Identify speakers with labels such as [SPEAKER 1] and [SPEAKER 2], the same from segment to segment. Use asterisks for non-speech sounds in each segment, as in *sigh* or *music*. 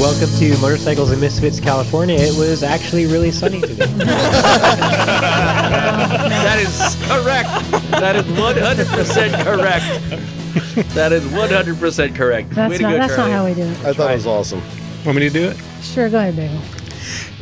[SPEAKER 1] Welcome to Motorcycles and Misfits, California. It was actually really
[SPEAKER 2] *laughs*
[SPEAKER 1] sunny today.
[SPEAKER 3] that is correct. That is 100% correct. That is 100% correct. Way
[SPEAKER 2] That's
[SPEAKER 3] to
[SPEAKER 2] not.
[SPEAKER 3] go,
[SPEAKER 2] That's
[SPEAKER 3] Charlie.
[SPEAKER 2] not how we do it.
[SPEAKER 4] I thought it was awesome.
[SPEAKER 5] Want me to do it?
[SPEAKER 2] Sure, go ahead, Bagel.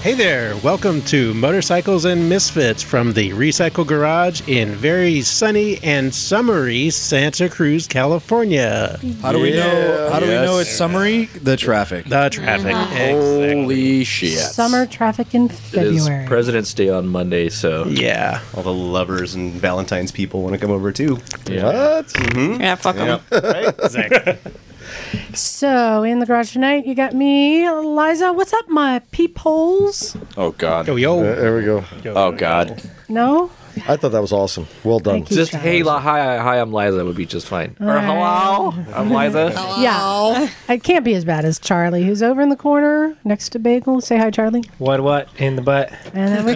[SPEAKER 5] Hey there, welcome to Motorcycles and Misfits from the Recycle Garage in very sunny and summery Santa Cruz, California.
[SPEAKER 6] How do we know? How do we
[SPEAKER 3] Yes.
[SPEAKER 6] know it's summary? The traffic.
[SPEAKER 5] The traffic.
[SPEAKER 3] Holy shit.
[SPEAKER 2] Summer traffic in
[SPEAKER 3] It is
[SPEAKER 2] February.
[SPEAKER 3] President's Day on Monday, so
[SPEAKER 5] Yeah.
[SPEAKER 7] All the lovers and Valentine's people want to come over too. Mm-hmm.
[SPEAKER 4] What?
[SPEAKER 8] Yeah, fuck them.
[SPEAKER 2] so in the garage tonight, you got me, Liza. What's up, my peepholes?
[SPEAKER 3] oh god,
[SPEAKER 5] Yo,
[SPEAKER 4] Uh,
[SPEAKER 5] yo.
[SPEAKER 4] There we go.
[SPEAKER 3] oh god.
[SPEAKER 2] No,
[SPEAKER 4] I thought that was awesome. Well done.
[SPEAKER 2] Thank you.
[SPEAKER 3] Just
[SPEAKER 2] Keep
[SPEAKER 3] hey,
[SPEAKER 2] trying.
[SPEAKER 3] li- hi, hi, I'm Liza would be just fine. Or hello, I'm
[SPEAKER 2] *laughs*
[SPEAKER 3] Liza.
[SPEAKER 2] yeah, it can't be as bad as Charlie, who's over in the corner next to Bagel. Say hi, Charlie.
[SPEAKER 1] what, what, in the butt?
[SPEAKER 2] And then we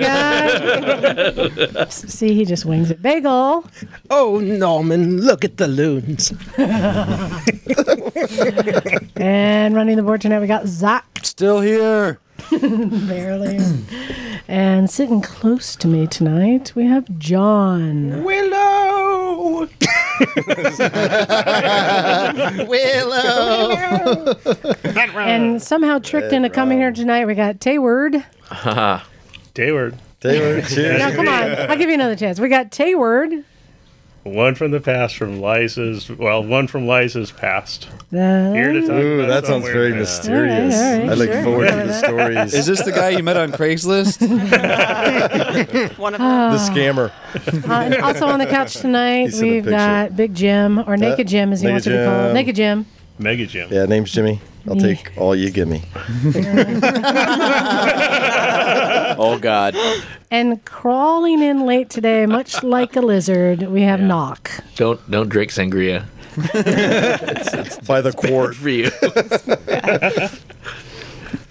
[SPEAKER 2] got. See, he just wings it. Bagel.
[SPEAKER 5] Oh, Norman, look at the loons.
[SPEAKER 2] *laughs* And running the board tonight, we got Zach,
[SPEAKER 6] Still here.
[SPEAKER 2] *laughs* barely. and sitting close to me tonight, we have John.
[SPEAKER 5] Willow! Willow!
[SPEAKER 2] *laughs* And somehow tricked into coming here tonight, we got Tayward.
[SPEAKER 9] *laughs* Dayward.
[SPEAKER 4] Taylor,
[SPEAKER 9] *laughs*
[SPEAKER 4] cheers.
[SPEAKER 2] Now, come on. I'll give you another chance. We got Tayward.
[SPEAKER 9] One from the past from Liza's, well, one from Liza's past. Here to
[SPEAKER 2] Uh,
[SPEAKER 9] talk
[SPEAKER 4] Ooh,
[SPEAKER 9] about
[SPEAKER 4] that sounds
[SPEAKER 9] somewhere-
[SPEAKER 4] very
[SPEAKER 9] Yeah.
[SPEAKER 4] mysterious.
[SPEAKER 2] All right, all right,
[SPEAKER 4] I look
[SPEAKER 2] sure.
[SPEAKER 4] forward to the stories.
[SPEAKER 6] Is this the guy you met on Craigslist?
[SPEAKER 8] One of them.
[SPEAKER 2] Ah.
[SPEAKER 4] the scammer?
[SPEAKER 2] uh, and also on the couch tonight,
[SPEAKER 4] He's in the
[SPEAKER 2] we've
[SPEAKER 4] picture.
[SPEAKER 2] got Big Jim, or Naked Jim, as he
[SPEAKER 4] Naked
[SPEAKER 2] wants to be called.
[SPEAKER 4] Jim.
[SPEAKER 2] Naked Jim.
[SPEAKER 9] Mega Jim.
[SPEAKER 4] Yeah, name's Jimmy. I'll take all you give me.
[SPEAKER 3] *laughs* Oh god,
[SPEAKER 2] And crawling in late today, much like a lizard, we have Knock.
[SPEAKER 3] don't don't drink
[SPEAKER 4] *laughs*
[SPEAKER 3] sangria
[SPEAKER 4] By the quart.
[SPEAKER 3] for you.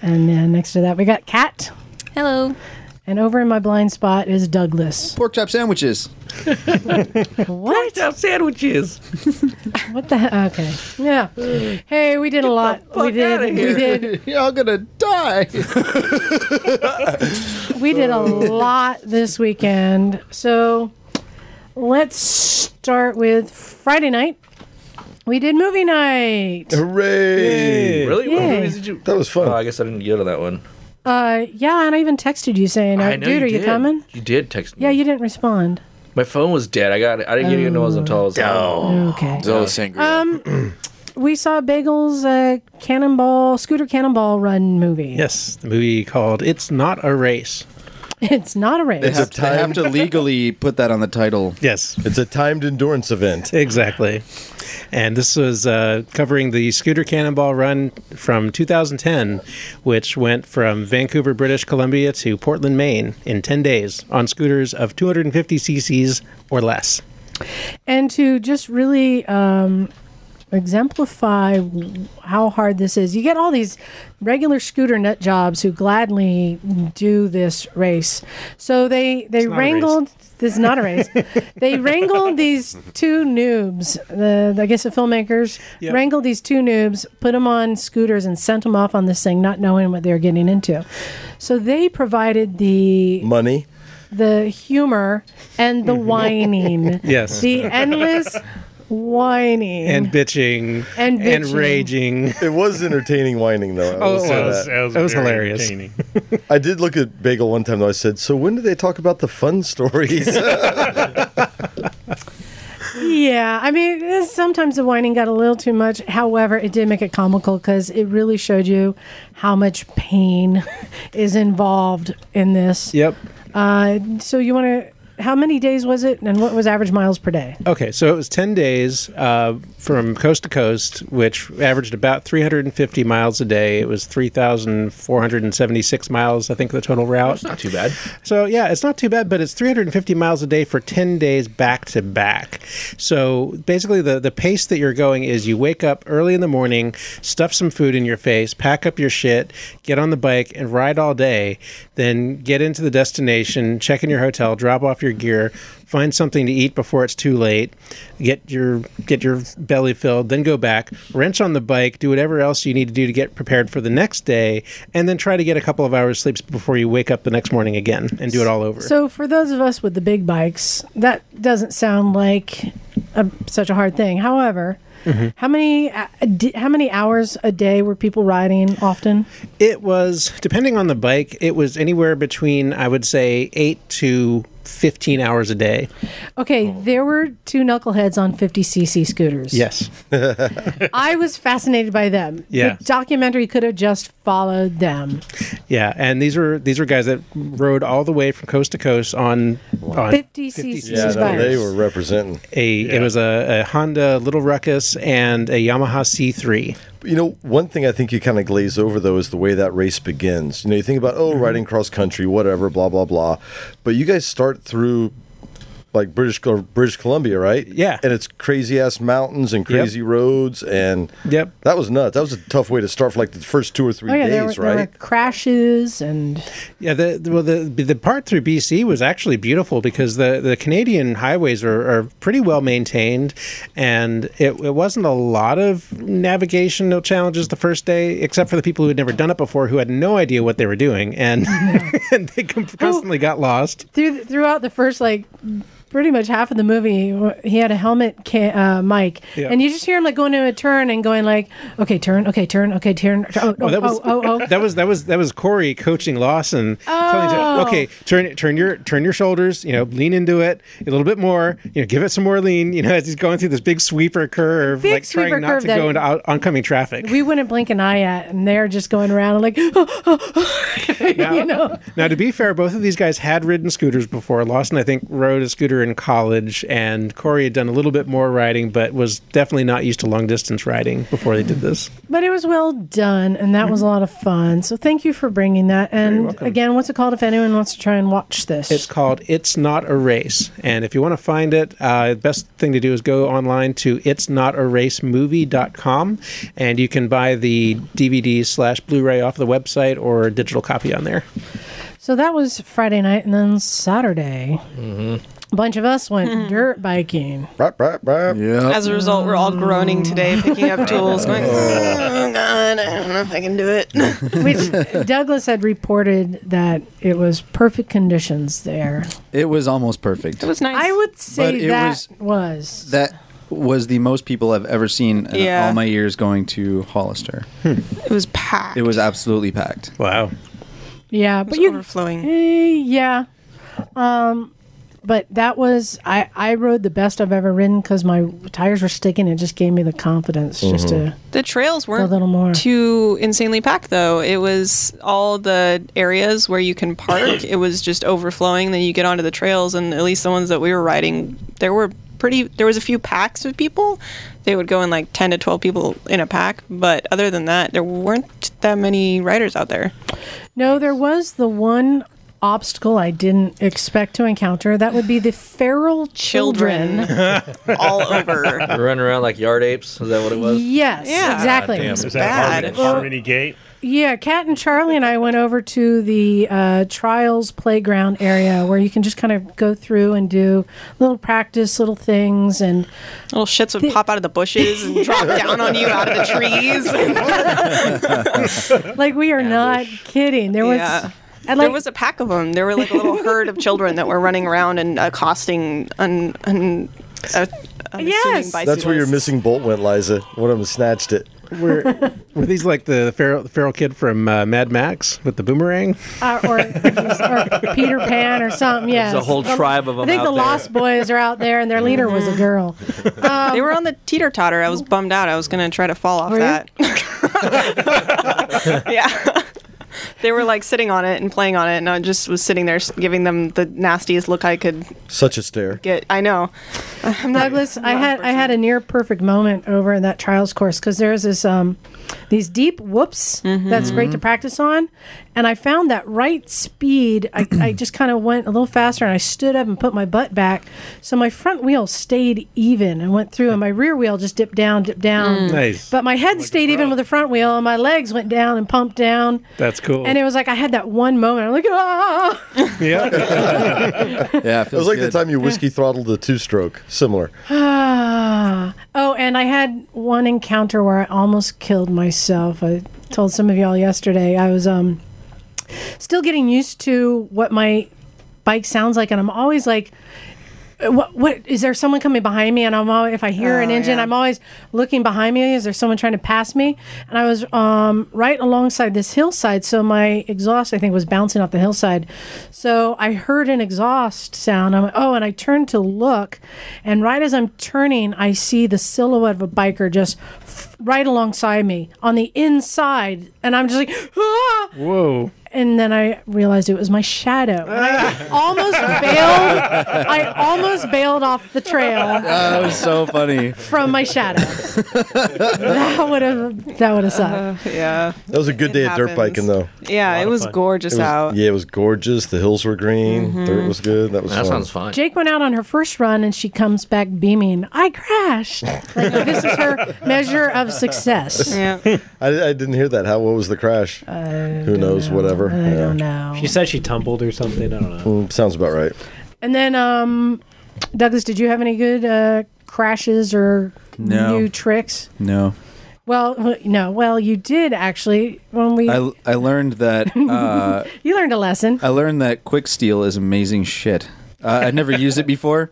[SPEAKER 2] And then next to that, we got Cat.
[SPEAKER 8] Hello.
[SPEAKER 2] And over in my blind spot is Douglas.
[SPEAKER 6] Pork chop sandwiches.
[SPEAKER 2] What?
[SPEAKER 3] sandwiches.
[SPEAKER 2] What the heck? Okay. Yeah. Hey, we did a lot. we did.
[SPEAKER 3] outta
[SPEAKER 2] We did.
[SPEAKER 6] You're all gonna die.
[SPEAKER 2] We did a lot this weekend. So, let's start with Friday night. We did movie night.
[SPEAKER 4] *laughs* Hooray!
[SPEAKER 3] Really?
[SPEAKER 2] Yeah.
[SPEAKER 3] What movies did you?
[SPEAKER 4] That was fun.
[SPEAKER 3] Oh, I guess I didn't get on that one.
[SPEAKER 2] Uh, yeah, and I even texted you saying, uh, "Dude, are you
[SPEAKER 3] did.
[SPEAKER 2] coming?"
[SPEAKER 3] You did text me.
[SPEAKER 2] Yeah, you didn't respond.
[SPEAKER 3] My phone was dead. I got. I didn't get even know it was until I was. home.
[SPEAKER 2] Okay.
[SPEAKER 3] Yeah.
[SPEAKER 2] Um, *clears throat* we saw Bagel's uh, cannonball, scooter cannonball run movie.
[SPEAKER 5] Yes, the movie called It's Not a Race.
[SPEAKER 2] *laughs* It's not a race.
[SPEAKER 6] They have, they have to legally put that on the title.
[SPEAKER 5] Yes,
[SPEAKER 4] It's a timed endurance event.
[SPEAKER 5] exactly. And this was uh, covering the scooter cannonball run from 2010, which went from Vancouver, British Columbia to Portland, Maine in 10 days on scooters of 250 cc's or less.
[SPEAKER 2] and to just really um, exemplify how hard this is, you get all these regular scooter nut jobs who gladly do this race. So they they
[SPEAKER 5] a race.
[SPEAKER 2] wrangled. This is not a
[SPEAKER 5] *laughs*
[SPEAKER 2] race. they wrangled these two noobs. The I guess the filmmakers
[SPEAKER 5] Yep.
[SPEAKER 2] wrangled these two noobs, put them on scooters, and sent them off on this thing, not knowing what they were getting into. So they provided the
[SPEAKER 4] Money.
[SPEAKER 2] the humor and the whining.
[SPEAKER 5] Mm-hmm. *laughs* Yes.
[SPEAKER 2] The endless whining.
[SPEAKER 5] And bitching
[SPEAKER 2] And
[SPEAKER 5] and
[SPEAKER 2] bitching.
[SPEAKER 5] raging.
[SPEAKER 4] It was entertaining whining, though. I, will
[SPEAKER 5] Oh, it
[SPEAKER 4] say
[SPEAKER 9] That was,
[SPEAKER 4] that.
[SPEAKER 9] that was,
[SPEAKER 5] That was
[SPEAKER 9] very
[SPEAKER 5] hilarious.
[SPEAKER 9] entertaining.
[SPEAKER 4] *laughs* I did look at Bagel one time, though. I said, So when do they talk about the fun stories?
[SPEAKER 3] *laughs*
[SPEAKER 2] yeah, I mean, it's- sometimes the whining got a little too much. However, it did make it comical because it really showed you how much *laughs* pain is involved in this.
[SPEAKER 5] Yep.
[SPEAKER 2] Uh, so you want to how many days was it, and what was average miles per day?
[SPEAKER 5] Okay, so it was 10 days uh, from coast to coast, which averaged about 350 miles a day. It was 3,476 miles, I think, the total route.
[SPEAKER 3] Not too bad.
[SPEAKER 5] So, yeah, it's not too bad, but it's 350 miles a day for 10 days back to back. So, basically, the, the pace that you're going is you wake up early in the morning, stuff some food in your face, pack up your shit, get on the bike, and ride all day. Then get into the destination, check in your hotel, drop off your gear, find something to eat before it's too late, get your get your belly filled, then go back, wrench on the bike, do whatever else you need to do to get prepared for the next day, and then try to get a couple of hours sleeps before you wake up the next morning again and do it all over.
[SPEAKER 2] So, for those of us with the big bikes, that doesn't sound like a, such a hard thing. However,
[SPEAKER 4] Mm-hmm.
[SPEAKER 2] how many uh, di- how many hours a day were people riding often?
[SPEAKER 5] It was depending on the bike, it was anywhere between I would say 8 to 15 hours a day.
[SPEAKER 2] Okay,
[SPEAKER 4] Oh.
[SPEAKER 2] there were two knuckleheads on 50cc scooters.
[SPEAKER 5] Yes.
[SPEAKER 2] *laughs* I was fascinated by them.
[SPEAKER 5] *laughs* Yeah.
[SPEAKER 2] The documentary could have just followed them.
[SPEAKER 5] Yeah, and these were these were guys that rode all the way from coast to coast on on
[SPEAKER 2] 50cc
[SPEAKER 4] Yeah,
[SPEAKER 2] bikes.
[SPEAKER 4] no, they were representing.
[SPEAKER 5] a it was a, a Honda Little Ruckus and a Yamaha C3.
[SPEAKER 4] You know, one thing I think you kind of glaze over though is the way that race begins. You know, you think about
[SPEAKER 5] Mm-hmm.
[SPEAKER 4] oh, riding cross country, whatever, blah blah blah, but you guys start through like British or British Columbia, right?
[SPEAKER 5] Yeah.
[SPEAKER 4] and it's crazy ass mountains and crazy roads, and
[SPEAKER 5] Yep.
[SPEAKER 4] that was nuts. That was a tough way to start for like the first two or three
[SPEAKER 2] Oh yeah, there were,
[SPEAKER 4] days,
[SPEAKER 2] there were
[SPEAKER 4] right?
[SPEAKER 2] crashes and
[SPEAKER 5] Yeah, the the- well the the part through BC was actually beautiful because the, the Canadian highways are, are pretty well maintained, and it, it wasn't a lot of navigational challenges the first day, except for the people who had never done it before, who had no idea what they were doing, and *laughs* and they com- constantly got lost.
[SPEAKER 2] through, throughout the first like pretty much half of the movie wh- he had a helmet ca- uh, mic
[SPEAKER 5] Yeah.
[SPEAKER 2] and you just hear him like going to a turn and going like okay turn okay turn okay turn oh oh
[SPEAKER 5] Oh, that was
[SPEAKER 2] oh, oh, oh.
[SPEAKER 5] *laughs* that was that was that was Corey coaching Lawson. telling him
[SPEAKER 2] Oh.
[SPEAKER 5] to- okay, turn turn your turn your shoulders. You know, lean into it a little bit more. You know, give it some more lean. You know, as he's going through this big sweeper curve,
[SPEAKER 2] Big
[SPEAKER 5] like
[SPEAKER 2] sweeper
[SPEAKER 5] trying not
[SPEAKER 2] curve
[SPEAKER 5] to
[SPEAKER 2] that-
[SPEAKER 5] go into out, oncoming
[SPEAKER 2] *laughs*
[SPEAKER 5] traffic.
[SPEAKER 2] we wouldn't blink an eye at and they're just going around like *laughs* you know
[SPEAKER 5] Now, to be fair, both of these guys had ridden scooters before. Lawson, I think, rode a scooter in college, and Corey had done a little bit more riding, but was definitely not used to long distance riding before they did this.
[SPEAKER 2] but it was well done and that was a lot of fun so thank you for bringing that and again what's it called if anyone wants to try and watch this
[SPEAKER 5] It's called It's Not a Race. And if you want to find it, uh, the best thing to do is go online to it'snotaracemovie.com and you can buy the DVD slash Blu ray off the website or a digital copy on there.
[SPEAKER 2] So that was Friday night, and then Saturday,
[SPEAKER 8] Mm-hmm.
[SPEAKER 2] a bunch of us went dirt biking.
[SPEAKER 4] Rap, rap, rap.
[SPEAKER 6] Yeah.
[SPEAKER 8] As a result, we're all groaning today, picking up tools,
[SPEAKER 6] *laughs*
[SPEAKER 8] going, oh, God, I don't know if I can do it.
[SPEAKER 2] Which Douglas had reported that it was perfect conditions there.
[SPEAKER 6] *laughs* It was almost perfect.
[SPEAKER 8] It was nice.
[SPEAKER 2] I would
[SPEAKER 6] But
[SPEAKER 2] say
[SPEAKER 6] it
[SPEAKER 2] that was,
[SPEAKER 6] that was the most people I've ever seen in
[SPEAKER 8] Yeah.
[SPEAKER 6] all my years going to Hollister.
[SPEAKER 8] it was packed.
[SPEAKER 6] It was absolutely packed.
[SPEAKER 5] Wow.
[SPEAKER 2] yeah, but
[SPEAKER 8] was
[SPEAKER 2] you
[SPEAKER 8] overflowing.
[SPEAKER 2] Eh, yeah. Um, but that was I. I rode the best I've ever ridden because my tires were sticking. It just gave me the confidence just to.
[SPEAKER 8] The trails weren't
[SPEAKER 2] little more.
[SPEAKER 8] too insanely packed, though. It was all the areas where you can park. it was just overflowing. Then you get onto the trails, and at least the ones that we were riding, there were pretty. There was a few packs of people. They would go in like ten to twelve people in a pack, but other than that, there weren't that many riders out there.
[SPEAKER 2] No, there was the one obstacle I didn't expect to encounter. That would be the feral children.
[SPEAKER 8] *laughs* all
[SPEAKER 3] *laughs*
[SPEAKER 8] over.
[SPEAKER 3] Running around like yard apes. Is that what it was?
[SPEAKER 2] Yes,
[SPEAKER 8] Yeah.
[SPEAKER 2] exactly.
[SPEAKER 3] Damn.
[SPEAKER 9] Is
[SPEAKER 8] Bad.
[SPEAKER 9] that Harmony, Harmony Gate?
[SPEAKER 2] Yeah, Kat and Charlie and I went over to the uh, trials playground area where you can just kind of go through and do little practice, little things, and *laughs*
[SPEAKER 8] Little shits would pop out of the bushes and drop down on you out of the trees.
[SPEAKER 2] like we are not kidding. There was,
[SPEAKER 8] Yeah.
[SPEAKER 2] and,
[SPEAKER 8] there
[SPEAKER 2] like,
[SPEAKER 8] was a pack of them. There were like a little herd of children that were running around and accosting un, un, uh, unassuming
[SPEAKER 2] Yes.
[SPEAKER 8] bicyclists.
[SPEAKER 4] That's where your missing bolt went, Liza. One of them snatched it.
[SPEAKER 5] Were, were these like the feral, the feral kid from uh, Mad Max with the boomerang?
[SPEAKER 2] uh, or, or Peter Pan or something. Yeah,
[SPEAKER 3] There's a whole tribe of
[SPEAKER 2] I
[SPEAKER 3] them
[SPEAKER 2] think
[SPEAKER 3] out
[SPEAKER 2] the
[SPEAKER 3] there.
[SPEAKER 2] Lost Boys are out there, and their leader was a girl.
[SPEAKER 8] They were on the teeter totter. I was bummed *laughs* out. I was gonna try to fall off
[SPEAKER 2] Were you?
[SPEAKER 8] that. yeah. they were like sitting on it and playing on it, and I just was sitting there s- giving them the nastiest look I could
[SPEAKER 4] Such a stare.
[SPEAKER 8] get. I know.
[SPEAKER 2] *sighs*
[SPEAKER 8] I'm not
[SPEAKER 2] Douglas, I had I had a near perfect moment over in that trials course because there's this um, these deep whoops
[SPEAKER 5] Mm-hmm.
[SPEAKER 2] that's great to practice on, and I found that right speed. I,
[SPEAKER 5] *clears throat*
[SPEAKER 2] I just kind of went a little faster and I stood up and put my butt back, so my front wheel stayed even and went through, and my rear wheel just dipped down, dipped down.
[SPEAKER 5] Mm. Nice.
[SPEAKER 2] But my head stayed even with the front wheel, and my legs went down and pumped down.
[SPEAKER 5] That's
[SPEAKER 2] *laughs*
[SPEAKER 5] cool.
[SPEAKER 2] And it was like I had that one moment. I'm like, ah!
[SPEAKER 7] *laughs*
[SPEAKER 5] yeah.
[SPEAKER 6] Yeah,
[SPEAKER 4] It was like the time you whiskey throttled the two stroke. Similar.
[SPEAKER 2] Ah. *sighs* Oh, and I had one encounter where I almost killed myself. I told some of y'all yesterday. I was um still getting used to what my bike sounds like and I'm always like uh, what what is there someone coming behind me and I'm always, if I hear an
[SPEAKER 8] Oh,
[SPEAKER 2] engine
[SPEAKER 8] yeah.
[SPEAKER 2] I'm always looking behind me is there someone trying to pass me and I was um right alongside this hillside so my exhaust I think was bouncing off the hillside so I heard an exhaust sound I'm like, oh and I turned to look and right as I'm turning I see the silhouette of a biker just f- right alongside me on the inside and I'm just like ah! *laughs*
[SPEAKER 5] Whoa.
[SPEAKER 2] and then I realized it was my shadow. And I *laughs* almost bailed. I almost bailed off the trail
[SPEAKER 6] *laughs* that was so funny.
[SPEAKER 2] from my shadow. that would have that would have sucked.
[SPEAKER 8] Uh, yeah.
[SPEAKER 4] That was a good
[SPEAKER 8] It
[SPEAKER 4] day at dirt
[SPEAKER 8] happens.
[SPEAKER 4] biking, though.
[SPEAKER 8] Yeah, it was gorgeous
[SPEAKER 4] It was-
[SPEAKER 8] out.
[SPEAKER 4] Yeah, it was gorgeous. The hills were green.
[SPEAKER 2] Mm-hmm.
[SPEAKER 4] Dirt was good. That was
[SPEAKER 3] That
[SPEAKER 4] fun.
[SPEAKER 3] sounds
[SPEAKER 4] *laughs*
[SPEAKER 3] fun.
[SPEAKER 2] Jake went out on her first run and she comes back beaming. I crashed. Like this is her measure of success.
[SPEAKER 8] Yeah.
[SPEAKER 4] I, I didn't hear that. How? What was the crash? Who knows? Whatever.
[SPEAKER 2] I
[SPEAKER 4] Yeah.
[SPEAKER 2] don't know.
[SPEAKER 1] She said she tumbled or something. I don't know.
[SPEAKER 4] Mm, sounds about right.
[SPEAKER 2] And then um Douglas, did you have any good uh crashes or
[SPEAKER 6] No.
[SPEAKER 2] new tricks?
[SPEAKER 6] No,
[SPEAKER 2] Well, uh, no. Well, you did actually when we
[SPEAKER 6] I, I learned that uh,
[SPEAKER 2] you learned a lesson.
[SPEAKER 6] *laughs* I learned that quick steel is amazing shit. Uh, I've never used
[SPEAKER 4] *laughs*
[SPEAKER 6] it before.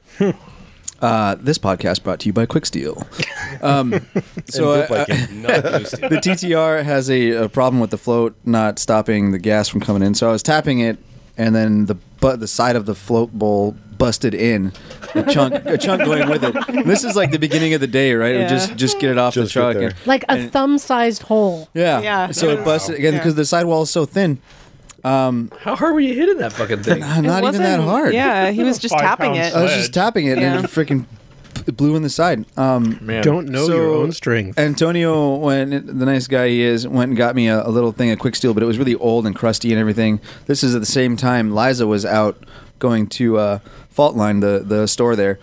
[SPEAKER 6] Uh, this podcast brought to you by Quick Steel. Um,
[SPEAKER 4] *laughs*
[SPEAKER 6] so
[SPEAKER 4] And dirt
[SPEAKER 6] I- I-
[SPEAKER 4] biking.
[SPEAKER 7] Not used
[SPEAKER 6] *laughs*
[SPEAKER 7] to.
[SPEAKER 6] the TTR has a, a problem with the float not stopping the gas from coming in. So I was tapping it, and then the but the side of the float bowl busted in a chunk a chunk going with it. And this is like the beginning of the day, right?
[SPEAKER 8] Yeah.
[SPEAKER 6] Just just get it off
[SPEAKER 4] Just
[SPEAKER 6] the
[SPEAKER 4] get
[SPEAKER 6] truck.
[SPEAKER 4] there.
[SPEAKER 6] and-
[SPEAKER 2] like a thumb-sized hole.
[SPEAKER 6] yeah.
[SPEAKER 8] Yeah.
[SPEAKER 6] So it busted again because the sidewall is so thin.
[SPEAKER 3] How hard were you hitting that fucking thing?
[SPEAKER 6] Uh, *laughs* Not even
[SPEAKER 8] wasn't-
[SPEAKER 6] that hard.
[SPEAKER 8] Yeah, he was
[SPEAKER 3] *laughs*
[SPEAKER 8] just
[SPEAKER 9] Five
[SPEAKER 8] tapping
[SPEAKER 9] pounds.
[SPEAKER 8] it.
[SPEAKER 6] I was just tapping it and it freaking blew in the side. Um,
[SPEAKER 3] Man.
[SPEAKER 5] Don't know your own strength.
[SPEAKER 6] Antonio, when the nice guy he is, went and got me a, a little thing of quick steel, but it was really old and crusty and everything. This is at the same time Liza was out going to uh, Fault Line, the the store there,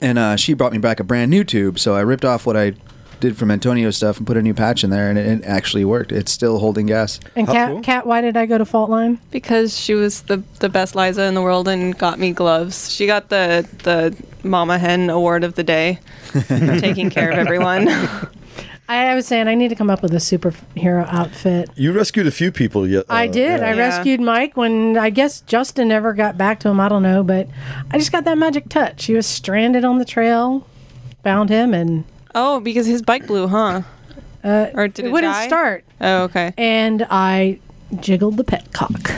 [SPEAKER 6] and uh, she brought me back a brand new tube. So I ripped off what I did from Antonio's stuff and put a new patch in there, and it, it actually worked. It's still holding gas.
[SPEAKER 2] And cat, cat, why did I go to fault line?
[SPEAKER 8] Because she was the the best Liza in the world and got me gloves. She got the the Mama Hen Award of the day, for taking care of
[SPEAKER 2] *laughs*
[SPEAKER 8] everyone.
[SPEAKER 2] I, I was saying I need to come up with a superhero outfit.
[SPEAKER 4] You rescued a few people yet.
[SPEAKER 6] Oh,
[SPEAKER 2] I
[SPEAKER 4] uh,
[SPEAKER 2] did. I
[SPEAKER 8] Yeah.
[SPEAKER 2] rescued Mike when I guess Justin never got back to him. I don't know, but I just got that magic touch. He was stranded on the trail, found him, and
[SPEAKER 8] oh, because his bike blew, huh? Uh, or did it,
[SPEAKER 2] it wouldn't
[SPEAKER 8] die?
[SPEAKER 2] start.
[SPEAKER 8] Oh, okay.
[SPEAKER 2] And I jiggled the pet cock.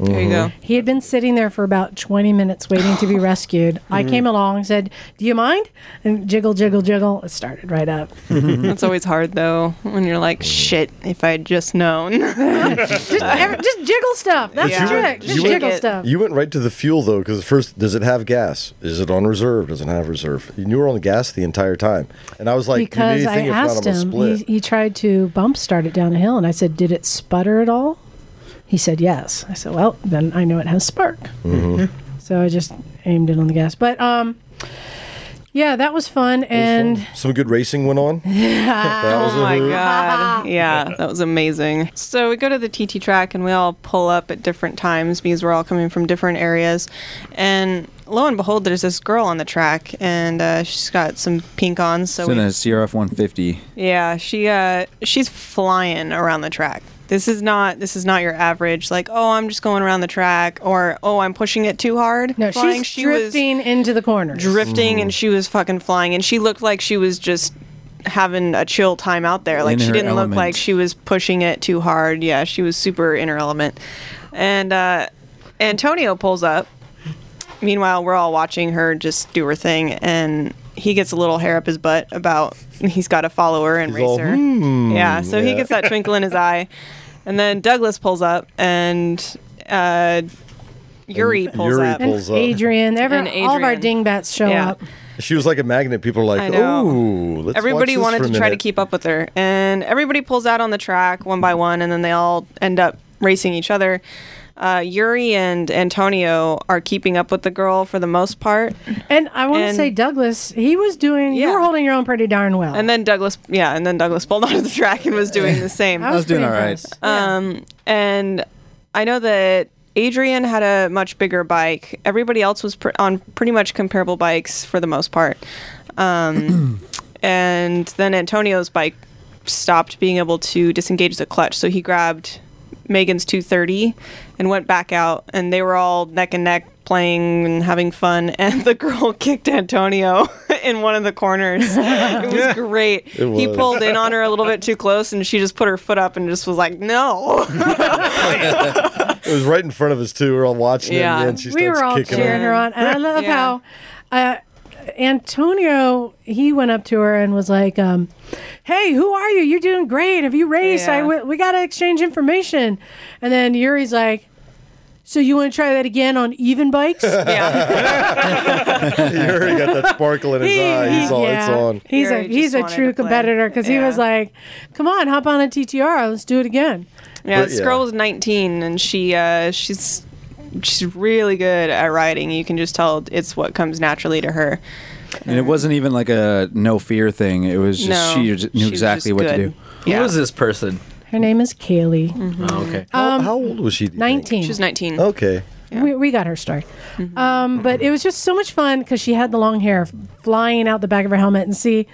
[SPEAKER 8] There you go.
[SPEAKER 2] He had been sitting there for about 20 minutes waiting
[SPEAKER 6] *gasps*
[SPEAKER 2] to be rescued. I
[SPEAKER 6] Mm-hmm.
[SPEAKER 2] came along and said, Do you mind? And jiggle, jiggle, jiggle. It started right
[SPEAKER 6] *laughs*
[SPEAKER 2] up.
[SPEAKER 8] That's always hard though when you're like, shit. If I had just known.
[SPEAKER 2] just, every, just jiggle stuff. That's
[SPEAKER 8] Yeah.
[SPEAKER 2] the trick.
[SPEAKER 8] You
[SPEAKER 2] Just
[SPEAKER 8] went-
[SPEAKER 2] jiggle
[SPEAKER 8] Shake it.
[SPEAKER 2] stuff.
[SPEAKER 4] You went right to the fuel though, because first, does it have gas? Is it on reserve? Doesn't have reserve. You were on gas the entire time, and I was like,
[SPEAKER 2] because
[SPEAKER 4] you need
[SPEAKER 2] I
[SPEAKER 4] anything
[SPEAKER 2] asked
[SPEAKER 4] if not, I'm
[SPEAKER 2] him,
[SPEAKER 4] gonna
[SPEAKER 2] he,
[SPEAKER 4] split.
[SPEAKER 2] he tried to bump start it down a hill, and I said, "Did it sputter at all?" He said, "Yes." I said, "Well, then I know it has spark."
[SPEAKER 4] Mm-hmm.
[SPEAKER 2] So I just aimed it on the gas, but um, yeah, that was fun, and
[SPEAKER 4] Some good racing
[SPEAKER 8] *laughs*
[SPEAKER 4] went on. that was
[SPEAKER 8] Oh
[SPEAKER 4] a
[SPEAKER 8] my
[SPEAKER 4] hoot. *laughs*
[SPEAKER 8] god. Yeah, that was amazing. So we go to the TT track and we all pull up at different times because we're all coming from different areas. And lo and behold, there's this girl on the track and uh, she's got some pink on. So
[SPEAKER 6] It's in
[SPEAKER 8] we,
[SPEAKER 6] a CRF 150.
[SPEAKER 8] yeah, she uh, she's flying around the track. This is not this is not your average like oh I'm just going around the track or oh I'm pushing it too hard.
[SPEAKER 2] no,
[SPEAKER 8] Flying,
[SPEAKER 2] she's
[SPEAKER 8] she was-
[SPEAKER 2] drifting into the corner.
[SPEAKER 8] drifting
[SPEAKER 6] Mm-hmm.
[SPEAKER 8] and she was fucking flying and she looked like she was just having a chill time out there like
[SPEAKER 6] In
[SPEAKER 8] she
[SPEAKER 6] her
[SPEAKER 8] didn't
[SPEAKER 6] element.
[SPEAKER 8] look like she was pushing it too hard yeah she was super in her element and uh, antonio pulls up meanwhile we're all watching her just do her thing and he gets a little hair up his butt about he's got a follower and
[SPEAKER 4] He's all, "Hmm."
[SPEAKER 8] racer yeah so he
[SPEAKER 4] yeah.
[SPEAKER 8] gets that twinkle in his eye And then Douglas pulls up, and uh, Yuri
[SPEAKER 4] And
[SPEAKER 8] pulls
[SPEAKER 4] Yuri
[SPEAKER 8] up.
[SPEAKER 4] pulls-
[SPEAKER 2] And Adrian, every,
[SPEAKER 8] And
[SPEAKER 2] all of our
[SPEAKER 8] Adrian.
[SPEAKER 2] dingbats show
[SPEAKER 8] Yeah.
[SPEAKER 2] up.
[SPEAKER 4] She was like a magnet. People are
[SPEAKER 8] I
[SPEAKER 4] like,
[SPEAKER 8] know.
[SPEAKER 4] "Ooh, let's
[SPEAKER 8] everybody
[SPEAKER 4] watch this
[SPEAKER 8] wanted
[SPEAKER 4] for a
[SPEAKER 8] to try to
[SPEAKER 4] minute."
[SPEAKER 8] keep up with her, and everybody pulls out on the track one by one, and then they all end up racing each other. Uh, Yuri and Antonio are keeping up with the girl for the most part,
[SPEAKER 2] And I want to
[SPEAKER 8] And-
[SPEAKER 2] say, Douglas, he was doing. You
[SPEAKER 8] Yeah.
[SPEAKER 2] were holding your own pretty darn well.
[SPEAKER 8] and then Douglas, yeah, and then Douglas pulled *laughs* onto the track and was doing the same. Um,
[SPEAKER 6] I was doing
[SPEAKER 2] pretty
[SPEAKER 6] all right.
[SPEAKER 2] impressed. Yeah.
[SPEAKER 8] and I know that Adrian had a much bigger bike. Everybody else was pr- on pretty much comparable bikes for the most part. Um, and then Antonio's bike stopped being able to disengage the clutch, so he grabbed Megan's 230 and went back out, and they were all neck and neck playing and having fun *laughs* and the girl kicked antonio *laughs* in one of the corners it was great he
[SPEAKER 4] was.
[SPEAKER 8] pulled in on her a little bit too close and she just put her foot up and just was like no
[SPEAKER 4] It was right in front of us too. We are all watching
[SPEAKER 8] Yeah.
[SPEAKER 4] it, and then she starts
[SPEAKER 2] we were all
[SPEAKER 4] kicking
[SPEAKER 2] cheering
[SPEAKER 4] her. *laughs*
[SPEAKER 2] her on, and I love
[SPEAKER 8] Yeah.
[SPEAKER 2] how uh, Antonio he went up to her and was like, um, "Hey, who are you? You're doing great. Have you raced? I
[SPEAKER 8] Yeah.
[SPEAKER 2] w- we got to exchange information." And then Yuri's like. So you want to try that again on even
[SPEAKER 8] *laughs*
[SPEAKER 2] bikes?
[SPEAKER 4] *laughs*
[SPEAKER 8] yeah
[SPEAKER 4] He already got that sparkle in his eye. He's all, it's
[SPEAKER 2] yeah.
[SPEAKER 4] on.
[SPEAKER 2] He's
[SPEAKER 8] Yuri
[SPEAKER 2] a he's
[SPEAKER 8] just
[SPEAKER 2] a
[SPEAKER 8] wanted
[SPEAKER 2] true
[SPEAKER 8] to play.
[SPEAKER 2] competitor because he
[SPEAKER 8] Yeah.
[SPEAKER 2] was like, "Come on, hop on a TTR, let's do it again."
[SPEAKER 8] yeah
[SPEAKER 4] But,
[SPEAKER 8] this
[SPEAKER 4] yeah.
[SPEAKER 8] girl was 19 and she uh she's she's really good at riding you can just tell it's what comes naturally to her
[SPEAKER 6] And it wasn't even like a no fear thing. It was just
[SPEAKER 8] no
[SPEAKER 6] she just knew
[SPEAKER 8] was
[SPEAKER 6] exactly
[SPEAKER 8] just
[SPEAKER 6] what to
[SPEAKER 8] good.
[SPEAKER 6] do.
[SPEAKER 3] Who
[SPEAKER 8] yeah
[SPEAKER 3] is this person?
[SPEAKER 2] Her name is Kaylee, Um,
[SPEAKER 3] Oh, okay.
[SPEAKER 4] How, how old was she? do you think?
[SPEAKER 2] nineteen.
[SPEAKER 8] Mm-hmm. she's 19
[SPEAKER 4] Okay.
[SPEAKER 2] We, we got her start. Um, but it was just so much fun because she had the long hair flying out the back of her helmet and see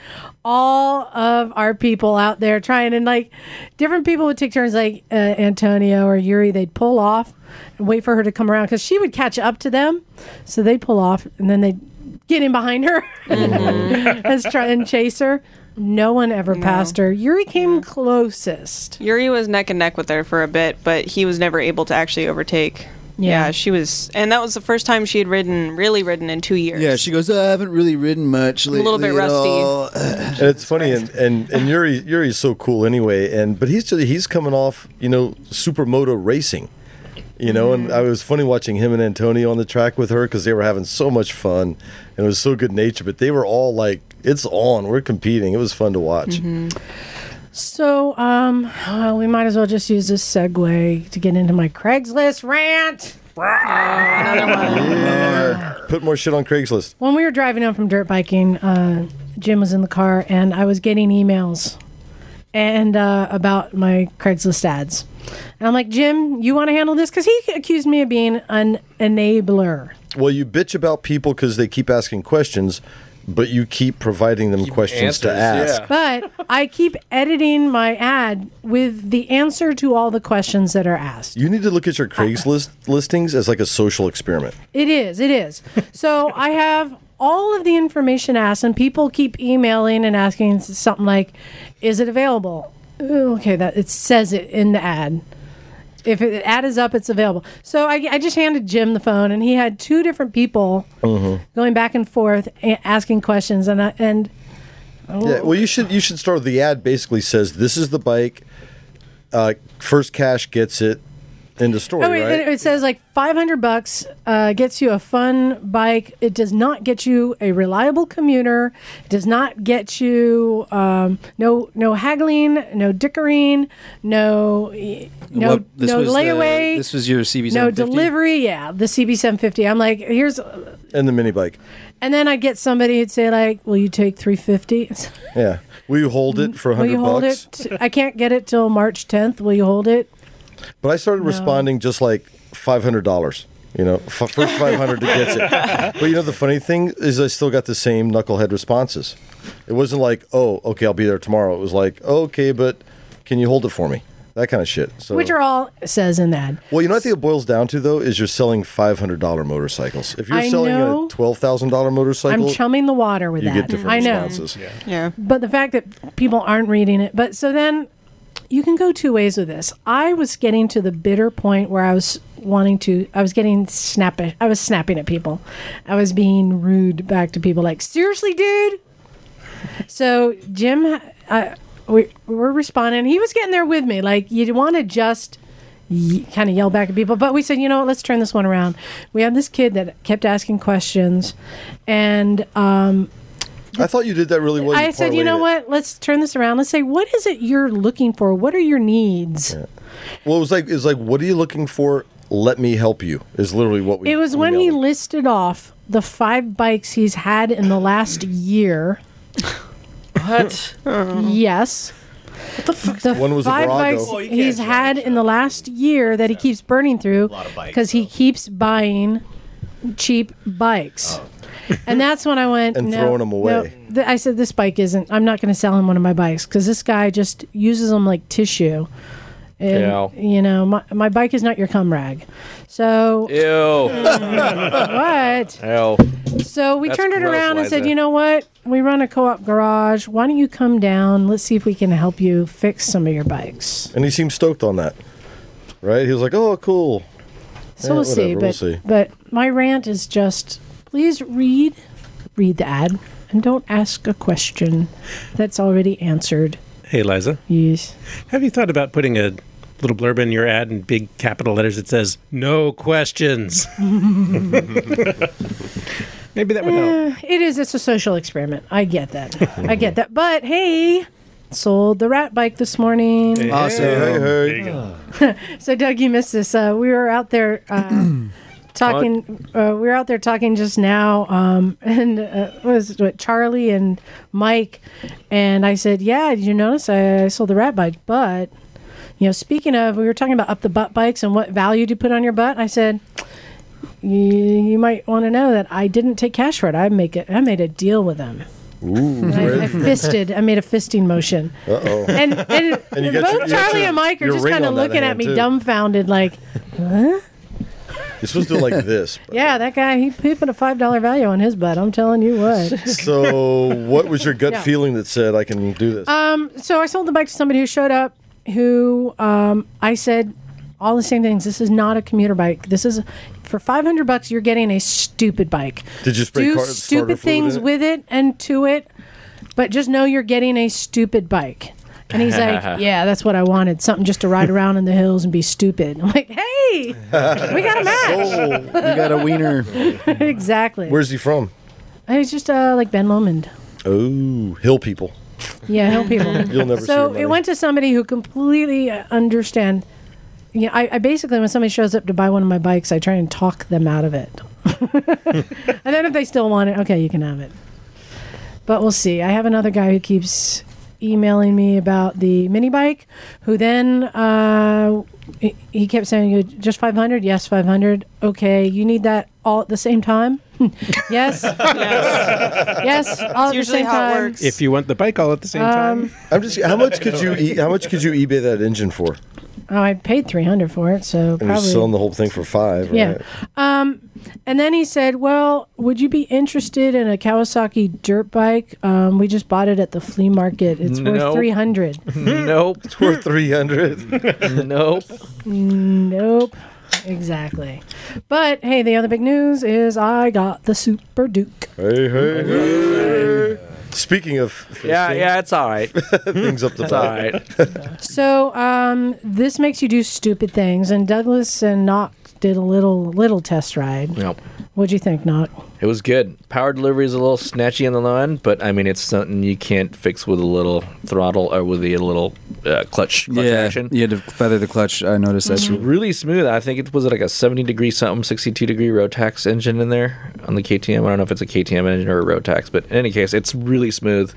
[SPEAKER 2] all of our people out there trying and like different people would take turns like uh, Antonio or Yuri. They'd pull off and wait for her to come around because she would catch up to them. So they'd pull off and then they'd get in behind her *laughs* and, try, and chase her. No one ever passed her. Yuri came closest.
[SPEAKER 8] Yuri was neck and neck with her for a bit, but he was never able to actually overtake.
[SPEAKER 2] Yeah.
[SPEAKER 8] Yeah, she was, and that was the first time she had ridden, really ridden in two years.
[SPEAKER 6] Yeah, she goes. "Oh, I haven't really ridden much lately.
[SPEAKER 8] little bit
[SPEAKER 6] at
[SPEAKER 8] rusty. *laughs*
[SPEAKER 6] all."
[SPEAKER 4] And it's funny, and, and and Yuri Yuri's so cool anyway, and but he's he's coming off you know supermoto racing, you know, and
[SPEAKER 6] Mm.
[SPEAKER 4] I was funny watching him and Antonio on the track with her because they were having so much fun, and it was so good natured, but they were all like, "It's on, we're competing." It was fun to watch.
[SPEAKER 6] Mm-hmm.
[SPEAKER 8] *laughs*
[SPEAKER 2] So, um, well, we might as well just use this segue to get into my Craigslist rant.
[SPEAKER 4] Put more shit on Craigslist.
[SPEAKER 2] When we were driving home from dirt biking, uh, Jim was in the car, and I was getting emails and uh, about my Craigslist ads. And I'm like, Jim, you want to handle this? Because he accused me of being an enabler.
[SPEAKER 4] Well, you bitch about people because they keep asking questions, but you keep providing them questions to
[SPEAKER 3] answers,
[SPEAKER 4] ask.
[SPEAKER 3] yeah.
[SPEAKER 2] But I keep editing my ad with the answer to all the questions that are asked.
[SPEAKER 4] You need to look
[SPEAKER 2] *laughs*
[SPEAKER 4] at your Craigslist listings as like a social experiment.
[SPEAKER 2] It is. It is. So I have all of the information asked, and people keep emailing and asking s- something like, "Is it available?" Ooh, Okay, that it says it in the ad. If it, the ad is up, it's available. So I, I just handed Jim the phone, and he had two different people going back and forth a- asking questions, and I, and
[SPEAKER 4] Yeah, well, you should you should start. with The ad basically says this is the bike. Uh, first cash gets it into story,
[SPEAKER 2] Oh, wait,
[SPEAKER 4] right?
[SPEAKER 2] it, it says like 500 bucks uh, gets you a fun bike. It does not get you a reliable commuter. It does not get you um, no no haggling, no dickering, no eh, no
[SPEAKER 6] Well, this
[SPEAKER 2] no
[SPEAKER 6] was the-
[SPEAKER 2] layaway,
[SPEAKER 6] this was your CB750.
[SPEAKER 2] no delivery. Yeah, the CB750. I'm like, here's,
[SPEAKER 4] and the mini bike.
[SPEAKER 2] and then I'd get somebody who'd say like, will you take *laughs* 350?
[SPEAKER 4] Yeah, will you hold it for
[SPEAKER 2] Mm, will you
[SPEAKER 4] hundred
[SPEAKER 2] hold
[SPEAKER 4] bucks?
[SPEAKER 2] it? I can't get it till March 10th. Will you hold it?
[SPEAKER 4] But I started responding just like five hundred dollars. You know, f- first five hundred to gets
[SPEAKER 2] *laughs*
[SPEAKER 4] it. But you know, the funny thing is, I still got the same knucklehead responses. It wasn't like, oh, okay, I'll be there tomorrow. It was like, okay, but can you hold it for me? That kind of shit.
[SPEAKER 6] Oh.
[SPEAKER 4] So,
[SPEAKER 2] Which are all it says in that.
[SPEAKER 4] Well, you know what I think it boils down to though is you're selling five hundred dollar motorcycles. If you're
[SPEAKER 2] I
[SPEAKER 4] selling
[SPEAKER 2] know.
[SPEAKER 4] a twelve thousand dollar motorcycle,
[SPEAKER 2] I'm chumming the water with
[SPEAKER 4] you
[SPEAKER 2] that.
[SPEAKER 4] get different
[SPEAKER 2] I know.
[SPEAKER 4] responses.
[SPEAKER 8] yeah,
[SPEAKER 2] But the fact that people aren't reading it, but so then you can go two ways with this. I was getting to the bitter point where I was wanting to, I was getting snapping, I was snapping at people. I was being rude back to people, like, seriously, dude? So Jim, I, we were responding. He was getting there with me. Like you want to just kind of yell back at people, but we said, you know what, let's turn this one around. We had this kid that kept asking questions, and um,
[SPEAKER 4] I thought you did that really well.
[SPEAKER 2] I said, you know
[SPEAKER 4] parlayed it.
[SPEAKER 2] what, let's turn this around. Let's say, what is it you're looking for? What are your needs?
[SPEAKER 4] Well, it was like, it was like, what are you looking for? Let me help you. Is literally what we.
[SPEAKER 2] It was when
[SPEAKER 4] emailed
[SPEAKER 2] he
[SPEAKER 4] him.
[SPEAKER 2] listed off the five bikes he's had in the last year.
[SPEAKER 3] What?
[SPEAKER 2] Yes. What the fuck? The
[SPEAKER 4] One was a
[SPEAKER 2] five
[SPEAKER 4] Virago.
[SPEAKER 2] bikes
[SPEAKER 4] Oh,
[SPEAKER 2] he's had in the last year that he keeps burning through because he keeps buying cheap bikes. and that's when I went
[SPEAKER 4] Oh. *laughs* And
[SPEAKER 2] no,
[SPEAKER 4] throwing 'em
[SPEAKER 2] no."
[SPEAKER 4] away.
[SPEAKER 2] Th- I said, "This bike isn't. I'm not going to sell him one of my bikes because this guy just uses them like tissue." And,
[SPEAKER 3] Ew.
[SPEAKER 2] You know, my, my bike is not your cum rag. So
[SPEAKER 3] Ew.
[SPEAKER 2] *laughs* what?
[SPEAKER 3] Ew.
[SPEAKER 2] So we
[SPEAKER 3] That's
[SPEAKER 2] turned it
[SPEAKER 3] gross,
[SPEAKER 2] around and said,
[SPEAKER 3] Liza.
[SPEAKER 2] you know what? We run a co op garage. Why don't you come down? Let's see if we can help you fix some of your bikes.
[SPEAKER 4] and he seemed stoked on that. Right? He was like, "Oh, cool."
[SPEAKER 2] So
[SPEAKER 4] Yeah,
[SPEAKER 2] we'll, see,
[SPEAKER 4] whatever,
[SPEAKER 2] but,
[SPEAKER 4] we'll see.
[SPEAKER 2] But my rant is just please read read the ad and don't ask a question that's already answered.
[SPEAKER 5] Hey, Liza,
[SPEAKER 2] Yes.
[SPEAKER 5] have you thought about putting a little blurb in your ad in big capital letters that says
[SPEAKER 8] *laughs*
[SPEAKER 5] "No questions"? *laughs* Maybe that would help.
[SPEAKER 2] Eh, It is. It's a social experiment. I get that. I get that. But hey, sold the rat bike this morning.
[SPEAKER 6] Awesome.
[SPEAKER 4] Ah, Hey,
[SPEAKER 9] There
[SPEAKER 4] hey.
[SPEAKER 9] you go.
[SPEAKER 2] *laughs* So Doug, you missed this. Uh, we were out there uh, talking. Uh, we were out there talking just now, um, *laughs* and uh, what was it, what Charlie and Mike, and I said, "Yeah, did you notice I, I sold the rat bike?" But you know, speaking of, we were talking about up the butt bikes and what value to put on your butt. I said. You, you might want to know that I didn't take cash for it. I make it. I made a deal with them.
[SPEAKER 4] Ooh,
[SPEAKER 2] And I, I fisted. I made a fisting motion
[SPEAKER 4] uh oh.
[SPEAKER 2] *laughs* and and,
[SPEAKER 4] *laughs* And you got
[SPEAKER 2] both
[SPEAKER 4] your- you got
[SPEAKER 2] Charlie
[SPEAKER 4] your-
[SPEAKER 2] and Mike are
[SPEAKER 4] your
[SPEAKER 2] just
[SPEAKER 4] ring
[SPEAKER 2] kind of
[SPEAKER 4] on that
[SPEAKER 2] looking at
[SPEAKER 4] hand,
[SPEAKER 2] me,
[SPEAKER 4] too.
[SPEAKER 2] dumbfounded, like,
[SPEAKER 4] You're supposed to do it like
[SPEAKER 2] *laughs*
[SPEAKER 4] this. but-
[SPEAKER 2] "Yeah, that guy, he, he put a five dollar value on his butt." I'm telling you what.
[SPEAKER 4] *laughs* So, what was your gut
[SPEAKER 2] Yeah.
[SPEAKER 4] feeling that said, "I can do this"?
[SPEAKER 2] um, so I sold the bike to somebody who showed up, who um, I said all the same things. This is not a commuter bike. This is for five hundred bucks. You're getting a stupid bike.
[SPEAKER 4] Did you spray
[SPEAKER 2] do
[SPEAKER 4] car- starter
[SPEAKER 2] stupid
[SPEAKER 4] fluid
[SPEAKER 2] things
[SPEAKER 4] in it?
[SPEAKER 2] with it and to it, but just know you're getting a stupid bike. And he's
[SPEAKER 4] *laughs*
[SPEAKER 2] like, "Yeah, that's what I wanted. Something just to ride around in the hills and be stupid." *laughs* I'm like, "Hey, we got
[SPEAKER 4] *laughs*
[SPEAKER 2] a match."
[SPEAKER 6] We got a wiener.
[SPEAKER 2] *laughs* exactly.
[SPEAKER 4] Where's he from?
[SPEAKER 2] It's just uh, like Ben Lomond.
[SPEAKER 4] Oh, hill people.
[SPEAKER 2] Yeah, help people.
[SPEAKER 4] *laughs* You'll never see your
[SPEAKER 2] so
[SPEAKER 4] money.
[SPEAKER 2] it went to somebody who completely uh, understand. Yeah, I, I basically when somebody shows up to buy one of my bikes, I try and talk them out of it, *laughs* and then if they still want it, okay, you can have it. But we'll see. I have another guy who keeps emailing me about the mini bike, who then uh, he, he kept saying, "Just 500? Yes, 500. Okay, you need that all at the same time? *laughs* yes,
[SPEAKER 7] *laughs* Oh,
[SPEAKER 8] Yes. *laughs*
[SPEAKER 2] yes, all at the
[SPEAKER 8] usually
[SPEAKER 2] same
[SPEAKER 8] how it
[SPEAKER 2] time."
[SPEAKER 8] works.
[SPEAKER 5] If you want the bike all at the same time,
[SPEAKER 4] Um, I'm just. How much could you? E- how much could you eBay that engine for?
[SPEAKER 2] Oh, I paid three hundred for it, so
[SPEAKER 4] And you're
[SPEAKER 2] probably.
[SPEAKER 4] selling the whole thing for five. Right?
[SPEAKER 2] yeah. Um, and then he said, "Well, would you be interested in a Kawasaki dirt bike? Um, we just bought it at the flea market. It's
[SPEAKER 3] No.
[SPEAKER 2] worth three
[SPEAKER 4] *laughs*
[SPEAKER 2] hundred.
[SPEAKER 3] *laughs* Nope.
[SPEAKER 4] It's worth three hundred.
[SPEAKER 3] Nope.
[SPEAKER 2] nope, exactly. But hey, the other big news is I got the Super Duke.
[SPEAKER 4] hey, hey, hey. Speaking of fisting,
[SPEAKER 3] Yeah, yeah, it's all right. It's
[SPEAKER 4] *laughs* things up the
[SPEAKER 3] all
[SPEAKER 4] top.
[SPEAKER 3] right.
[SPEAKER 2] So um, this makes you do stupid things. And Douglas and Knock did a little little test ride.
[SPEAKER 3] Nope.
[SPEAKER 2] What'd you think, Knock?
[SPEAKER 3] It was good. Power delivery is a little snatchy on the line, but I mean, it's something you can't fix with a little throttle or with a little uh, clutch, clutch
[SPEAKER 6] yeah,
[SPEAKER 3] action.
[SPEAKER 6] you had to feather the clutch. I noticed that.
[SPEAKER 3] It's really smooth. I think it was like a 70 degree something, 62 degree Rotax engine in there on the KTM. I don't know if it's a KTM engine or a Rotax, but in any case, it's really smooth,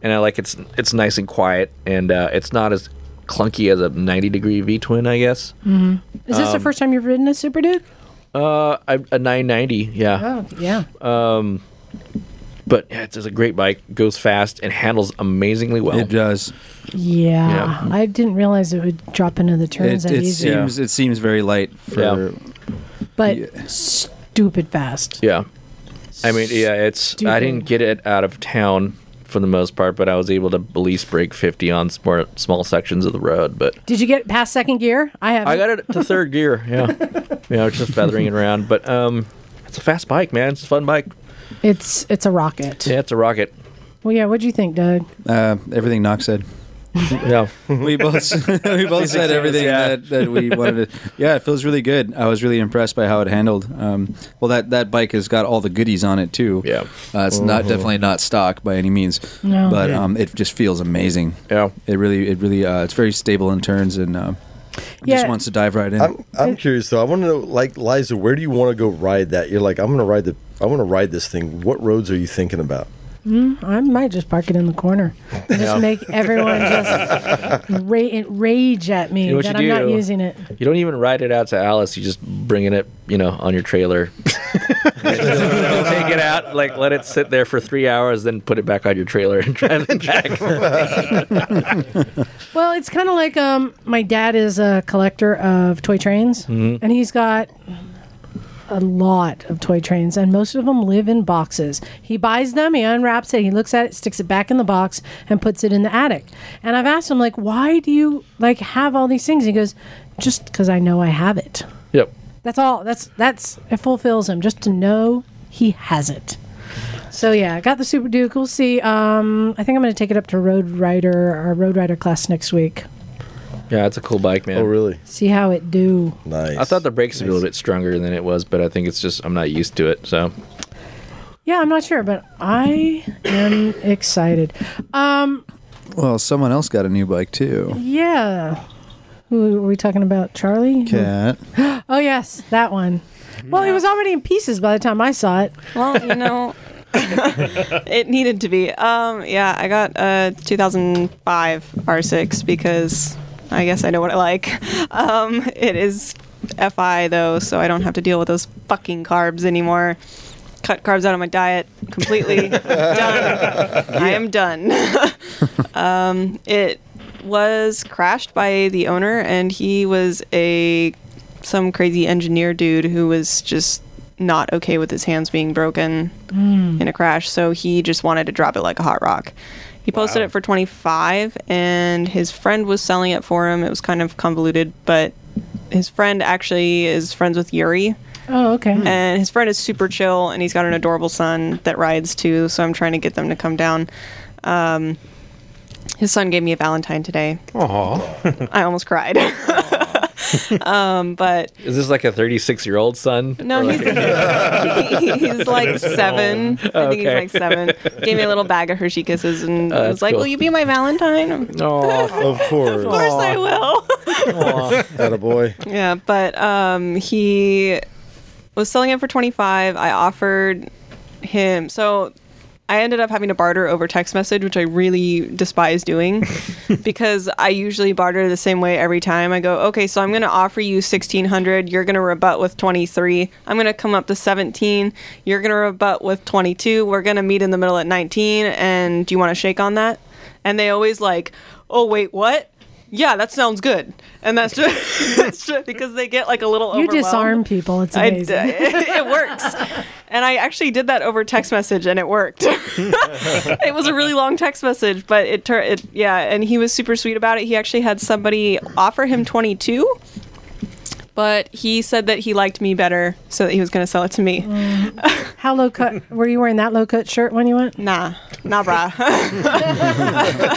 [SPEAKER 3] and I like it's it's nice and quiet, and uh, it's not as clunky as a 90 degree V twin, I guess.
[SPEAKER 2] Mm-hmm. Is this the first time you've ridden a Super Duke?
[SPEAKER 3] Uh, I, a 990, yeah.
[SPEAKER 2] Oh, yeah.
[SPEAKER 3] Um, But yeah, it's, it's a great bike. Goes fast and handles amazingly well.
[SPEAKER 6] It does.
[SPEAKER 2] Yeah, I didn't realize it would drop into the turns
[SPEAKER 6] It,
[SPEAKER 2] that
[SPEAKER 6] it
[SPEAKER 2] easy,
[SPEAKER 3] Yeah.
[SPEAKER 6] seems it seems very light for
[SPEAKER 3] Yeah.
[SPEAKER 2] but stupid fast.
[SPEAKER 3] Yeah. I mean, yeah, it's. I didn't
[SPEAKER 2] Stupid.
[SPEAKER 3] get it out of town for the most part, but I was able to at least break 50 on small, small sections of the road. But
[SPEAKER 2] Did you get past second gear? I have.
[SPEAKER 3] I got it to third gear. Yeah. yeah, it's just feathering it around. But um, it's a fast bike, man. It's a fun bike.
[SPEAKER 2] *laughs* It's it's a rocket.
[SPEAKER 3] Yeah, it's a rocket.
[SPEAKER 2] Well, yeah. What'd you think, Doug?
[SPEAKER 6] uh, everything Knox said.
[SPEAKER 3] Yeah.
[SPEAKER 6] *laughs* we both we both said everything that, that we wanted to. Yeah, it feels really good. I was really impressed by how it handled. Um, well, that that bike has got all the goodies on it too.
[SPEAKER 3] Yeah.
[SPEAKER 6] uh, it's not definitely not stock by any means.
[SPEAKER 2] No.
[SPEAKER 6] but um, it just feels amazing.
[SPEAKER 3] Yeah.
[SPEAKER 6] it really it really uh, it's very stable in turns and um,
[SPEAKER 2] Yeah.
[SPEAKER 6] just wants to dive right in.
[SPEAKER 4] I'm, I'm curious though. I want to know, like Liza, where do you want to go ride that? You're like, I'm going to ride the, I want to ride this thing. What roads are you thinking about?
[SPEAKER 2] mm, I might just park it in the corner. And Just make everyone just
[SPEAKER 6] *laughs*
[SPEAKER 2] ra- rage at me
[SPEAKER 3] You know what
[SPEAKER 2] that I'm
[SPEAKER 3] you
[SPEAKER 2] not
[SPEAKER 3] do?
[SPEAKER 2] using it.
[SPEAKER 3] You don't even ride it out to Alice. You just bringing it, you know, on your trailer. *laughs* Take it out, like let it sit there for three hours, then put it back on your trailer and drive it back.
[SPEAKER 4] *laughs*
[SPEAKER 2] Well, it's kind of like um, my dad is a collector of toy trains, and he's got a lot of toy trains, and most of them live in boxes. He buys them, he unwraps it, he looks at it, sticks it back in the box, and puts it in the attic. And I've asked him, like, why do you like have all these things? He goes, just because I know I have it.
[SPEAKER 3] yep.
[SPEAKER 2] That's all. That's that's it fulfills him just to know he has it. So yeah, I got the Super Duke. We'll see. Um, I think I'm going to take it up to Road Rider our Road Rider class next week.
[SPEAKER 3] Yeah, it's a cool bike, man.
[SPEAKER 4] Oh, really?
[SPEAKER 2] See how it do.
[SPEAKER 4] Nice.
[SPEAKER 3] I thought the brakes would be a little bit stronger than it was, but I think it's just I'm not used to it. So
[SPEAKER 2] Yeah, I'm not sure, but I am excited. Um,
[SPEAKER 6] well, someone else got a new bike too.
[SPEAKER 2] yeah. Who were we talking about? Charlie?
[SPEAKER 6] Cat.
[SPEAKER 2] *gasps* Oh yes, that one. Well, it was already in pieces by the time I saw it.
[SPEAKER 8] Well, you know, it needed to be. Um, yeah, I got a 2005 R6 because I guess I know what I like. *laughs* Um, it is FI though, so I don't have to deal with those fucking carbs anymore. Cut carbs out of my diet
[SPEAKER 5] *laughs*
[SPEAKER 8] completely. done. I am done. *laughs* um, it was crashed by the owner, and he was a some crazy engineer dude who was just not okay with his hands being broken
[SPEAKER 2] Hmm.
[SPEAKER 8] *laughs* in a crash, so he just wanted to drop it like a hot rock. He posted it for 25 and his friend was selling it for him. It was kind of convoluted, but his friend actually is friends with Yuri
[SPEAKER 2] Oh, okay.
[SPEAKER 8] and his friend is super chill and he's got an adorable son that rides too, so I'm trying to get them to come down. Um his son gave me a Valentine today.
[SPEAKER 5] Aw.
[SPEAKER 8] I almost cried. *laughs* um, but
[SPEAKER 3] is this like a 36 year old son?
[SPEAKER 8] no,
[SPEAKER 3] Or
[SPEAKER 8] he's,
[SPEAKER 3] like- *laughs*
[SPEAKER 8] he- he's *laughs* like seven. I think
[SPEAKER 3] Okay.
[SPEAKER 8] he's like seven. Gave me a little bag of Hershey kisses and
[SPEAKER 3] Oh,
[SPEAKER 8] was
[SPEAKER 3] that's
[SPEAKER 8] like,
[SPEAKER 3] cool.
[SPEAKER 8] "Will you be my Valentine?" *laughs* I'm, Of
[SPEAKER 3] Aw.
[SPEAKER 4] Of course.
[SPEAKER 8] course I will.
[SPEAKER 4] Attaboy. boy.
[SPEAKER 8] *laughs* yeah, but um, he was selling it for twenty five. I offered him so. I ended up having to barter over text message, which I really despise doing because I usually barter the same way every time. I go, okay, so I'm going to offer you 1600. You're going to rebut with 23. I'm going to come up to 17. You're going to rebut with 22. We're going to meet in the middle at 19. And do you want to shake on that? And they always like, oh, wait, what? Yeah, that sounds good. And that's just, *laughs* that's just because they get like a little
[SPEAKER 2] You
[SPEAKER 8] overwhelmed.
[SPEAKER 2] disarm people. It's
[SPEAKER 8] I-
[SPEAKER 2] amazing.
[SPEAKER 8] *laughs* it works. And I actually did that over text message and it worked. *laughs* it was a really long text message, but it turned it yeah, and he was super sweet about it. He actually had somebody offer him 22, but he said that he liked me better so that he was going to sell it to me.
[SPEAKER 2] Mm. How low cut were you wearing that low cut shirt when you went?
[SPEAKER 8] Nah. Nah, brah.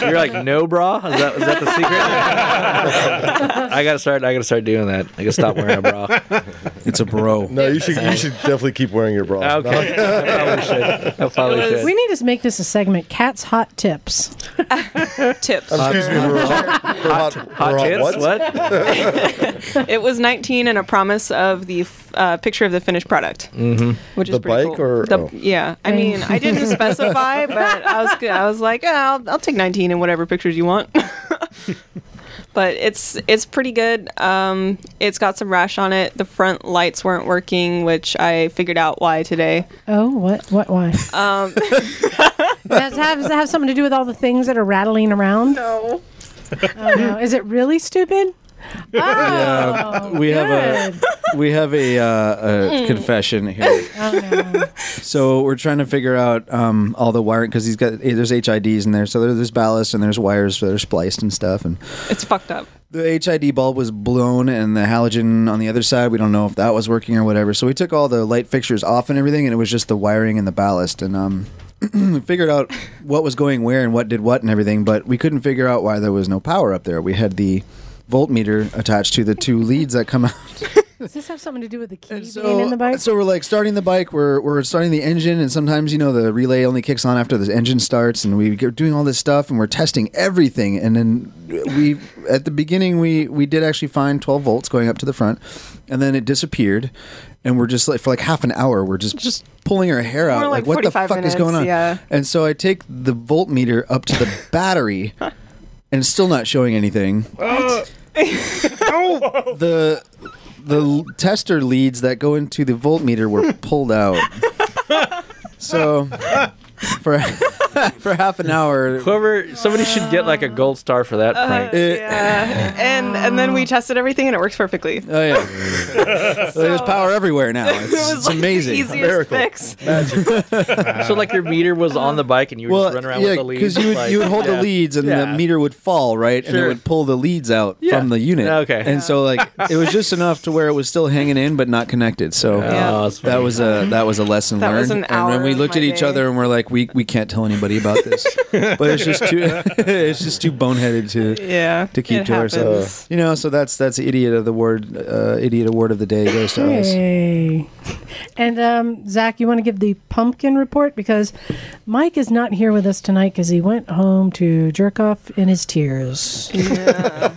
[SPEAKER 8] *laughs*
[SPEAKER 3] You're like no bra. Is that, is that the secret? I gotta start. I gotta start doing that. I gotta stop wearing a bra.
[SPEAKER 6] It's a bro.
[SPEAKER 4] No, you should you should definitely keep wearing your bra.
[SPEAKER 3] Okay. *laughs* I probably should. I probably should.
[SPEAKER 2] We need to make this a segment. Cat's hot tips.
[SPEAKER 8] Tips.
[SPEAKER 4] Excuse me, we're hot, we're hot,
[SPEAKER 3] Hot
[SPEAKER 4] we're hot
[SPEAKER 3] tits?
[SPEAKER 4] what?
[SPEAKER 8] *laughs*
[SPEAKER 3] What?
[SPEAKER 8] It was 19 and a promise of the f- uh, picture of the finished product, mm-hmm. which is
[SPEAKER 4] The
[SPEAKER 8] pretty
[SPEAKER 4] bike
[SPEAKER 8] cool.
[SPEAKER 4] or-
[SPEAKER 8] The-
[SPEAKER 4] oh.
[SPEAKER 8] yeah. I mean, I didn't specify, but I was I was like, oh, I'll, I'll take 19 and whatever pictures you want. *laughs* but it's it's pretty good. Um, it's got some rash on it. The front lights weren't working, which I figured out why today.
[SPEAKER 2] Oh, what? What? Why? Um, *laughs* does, it have, does it have something to do with all the things that are rattling around?
[SPEAKER 8] No.
[SPEAKER 2] Oh, no. Is it really stupid? Oh,
[SPEAKER 8] Oh,
[SPEAKER 6] We have a
[SPEAKER 2] good.
[SPEAKER 6] we have a,
[SPEAKER 8] Mm.
[SPEAKER 6] uh, a confession here.
[SPEAKER 2] Oh, no.
[SPEAKER 6] So we're trying to figure out um, all the wiring because he's got eh, there's HIDs in there. So there- there's ballast and there's wires that are spliced and stuff. And
[SPEAKER 8] It's fucked up.
[SPEAKER 6] the HID bulb was blown, and the halogen on the other side. We don't know if that was working or whatever. So we took all the light fixtures off and everything, and it was just the wiring and the ballast. And um, *clears throat* figured out what was going where and what did what and everything, but we couldn't figure out why there was no power up there. We had the voltmeter attached to the two leads that come out.
[SPEAKER 2] Does this have something to do with the key being
[SPEAKER 6] So,
[SPEAKER 2] in the bike?
[SPEAKER 6] so we're like starting the bike, we're, we're starting the engine, and sometimes, you know, the relay only kicks on after the engine starts, and we are doing all this stuff and we're testing everything. And then we, at the beginning, we, we did actually find 12 volts going up to the front, and then it disappeared. And we're just like, for like half an hour, we're just, just pulling our hair out.
[SPEAKER 10] More
[SPEAKER 6] Like,
[SPEAKER 10] like
[SPEAKER 6] what the
[SPEAKER 10] 45
[SPEAKER 6] fuck is going
[SPEAKER 10] minutes,
[SPEAKER 6] on?
[SPEAKER 10] yeah.
[SPEAKER 6] And so I take the voltmeter up to the battery, and it's still not showing anything. The the l- tester leads that go into the voltmeter were pulled out.
[SPEAKER 8] *laughs*
[SPEAKER 6] so for *laughs* for half an hour,
[SPEAKER 3] Whoever, somebody should get like a gold star for that prank.
[SPEAKER 10] Eh.
[SPEAKER 6] it,
[SPEAKER 8] Uh-huh, Uh, Yeah, and and then we tested everything and it works perfectly.
[SPEAKER 6] oh
[SPEAKER 8] *laughs*
[SPEAKER 6] yeah, So there's power everywhere now.
[SPEAKER 8] it
[SPEAKER 6] It's,
[SPEAKER 8] was
[SPEAKER 6] it's
[SPEAKER 8] like
[SPEAKER 6] amazing.
[SPEAKER 8] the easiest fix.
[SPEAKER 3] *laughs* So like your meter was on the bike and you would
[SPEAKER 6] Well,
[SPEAKER 3] just run around
[SPEAKER 6] yeah,
[SPEAKER 3] with the lead.
[SPEAKER 6] because you would
[SPEAKER 3] like-
[SPEAKER 6] you would hold
[SPEAKER 3] yeah.
[SPEAKER 6] the leads and
[SPEAKER 3] Yeah.
[SPEAKER 6] the meter would fall right, and it
[SPEAKER 3] Sure.
[SPEAKER 6] would pull the leads out
[SPEAKER 3] Yeah.
[SPEAKER 6] from the unit.
[SPEAKER 3] Okay.
[SPEAKER 6] and so like it was just enough to where it was still hanging in but not connected. So
[SPEAKER 8] Yeah.
[SPEAKER 3] Oh, that's
[SPEAKER 6] that
[SPEAKER 3] funny.
[SPEAKER 6] was a that was a lesson
[SPEAKER 8] That
[SPEAKER 6] learned.
[SPEAKER 8] was an
[SPEAKER 6] and
[SPEAKER 8] hour
[SPEAKER 6] when we
[SPEAKER 8] of
[SPEAKER 6] looked
[SPEAKER 8] my
[SPEAKER 6] at each
[SPEAKER 8] day.
[SPEAKER 6] other and we're like, we we can't tell anybody about
[SPEAKER 3] *laughs*
[SPEAKER 6] this, but it's just too *laughs* it's just too boneheaded to
[SPEAKER 8] Yeah,
[SPEAKER 6] to keep
[SPEAKER 8] it
[SPEAKER 6] to
[SPEAKER 8] happens.
[SPEAKER 6] ourselves. You know, so that's that's the idiot of the word uh, idiot award of the day goes to us.
[SPEAKER 2] Hey. And um, Zach, you want to give the pumpkin report because Mike is not here with us tonight because he went home to jerk off in his tears.
[SPEAKER 8] Yeah.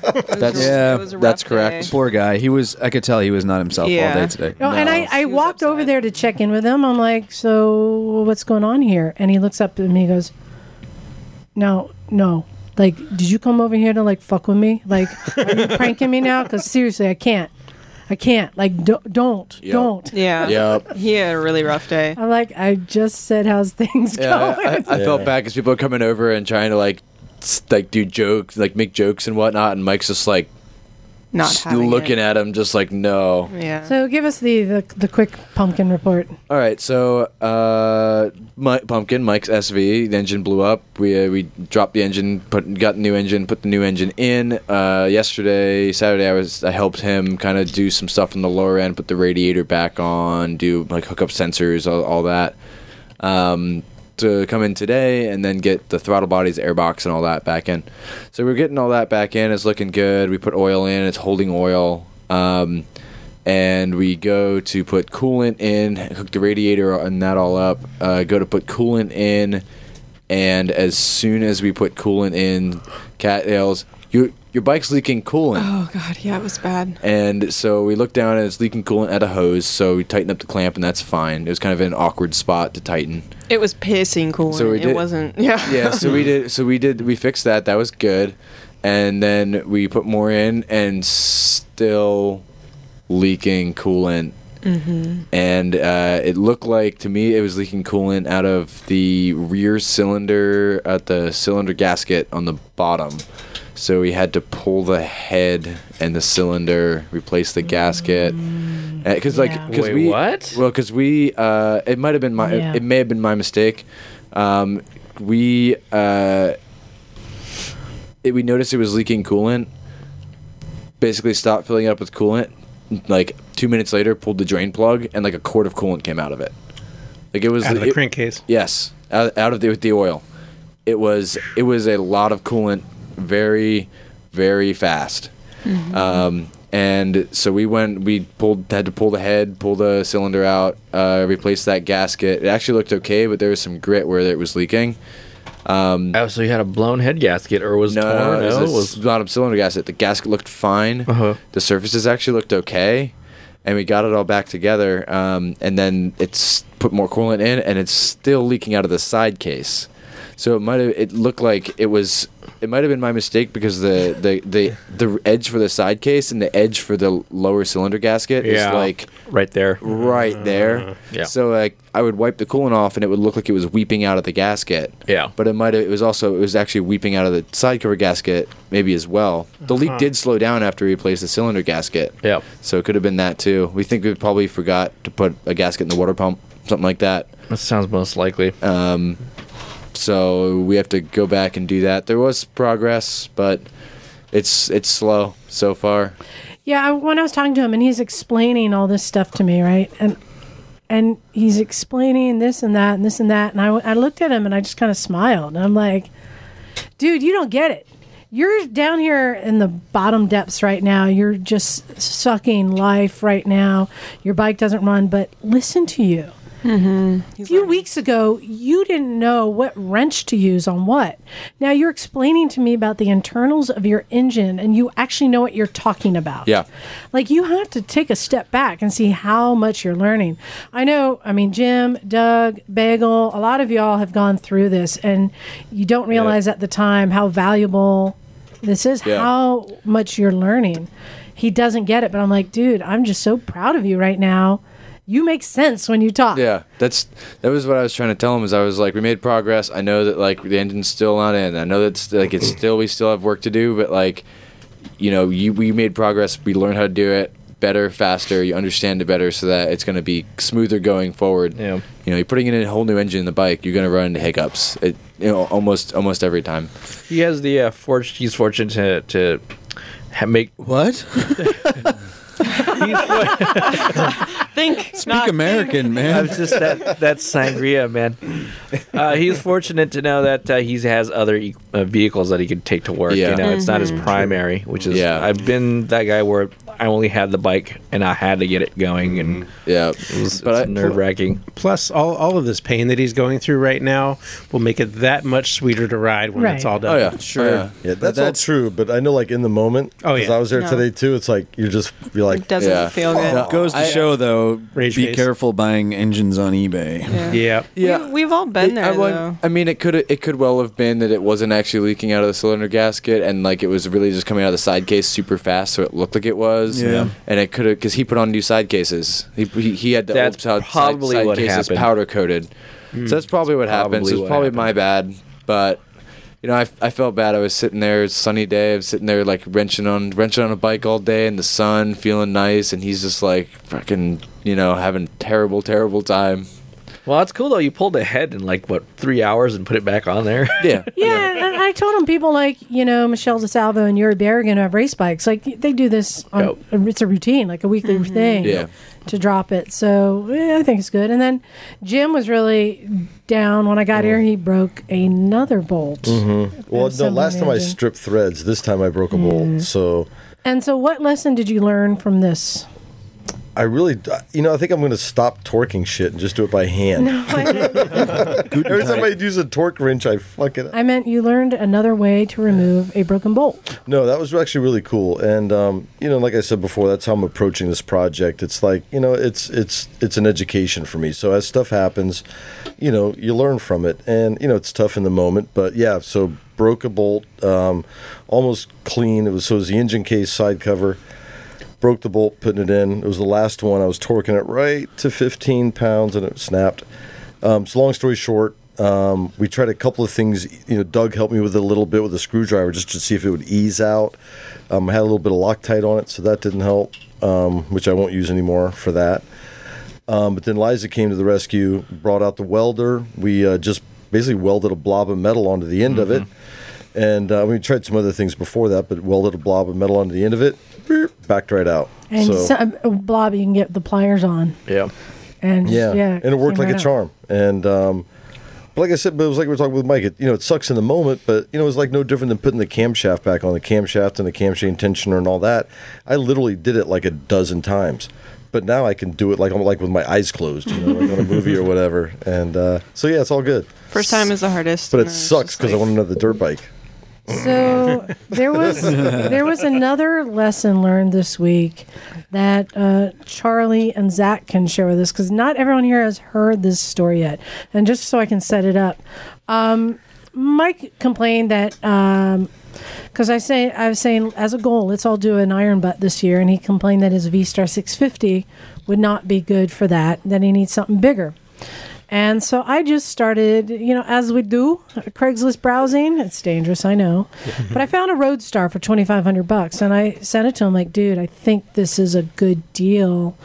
[SPEAKER 6] That's
[SPEAKER 8] It was a rough
[SPEAKER 10] that's correct.
[SPEAKER 8] day.
[SPEAKER 6] poor guy. He was I could tell he was not himself
[SPEAKER 8] Yeah.
[SPEAKER 6] all day today.
[SPEAKER 2] No, and I, I walked over there to check in with him. I'm like, so what's going on here? And he looks up at me and goes, no, no. Like, did you come over here to like fuck with me? Like,
[SPEAKER 8] *laughs*
[SPEAKER 2] are you pranking me now? Because seriously, I can't. I can't. Like, don't, don't,
[SPEAKER 10] Yeah.
[SPEAKER 2] don't.
[SPEAKER 8] Yeah.
[SPEAKER 10] Yep.
[SPEAKER 8] He had a really rough day.
[SPEAKER 2] I'm like, I just said, how's things
[SPEAKER 10] Yeah,
[SPEAKER 2] going?
[SPEAKER 10] I, I, I felt bad because people are coming over and trying to like, s- like do jokes, like make jokes and whatnot, and Mike's just like
[SPEAKER 8] Not
[SPEAKER 10] s-
[SPEAKER 8] having
[SPEAKER 10] looking
[SPEAKER 8] it.
[SPEAKER 10] at him, just like no.
[SPEAKER 8] Yeah.
[SPEAKER 2] So give us the, the the quick pumpkin report.
[SPEAKER 10] All right, so uh, my, pumpkin Mike's SV the engine blew up. We uh, we dropped the engine, put got the new engine, put the new engine in. Uh, yesterday, Saturday, I was I helped him kind of do some stuff on the lower end, put the radiator back on, do like hook up sensors, all, all that. Um, to come in today and then get the throttle bodies, airbox, and all that back in. So we're getting all that back in. It's looking good. We put oil in. It's holding oil. Um, and we go to put coolant in, hook the radiator and that all up, uh, go to put coolant in, and as soon as we put coolant in, Cat yells, your, your bike's leaking coolant.
[SPEAKER 8] oh god, yeah, it was bad.
[SPEAKER 10] And so we look down and it's leaking coolant at a hose, so we tighten up the clamp and that's fine. It was kind of an awkward spot to tighten.
[SPEAKER 8] It was pissing cool.
[SPEAKER 10] So we
[SPEAKER 8] it
[SPEAKER 10] did-
[SPEAKER 8] wasn't. *laughs* Yeah.
[SPEAKER 10] yeah so we did so we did we fixed that that was good and then we put more in and still leaking coolant
[SPEAKER 8] Mm-hmm.
[SPEAKER 10] and uh, it looked like to me it was leaking coolant out of the rear cylinder at the cylinder gasket on the bottom so we had to pull the head and the cylinder replace the gasket because
[SPEAKER 2] Yeah.
[SPEAKER 10] like because
[SPEAKER 3] Wait,
[SPEAKER 10] we
[SPEAKER 3] what?
[SPEAKER 10] well because we uh, it might have been my
[SPEAKER 2] Yeah.
[SPEAKER 10] it may have been my mistake um, we uh, it, we noticed it was leaking coolant. Basically, stopped filling it up with coolant. Like two minutes later, pulled the drain plug, and like a quart of coolant came out of it. Like it was
[SPEAKER 5] Out of the
[SPEAKER 10] it-
[SPEAKER 5] crankcase.
[SPEAKER 10] Yes, out, out of the with the oil. It was it was a lot of coolant, very, very fast. Um, and so we went. We pulled had to pull the head, pull the cylinder out, uh, replace that gasket. It actually looked okay, but there was some grit where it was leaking. Um,
[SPEAKER 3] Oh, so you had a blown head gasket or was
[SPEAKER 10] No, no, no,
[SPEAKER 3] torn? No,
[SPEAKER 10] it was
[SPEAKER 3] was
[SPEAKER 10] a s- bottom cylinder gasket. The gasket looked fine.
[SPEAKER 3] Uh-huh.
[SPEAKER 10] The surfaces actually looked okay, and we got it all back together. Um, and then it's put more coolant in, and it's still leaking out of the side case. So it might have. It looked like it was. It might have been my mistake because the the the, the edge for the side case and the edge for the lower cylinder gasket
[SPEAKER 3] Yeah.
[SPEAKER 10] is like
[SPEAKER 3] right there.
[SPEAKER 10] right there.
[SPEAKER 3] yeah.
[SPEAKER 10] So like I would wipe the coolant off and it would look like it was weeping out of the gasket.
[SPEAKER 3] Yeah.
[SPEAKER 10] But it might have it was also it was actually weeping out of the side cover gasket maybe as well. The leak did slow down after we replaced the cylinder gasket.
[SPEAKER 3] Yep.
[SPEAKER 10] So it could have been that too. We think we probably forgot to put a gasket in the water pump, something like that. Um,
[SPEAKER 3] That sounds most likely.
[SPEAKER 10] So we have to go back and do that. There was progress, but it's it's slow so far.
[SPEAKER 2] Yeah, I, when I was talking to him and he's explaining all this stuff to me, right? And and he's explaining this and that and this and that. And I, w- I looked at him and I just kind of smiled. And I'm like, dude, you don't get it. You're down here in the bottom depths right now. You're just sucking life right now. Your bike doesn't run, but listen to you. A few weeks ago, you didn't know what wrench to use on what. Now you're explaining to me about the internals of your engine and you actually know what you're talking about.
[SPEAKER 10] Yeah.
[SPEAKER 2] Like you have to take a step back and see how much you're learning. I know, I mean, Jim, Doug, Bagel, a lot of y'all have gone through this and you don't realize at the time how valuable this is,
[SPEAKER 11] Yeah.
[SPEAKER 2] how much you're learning. He doesn't get it, but I'm like, dude, I'm just so proud of you right now. You make sense when you talk.
[SPEAKER 10] Yeah, that's that was what I was trying to tell him. Is I was like, we made progress. I know that like the engine's still not in. I know that's like it's still we still have work to do, but like, you know, you we made progress. We learned how to do it better, faster. You understand it better, so that it's going to be smoother going forward. Yeah. You know, you're putting in a whole new engine in the bike. You're going to run into hiccups. It you know almost almost every time.
[SPEAKER 3] He has the uh, forge. He's fortunate to, to ha- make *laughs*
[SPEAKER 6] *laughs*
[SPEAKER 10] what?
[SPEAKER 8] Think
[SPEAKER 6] Speak
[SPEAKER 3] *laughs*
[SPEAKER 6] American, man.
[SPEAKER 3] I'm just that that's sangria, man. Uh, he's fortunate to know that uh, he has other e- uh, vehicles that he could take to work.
[SPEAKER 10] Yeah.
[SPEAKER 3] You know, it's not his
[SPEAKER 10] Mhm.
[SPEAKER 3] primary, which is yeah. I've been that guy where I only had the bike and I had to get it going, and
[SPEAKER 10] yeah,
[SPEAKER 3] it was nerve wracking.
[SPEAKER 5] Plus, all, all of this pain that he's going through right now will make it that much sweeter to ride when it's all done.
[SPEAKER 4] Oh, Yeah, Yeah, that's, all true. But I know, like in the moment,
[SPEAKER 5] Oh,
[SPEAKER 4] because
[SPEAKER 5] yeah.
[SPEAKER 4] I was there
[SPEAKER 5] No.
[SPEAKER 4] today too. It's like you're just you're like
[SPEAKER 6] Yeah. Goes to
[SPEAKER 4] uh,
[SPEAKER 6] show, though, be careful buying engines on eBay.
[SPEAKER 8] Yeah.
[SPEAKER 5] Yeah.
[SPEAKER 8] We've, we've all been there,
[SPEAKER 10] I, won-
[SPEAKER 8] though.
[SPEAKER 10] I mean, it could it could well have been that it wasn't actually leaking out of the cylinder gasket, and like it was really just coming out of the side case super fast, so it looked like it was.
[SPEAKER 3] Yeah.
[SPEAKER 10] And it could have because he put on new side cases. He he, he had the
[SPEAKER 3] That's
[SPEAKER 10] old side,
[SPEAKER 3] probably
[SPEAKER 10] side
[SPEAKER 3] what
[SPEAKER 10] cases
[SPEAKER 3] happened.
[SPEAKER 10] powder coated.
[SPEAKER 3] Hmm.
[SPEAKER 10] So that's probably what happened.
[SPEAKER 3] probably
[SPEAKER 10] So it's
[SPEAKER 3] what
[SPEAKER 10] probably my bad, but. You know, I, I felt bad. I was sitting there, it's a sunny day. I'm sitting there like wrenching on wrenching on a bike all day in the sun, feeling nice, and he's just like fucking, you know, having terrible, terrible time.
[SPEAKER 3] Well, that's cool though. You pulled ahead in like what three hours and put it back on there. *laughs*
[SPEAKER 10] Yeah.
[SPEAKER 2] Yeah, and I told him people like you know Michelle DeSalvo and Yuri Berrigan who have race bikes. Like they do this. On, It's a routine, like a weekly thing.
[SPEAKER 10] Yeah.
[SPEAKER 2] To drop it, so eh, I think it's good. And then Jim was really down when I got
[SPEAKER 4] Mm.
[SPEAKER 2] here. He broke another bolt.
[SPEAKER 4] Mhm. Well,
[SPEAKER 2] That's
[SPEAKER 4] no.
[SPEAKER 2] so
[SPEAKER 4] Last time I
[SPEAKER 2] amazing.
[SPEAKER 4] stripped threads. This time I broke a bolt. So
[SPEAKER 2] And so, what lesson did you learn from this?
[SPEAKER 4] I really, you know, I think I'm going to stop torquing shit and just do it by
[SPEAKER 2] *laughs*
[SPEAKER 4] hand.
[SPEAKER 2] No, I,
[SPEAKER 4] *laughs* Every time I use a torque wrench, I fuck it up.
[SPEAKER 2] I meant you learned another way to remove a broken bolt.
[SPEAKER 4] No, that was actually really cool, and um, you know, like I said before, that's how I'm approaching this project. It's like you know, it's it's it's an education for me. So as stuff happens, you know, you learn from it, and you know, it's tough in the moment, but yeah. So broke a bolt, um, almost clean. It was so it was the engine case side cover. Broke the bolt, putting it in. It was the last one. I was torquing it right to 15 pounds, and it snapped. Um, so long story short, um, we tried a couple of things. You know, Doug helped me with it a little bit with a screwdriver just to see if it would ease out. Um, I had a little bit of Loctite on it, so that didn't help, um, which I won't use anymore for that. Um, but then Liza came to the rescue, brought out the welder. We uh, just basically welded a blob of metal onto the end of it. And uh, we tried some other things before that, but welded a blob of metal onto the end of it, beep, backed right out.
[SPEAKER 2] And so, a blob, you can get the pliers on.
[SPEAKER 3] yeah.
[SPEAKER 2] And yeah,
[SPEAKER 4] and it worked
[SPEAKER 2] came
[SPEAKER 4] like a
[SPEAKER 2] right out.
[SPEAKER 4] charm. And um, but like I said, but it was like we were talking with Mike. It, you know, it sucks in the moment, but you know, it was like no different than putting the camshaft back on the camshaft and the camshaft tensioner and all that. I literally did it like a dozen times, but now I can do it like I'm like with my eyes closed, you know, like on a movie
[SPEAKER 2] *laughs*
[SPEAKER 4] or whatever. And uh, so yeah, it's all good.
[SPEAKER 8] First time is the hardest.
[SPEAKER 4] But it sucks because I want another dirt bike.
[SPEAKER 2] So there was there was another lesson learned this week that uh, Charlie and Zach can share with us because not everyone here has heard this story yet. And just so I can set it up, um, Mike complained that um, because I say I was saying as a goal, let's all do an iron butt this year, and he complained that his V Star 650 would not be good for that. That he needs something bigger. And so I just started, you know, as we do, Craigslist browsing. It's dangerous, I know. but I found a Roadstar for 2500 bucks and I sent it to him like, "Dude, I think this is a good deal.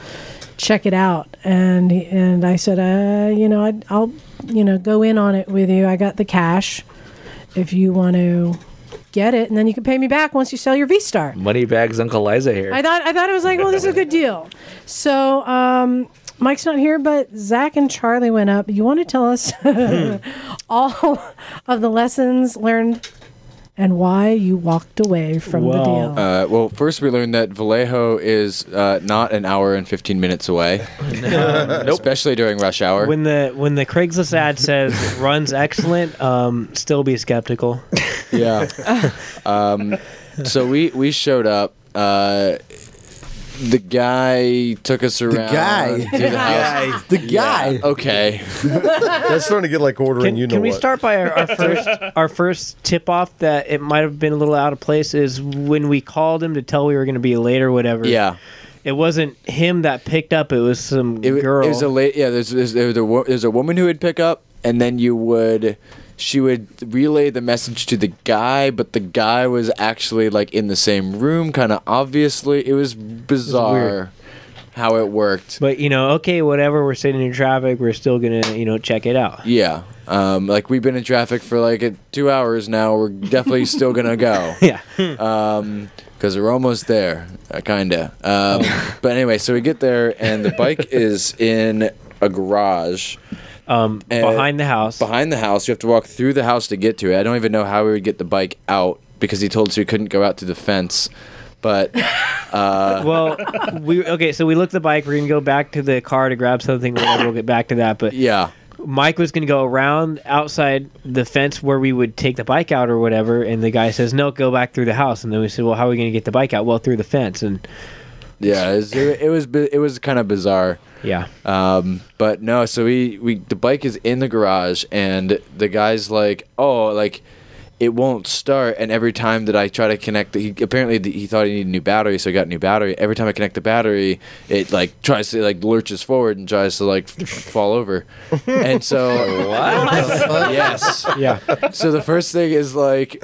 [SPEAKER 2] Check it out." And he- and I said, "Uh, you know, I'd, I'll, you know, go in on it with you. I got the cash if you want to get it and then you can pay me back once you sell your V-Star."
[SPEAKER 3] Money bags, Uncle Liza here.
[SPEAKER 2] I thought I thought it was like, well, this is a good deal. So um, Mike's not here, but Zach and Charlie went up. You want to tell us
[SPEAKER 6] Hmm.
[SPEAKER 2] *laughs* all of the lessons learned and why you walked away from the deal?
[SPEAKER 10] Uh, well, first we learned that Vallejo is uh, not an hour and 15 minutes
[SPEAKER 3] *laughs*
[SPEAKER 10] away, especially during rush hour.
[SPEAKER 1] *laughs* When the when the Craigslist ad says runs excellent, um, still be skeptical.
[SPEAKER 10] *laughs* yeah. um, so we we showed up. Uh, the guy took us around.
[SPEAKER 6] guy.
[SPEAKER 10] to the
[SPEAKER 6] Guy.
[SPEAKER 10] house.
[SPEAKER 6] The guy.
[SPEAKER 10] Yeah, okay.
[SPEAKER 4] That's starting to get
[SPEAKER 6] *laughs*
[SPEAKER 4] like ordering.
[SPEAKER 1] *laughs* Can,
[SPEAKER 4] you know
[SPEAKER 1] can we
[SPEAKER 4] what.
[SPEAKER 1] start by our, our first our first tip off that it might have been a little out of place is when we called him to tell we were going to be late or whatever.
[SPEAKER 10] Yeah.
[SPEAKER 1] It wasn't him that picked up. It was some
[SPEAKER 10] It,
[SPEAKER 1] girl.
[SPEAKER 10] it was a late. Yeah. There's there's there's a, wo- there's a woman who would pick up, and then you would. She would relay the message to the guy, but the guy was actually like in the same room, kind of obviously. It was bizarre how it worked.
[SPEAKER 1] but you know, okay, whatever. We're sitting in traffic. We're still gonna you know check it out.
[SPEAKER 10] Yeah. Um, like we've been in traffic for like uh, two hours now. We're definitely still gonna go.
[SPEAKER 1] *laughs* Yeah.
[SPEAKER 10] Um, because we're almost there, uh, kinda. Um,
[SPEAKER 1] *laughs*
[SPEAKER 10] but anyway, so we get there and the bike is in a garage.
[SPEAKER 1] Um, behind the house.
[SPEAKER 10] Behind the house, you have to walk through the house to get to it. I don't even know how we would get the bike out because he told us we couldn't go out through the fence.
[SPEAKER 1] *laughs*
[SPEAKER 10] But uh,
[SPEAKER 1] well, we okay. So we looked at the bike. We're gonna go back to the car to grab something. Whatever. We'll get back to that. But
[SPEAKER 10] yeah,
[SPEAKER 1] Mike was gonna go around outside the fence where we would take the bike out or whatever. And the guy says, "No, go back through the house." And then we said, "Well, how are we gonna get the bike out?" Well, through the fence. And
[SPEAKER 10] yeah, it was it was, bi- it was kind of bizarre.
[SPEAKER 1] yeah,
[SPEAKER 10] Um, but no, so we, we the bike is in the garage and the guy's like, oh, like it won't start. And every time that I try to connect, the, he apparently the, he thought he needed a new battery, so he got a new battery. Every time I connect the battery, it like tries to like lurches forward and tries to like f- fall over. And so *laughs* yes,
[SPEAKER 1] yeah.
[SPEAKER 10] so the first thing is like.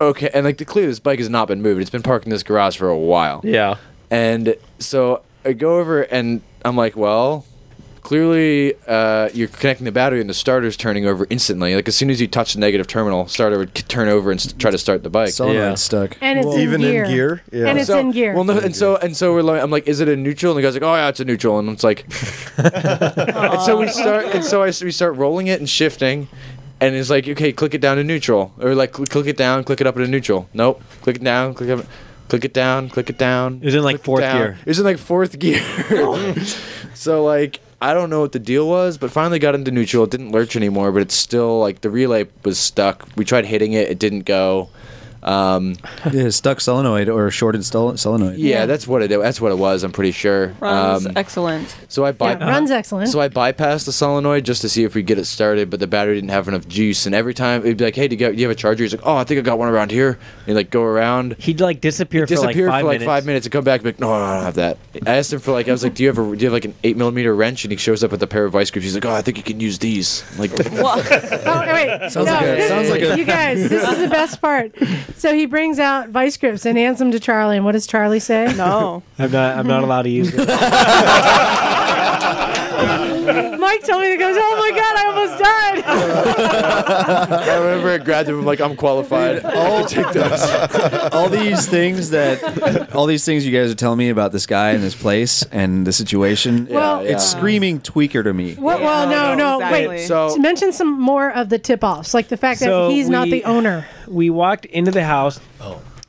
[SPEAKER 10] Okay, and like to clear, this bike has not been moving. It's been parked in this garage for a while.
[SPEAKER 3] Yeah.
[SPEAKER 10] And so I go over and I'm like, well, clearly uh, you're connecting the battery and the starter's turning over instantly. Like as soon as you touch the negative terminal, starter would k- turn over and s try to start the bike.
[SPEAKER 6] Solenoid stuck.
[SPEAKER 2] And it's
[SPEAKER 4] Well,
[SPEAKER 2] in
[SPEAKER 4] even in
[SPEAKER 2] gear.
[SPEAKER 4] gear? Yeah.
[SPEAKER 2] And it's
[SPEAKER 10] So-
[SPEAKER 2] in gear.
[SPEAKER 10] Well, no, and so and so we're like, I'm like, is it a neutral? And the guy's like, oh yeah, it's a neutral. And it's like, and so we start, and so I s we start rolling it and shifting, and it's like, okay, click it down to neutral, or like cl- click it down, click it up into neutral. Nope, click it down, click it, up, click it down, click it down.
[SPEAKER 1] it was in like fourth
[SPEAKER 10] down.
[SPEAKER 1] gear.
[SPEAKER 10] It was in like fourth gear. so like I don't know what the deal was, but finally got into neutral. It didn't lurch anymore, but it's still like the relay was stuck. We tried hitting it, it didn't go. Um,
[SPEAKER 6] Yeah, stuck solenoid or shorted sol- solenoid.
[SPEAKER 10] yeah, that's what it that's what it was. I'm pretty sure.
[SPEAKER 8] Runs
[SPEAKER 10] Um,
[SPEAKER 8] excellent.
[SPEAKER 10] so I
[SPEAKER 2] Yeah,
[SPEAKER 10] bypassed.
[SPEAKER 2] runs excellent.
[SPEAKER 10] So I bypassed the solenoid just to see if we get it started, but the battery didn't have enough juice. And every time it'd be like, "Hey, do you, got, do you have a charger?" He's like, "Oh, I think I got one around here." And he'd like go around,
[SPEAKER 1] He'd like disappear,
[SPEAKER 10] disappear
[SPEAKER 1] for like five
[SPEAKER 10] for like
[SPEAKER 1] minutes.
[SPEAKER 10] five minutes, and come back. And be like, "No, no, I don't have that." I asked him for like, I was like, "Do you have a, do you have like an eight millimeter wrench?" And he shows up with a pair of vice grips. He's like, "Oh, I think you can use these." I'm like,
[SPEAKER 2] *laughs* Oh, wait.
[SPEAKER 6] Sounds
[SPEAKER 2] no,
[SPEAKER 6] like a-
[SPEAKER 2] this
[SPEAKER 6] sounds
[SPEAKER 2] is-
[SPEAKER 6] like a-
[SPEAKER 2] you guys, this is the best part. So he brings out vice grips and hands them to Charlie. And what does Charlie say?
[SPEAKER 8] No.
[SPEAKER 1] I'm not. I'm not allowed to use
[SPEAKER 2] *laughs*
[SPEAKER 1] it.
[SPEAKER 2] Mike told me that goes, oh my God, I almost
[SPEAKER 6] *laughs*
[SPEAKER 2] died.
[SPEAKER 10] *laughs* I remember I grabbed him. I'm like, "I'm
[SPEAKER 1] *laughs*
[SPEAKER 10] qualified."
[SPEAKER 1] Oh.
[SPEAKER 6] All, all these things that, all these things you guys are telling me about this guy and this place and the situation.
[SPEAKER 2] Well-
[SPEAKER 6] it's screaming tweaker to me.
[SPEAKER 2] Well, well no,
[SPEAKER 8] Yeah,
[SPEAKER 2] no,
[SPEAKER 8] exactly.
[SPEAKER 2] wait.
[SPEAKER 10] So-
[SPEAKER 2] mention some more of the tip offs, like the fact
[SPEAKER 1] So
[SPEAKER 2] that he's not
[SPEAKER 1] we-
[SPEAKER 2] the owner.
[SPEAKER 1] we walked into the house.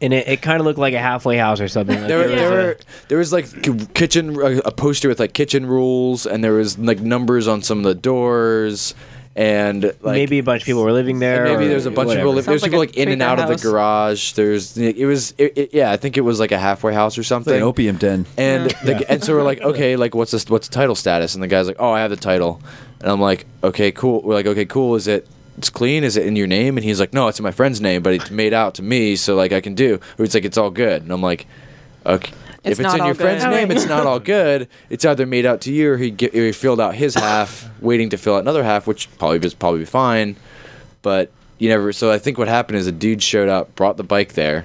[SPEAKER 1] And it, it kind of looked like a halfway house or something. Like
[SPEAKER 10] Oh. There,
[SPEAKER 1] it was
[SPEAKER 10] there,
[SPEAKER 1] a-
[SPEAKER 10] were, there was like k- kitchen uh, a a poster with like kitchen rules, and there was like numbers on some of the doors, and like
[SPEAKER 1] maybe a bunch of people were living there.
[SPEAKER 10] and maybe
[SPEAKER 1] or
[SPEAKER 10] there's a bunch of
[SPEAKER 1] whatever.
[SPEAKER 10] people. There's
[SPEAKER 8] Sounds like
[SPEAKER 10] people
[SPEAKER 8] a
[SPEAKER 10] like in and
[SPEAKER 8] bigger
[SPEAKER 10] out of
[SPEAKER 8] house.
[SPEAKER 10] the garage. There's it was it, it- yeah. I think it was like a halfway house or
[SPEAKER 6] It's like
[SPEAKER 10] something.
[SPEAKER 6] an opium den.
[SPEAKER 10] and the, and so we're like, okay, like what's this? What's the title status? And the guy's like, oh, I have the title. And I'm like, okay, cool. We're like, okay, cool. Is it? It's clean. Is it in your name? And he's like, no, it's in my friend's name, but it's made out to me, so like I can do. Or it's like it's all good. And I'm like, okay.
[SPEAKER 8] It's
[SPEAKER 10] if it's
[SPEAKER 8] not
[SPEAKER 10] in
[SPEAKER 8] all
[SPEAKER 10] your friend's
[SPEAKER 8] good.
[SPEAKER 10] name, it's not all good. It's either made out to you, or he, get, or he filled out his half, waiting to fill out another half, which probably is probably fine. But you never. So I think what happened is a dude showed up, brought the bike there,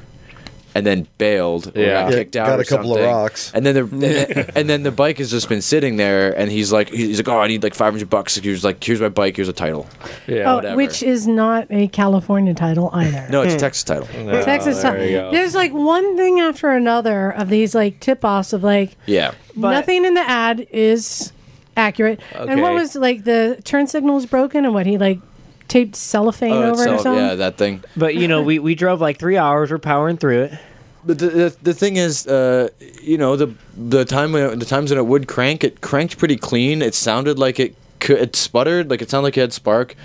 [SPEAKER 10] and then bailed. or
[SPEAKER 3] Yeah.
[SPEAKER 10] got
[SPEAKER 3] Yeah,
[SPEAKER 10] kicked out.
[SPEAKER 4] got
[SPEAKER 10] or
[SPEAKER 4] a couple of
[SPEAKER 10] something.
[SPEAKER 4] rocks.
[SPEAKER 10] And
[SPEAKER 4] *laughs*
[SPEAKER 10] then the and then the bike has just been sitting there, and he's like, he's like, oh, I need like five hundred bucks. He's like, here's my bike, here's a title. Yeah,
[SPEAKER 2] oh, which is not a California title either.
[SPEAKER 10] *laughs* no, it's a Texas title.
[SPEAKER 2] Texas.
[SPEAKER 10] title.
[SPEAKER 2] There's like one thing after another of these like tip offs of like
[SPEAKER 10] Yeah.
[SPEAKER 2] nothing in the ad is accurate. And what
[SPEAKER 10] Okay.
[SPEAKER 2] was like the turn signal was broken and what he like taped cellophane over it or something.
[SPEAKER 10] Oh, yeah, that thing.
[SPEAKER 1] But you know, we, we drove like three hours. We're powering through it.
[SPEAKER 10] But the, the, the thing is, uh, you know, the the time when the times when it would crank, it cranked pretty clean. It sounded like it could, it sputtered, like it sounded like it had spark.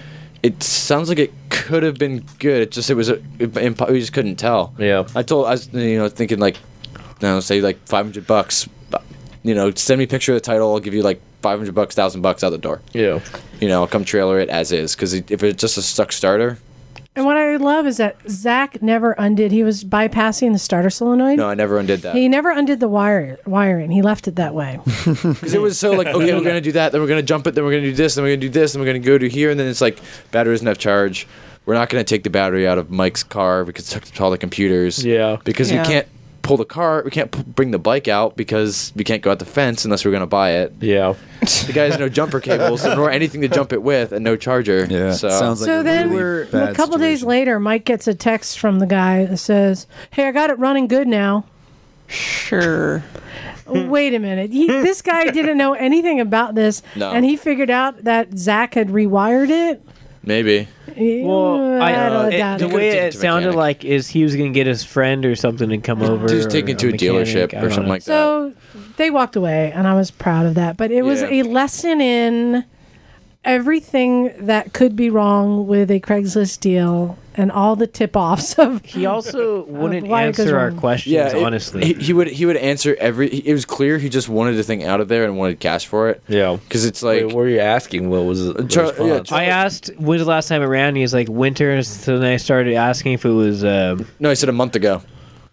[SPEAKER 10] It sounds like it could have been good. It just it was a, it, impo- we just couldn't tell. Yeah, I told I was you know thinking like, no, say like five hundred bucks. bu- You know, send me a picture of the title. I'll give you like five hundred bucks, thousand bucks out the door. Yeah, you know, I'll come trailer it as is because if it's just a stuck starter,
[SPEAKER 2] And what I love is that Zach never undid. He was bypassing the starter solenoid.
[SPEAKER 10] no, I never undid that.
[SPEAKER 2] He never undid the wire wiring. He left it that way.
[SPEAKER 10] Because it was so like, okay, we're gonna do that, then we're gonna jump it, then we're gonna do this, then we're gonna do this, then we're gonna go to here, and then it's like battery doesn't have charge. We're not gonna take the battery out of Mike's car because it's all the computers. Yeah. Because
[SPEAKER 3] Yeah.
[SPEAKER 10] we can't pull the car, we can't p- bring the bike out because we can't go out the fence unless we're gonna buy it. Yeah. the guy has no jumper cables nor anything to jump it with, and no charger. Yeah. So
[SPEAKER 6] sounds
[SPEAKER 2] so then we're a couple days later, Mike gets a text from the guy that says, "Hey, I got it running good now."
[SPEAKER 8] Sure.
[SPEAKER 2] Wait a minute. He, this guy didn't know anything about this,
[SPEAKER 10] No.
[SPEAKER 2] and he figured out that Zach had rewired it.
[SPEAKER 10] maybe.
[SPEAKER 2] Well,
[SPEAKER 1] uh, it- the way it sounded like is he was going to get his friend or something to come over.
[SPEAKER 10] Just take
[SPEAKER 1] or
[SPEAKER 10] it to a
[SPEAKER 1] mechanic,
[SPEAKER 10] dealership
[SPEAKER 1] I
[SPEAKER 10] or
[SPEAKER 1] don't
[SPEAKER 10] something
[SPEAKER 1] know.
[SPEAKER 10] like that.
[SPEAKER 2] So they walked away, and I was proud of that. But it was
[SPEAKER 10] Yeah.
[SPEAKER 2] a lesson in everything that could be wrong with a Craigslist deal and all the tip offs *laughs* of.
[SPEAKER 1] He also wouldn't
[SPEAKER 2] why it goes
[SPEAKER 1] answer our
[SPEAKER 2] wrong.
[SPEAKER 1] questions
[SPEAKER 10] Yeah, it- He,
[SPEAKER 1] honestly.
[SPEAKER 10] he would he would answer every. He, it was clear he just wanted the thing out of there and wanted cash for it. Yeah, because it's like Uh, what were you asking? What was the
[SPEAKER 1] Response. I asked when's the last time around. He's like winter. So then I started asking if it was. Um,
[SPEAKER 10] no, he said a month ago.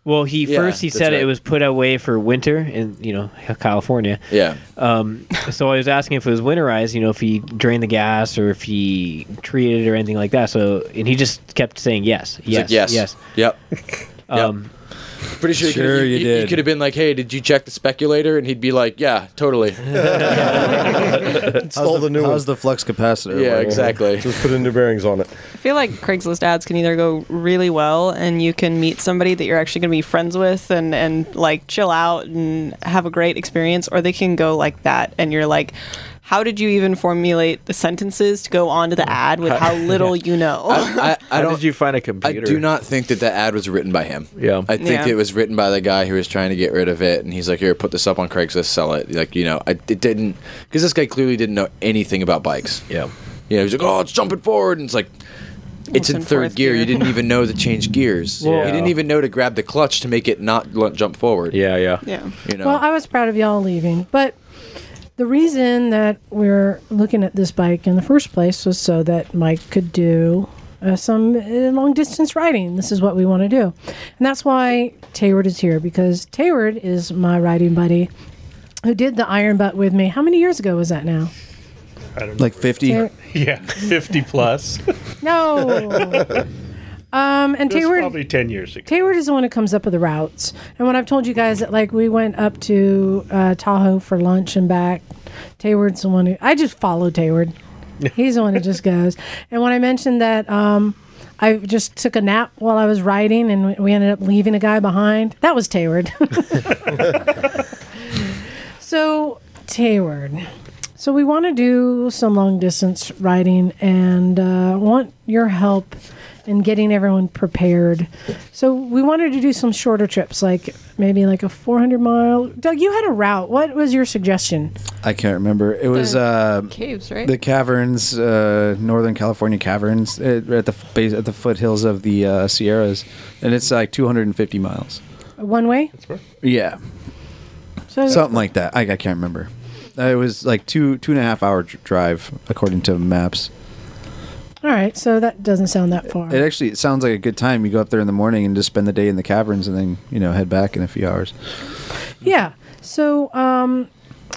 [SPEAKER 1] Well, he
[SPEAKER 10] Yeah,
[SPEAKER 1] first he
[SPEAKER 10] that's
[SPEAKER 1] said
[SPEAKER 10] right.
[SPEAKER 1] it was put away for winter in you know California.
[SPEAKER 10] Yeah.
[SPEAKER 1] Um, so I was asking if it was winterized. You know, if he drained the gas or if he treated it or anything like that. So and he just kept saying yes,
[SPEAKER 10] He's
[SPEAKER 1] yes,
[SPEAKER 10] like, yes,
[SPEAKER 1] yes.
[SPEAKER 10] yep.
[SPEAKER 4] *laughs*
[SPEAKER 1] Um,
[SPEAKER 10] Pretty sure,
[SPEAKER 1] Sure
[SPEAKER 10] you,
[SPEAKER 1] you
[SPEAKER 10] you,
[SPEAKER 1] did.
[SPEAKER 10] could have been like, "Hey, did you check the speculator?" And he'd be like, "Yeah, totally." *laughs*
[SPEAKER 6] Install the new How's the flux capacitor?
[SPEAKER 10] Yeah,
[SPEAKER 6] work? *laughs*
[SPEAKER 10] exactly.
[SPEAKER 4] Just put in new bearings on it.
[SPEAKER 8] I feel like Craigslist ads can either go really well and you can meet somebody that you're actually going to be friends with and, and like chill out and have a great experience, or they can go like that and you're like, how did you even formulate the sentences to go onto the ad with how
[SPEAKER 10] *laughs*
[SPEAKER 8] little you know?
[SPEAKER 10] I, I
[SPEAKER 3] How
[SPEAKER 10] don't.
[SPEAKER 3] did you find a
[SPEAKER 10] I
[SPEAKER 3] computer?
[SPEAKER 10] do not think that that ad was written by him.
[SPEAKER 3] Yeah.
[SPEAKER 10] I think
[SPEAKER 8] Yeah.
[SPEAKER 10] it was written by the guy who was trying to get rid of it, and he's like, "Here, put this up on Craigslist, sell it." Like, you know, I it didn't because this guy clearly didn't know anything about bikes. Yeah, you know, he's like, "Oh, it's jumping forward," and it's like, it's in third gear. You didn't even know to change gears.
[SPEAKER 3] Well-
[SPEAKER 10] You didn't even know to grab the clutch to make it not l- jump forward. Yeah, yeah,
[SPEAKER 8] yeah.
[SPEAKER 10] You know,
[SPEAKER 2] Well, I was proud of y'all leaving, but the reason that we're looking at this bike in the first place was so that Mike could do uh, some uh, long distance riding. This is what we want to do, and that's why Tayward is here because Tayward is my riding buddy. Who did the iron butt with me? How many years ago was that now?
[SPEAKER 6] Like fifty.
[SPEAKER 2] Tayward-
[SPEAKER 9] *laughs* Yeah, fifty
[SPEAKER 2] *laughs*
[SPEAKER 9] plus.
[SPEAKER 2] Oh.
[SPEAKER 9] *laughs*
[SPEAKER 2] No. um, and
[SPEAKER 9] It was
[SPEAKER 2] Tayward
[SPEAKER 9] probably ten years ago.
[SPEAKER 2] Tayward is the one who comes up with the routes. And when I've told you guys that, like, we went up to uh, Tahoe for lunch and back, Tayward's the one who. I just follow
[SPEAKER 9] *laughs*
[SPEAKER 2] Tayward. He's the one who just goes. And when I mentioned that um, I just took a nap while I was riding and we- we ended up leaving a guy behind, that was
[SPEAKER 9] *laughs*
[SPEAKER 2] Tayward. *laughs* so, Tayward. So, we want to do some long distance riding and uh, want your help in getting everyone prepared. So, we wanted to do some shorter trips, like maybe like a 400 mile. Doug, you had a route. What was your suggestion?
[SPEAKER 6] I can't remember. It was uh,
[SPEAKER 8] caves, right?
[SPEAKER 6] The caverns, uh, Northern California caverns, uh, at the f- base at the foothills of the uh, Sierras, and it's like 250 miles.
[SPEAKER 2] One way?
[SPEAKER 6] Yeah,
[SPEAKER 2] So,
[SPEAKER 6] something like that. I, I can't remember. Uh, It was like two two and a half hour dr- drive according to maps.
[SPEAKER 2] all right. So, that doesn't sound that far.
[SPEAKER 6] It actually it sounds like a good time. You go up there in the morning and just spend the day in the caverns, and then you know head back in a few hours.
[SPEAKER 2] Yeah. So, um,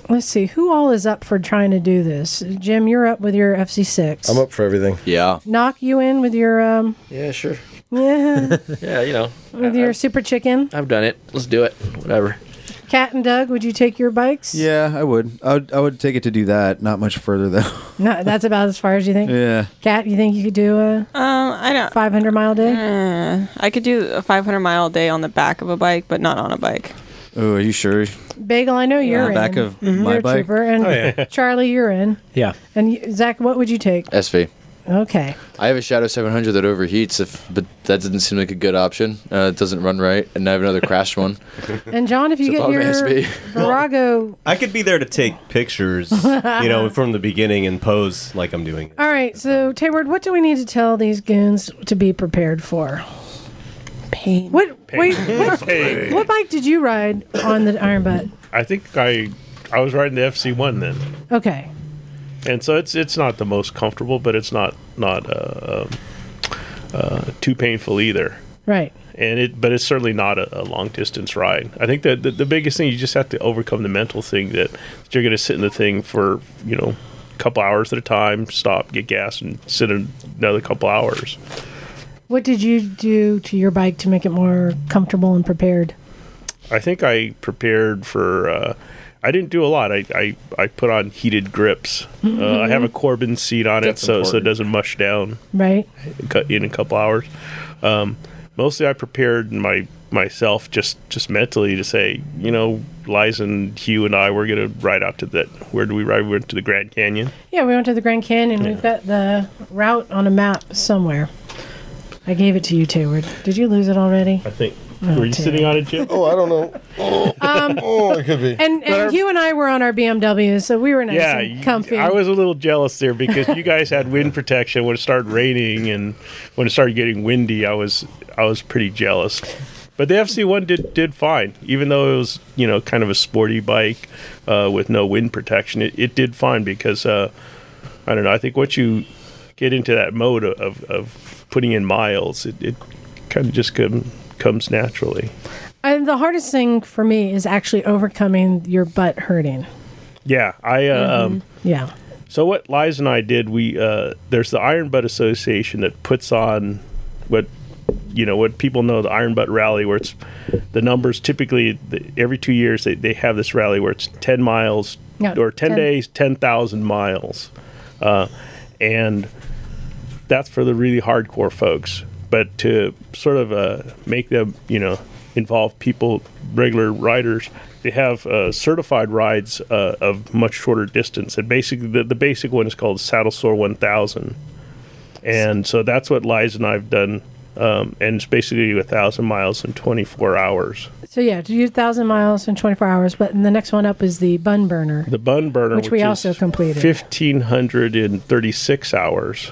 [SPEAKER 2] let's see. Who all is up for trying to do this? Jim, you're up with your FC6.
[SPEAKER 4] I'm up for everything.
[SPEAKER 10] Yeah.
[SPEAKER 2] Knock you in with your. Um, *laughs*
[SPEAKER 3] Yeah, sure.
[SPEAKER 2] Yeah.
[SPEAKER 3] *laughs* yeah, you know,
[SPEAKER 2] With your super chicken.
[SPEAKER 3] I've done it. Let's do it. Whatever.
[SPEAKER 2] Cat and Doug, would you take your bikes?
[SPEAKER 6] Yeah, I would. I would. I would take it to do that. Not much further though. *laughs*
[SPEAKER 2] No, that's about as far as you think.
[SPEAKER 6] yeah.
[SPEAKER 2] Cat, you think you could do a
[SPEAKER 8] Um, I don't.
[SPEAKER 2] 500 mile day?
[SPEAKER 8] Uh, I could do a 500 mile day on the back of a bike, but not on a bike.
[SPEAKER 6] Oh, are you sure?
[SPEAKER 2] Bagel, I know you're
[SPEAKER 6] On the
[SPEAKER 2] in.
[SPEAKER 6] back of my
[SPEAKER 2] You're a
[SPEAKER 6] bike?
[SPEAKER 2] trooper, and
[SPEAKER 6] Oh,
[SPEAKER 2] *laughs*
[SPEAKER 6] yeah.
[SPEAKER 2] Charlie, you're in.
[SPEAKER 1] Yeah.
[SPEAKER 2] And you- Zach, what would you take?
[SPEAKER 10] SV.
[SPEAKER 2] Okay.
[SPEAKER 10] I have a Shadow 700 that overheats, if but that doesn't seem like a good option. Uh, it doesn't run right, and I have another crashed
[SPEAKER 3] *laughs*
[SPEAKER 10] one.
[SPEAKER 2] And John, if you
[SPEAKER 10] So
[SPEAKER 2] get
[SPEAKER 10] Bob
[SPEAKER 2] your
[SPEAKER 10] asked me.
[SPEAKER 2] Virago.
[SPEAKER 7] I could be there to take pictures, you know, from the beginning and pose like I'm doing.
[SPEAKER 2] All right, so Tayward, what do we need to tell these goons to be prepared for? Pain. What? Wait.
[SPEAKER 9] *laughs*
[SPEAKER 2] What,
[SPEAKER 9] Pain.
[SPEAKER 2] what bike did you ride on the Iron Butt?
[SPEAKER 9] I think I I was riding the FC one then,
[SPEAKER 2] Okay.
[SPEAKER 9] and so it's it's not the most comfortable, but it's not not uh, um, uh, too painful either.
[SPEAKER 2] Right.
[SPEAKER 9] And it, but it's certainly not a, a long distance ride. I think that the, the biggest thing you just have to overcome the mental thing that, that you're going to sit in the thing for you know a couple hours at a time, stop, get gas, and sit in another couple hours.
[SPEAKER 2] What did you do to your bike to make it more comfortable and prepared?
[SPEAKER 9] I think I prepared for. Uh, I didn't do a lot. I, I, I put on heated grips. Uh, I have a Corbin seat on
[SPEAKER 10] That's
[SPEAKER 9] it, so so it
[SPEAKER 10] important.
[SPEAKER 9] doesn't mush down.
[SPEAKER 2] Mm-hmm. Right.
[SPEAKER 9] Cut in a couple hours. Um, mostly, I prepared my myself just just mentally to say, you know, Liza and Hugh and I, we're gonna ride out to that. Where do we ride? We went to the Grand Canyon.
[SPEAKER 2] Yeah, we went to the Grand Canyon. We've got the route on a map somewhere. I gave it to you, Tayward. Did you lose it *laughs* already?
[SPEAKER 9] I think.
[SPEAKER 2] Oh,
[SPEAKER 9] were you
[SPEAKER 2] dear.
[SPEAKER 9] sitting on it, Jim?
[SPEAKER 4] Oh, I don't know.
[SPEAKER 9] *laughs*
[SPEAKER 2] Um,
[SPEAKER 4] Oh, it could be.
[SPEAKER 2] and and you and I were on our BMWs, so we were nice
[SPEAKER 9] yeah,
[SPEAKER 2] and
[SPEAKER 9] you-
[SPEAKER 2] comfy.
[SPEAKER 9] I was a little jealous there because you guys
[SPEAKER 2] *laughs*
[SPEAKER 9] had wind protection when it started raining and when it started getting windy. I was I was pretty jealous. But the FC one did did fine, even though it was you know kind of a sporty bike uh, with no wind protection. It, it did fine because uh, I don't know. I think once you get into that mode of, of putting in miles, it, it kind of just come, comes naturally.
[SPEAKER 2] And the hardest thing for me is actually overcoming your butt hurting.
[SPEAKER 9] Yeah, I uh, um,
[SPEAKER 2] Yeah.
[SPEAKER 9] So what Liz and I did, we uh, there's the Iron Butt Association that puts on what you know what people know the Iron Butt Rally, where it's the numbers typically the, every two years they, they have this rally where it's ten miles
[SPEAKER 2] No,
[SPEAKER 9] or ten,
[SPEAKER 2] 10.
[SPEAKER 9] days, ten thousand miles, uh, and that's for the really hardcore folks. But to sort of uh, make them, you know, involve people, regular riders, they have uh, certified rides uh, of much shorter distance. And basically, the, the basic one is called Saddle Sore 1000. And so that's what Liza and I've done. Um, and it's basically a 1,000 miles in 24 hours.
[SPEAKER 2] So yeah, do you thousand miles in twenty four hours, but and the next one up is the bun burner.
[SPEAKER 9] The bun burner,
[SPEAKER 2] Which we
[SPEAKER 9] is
[SPEAKER 2] also completed.
[SPEAKER 9] 1,536 hours.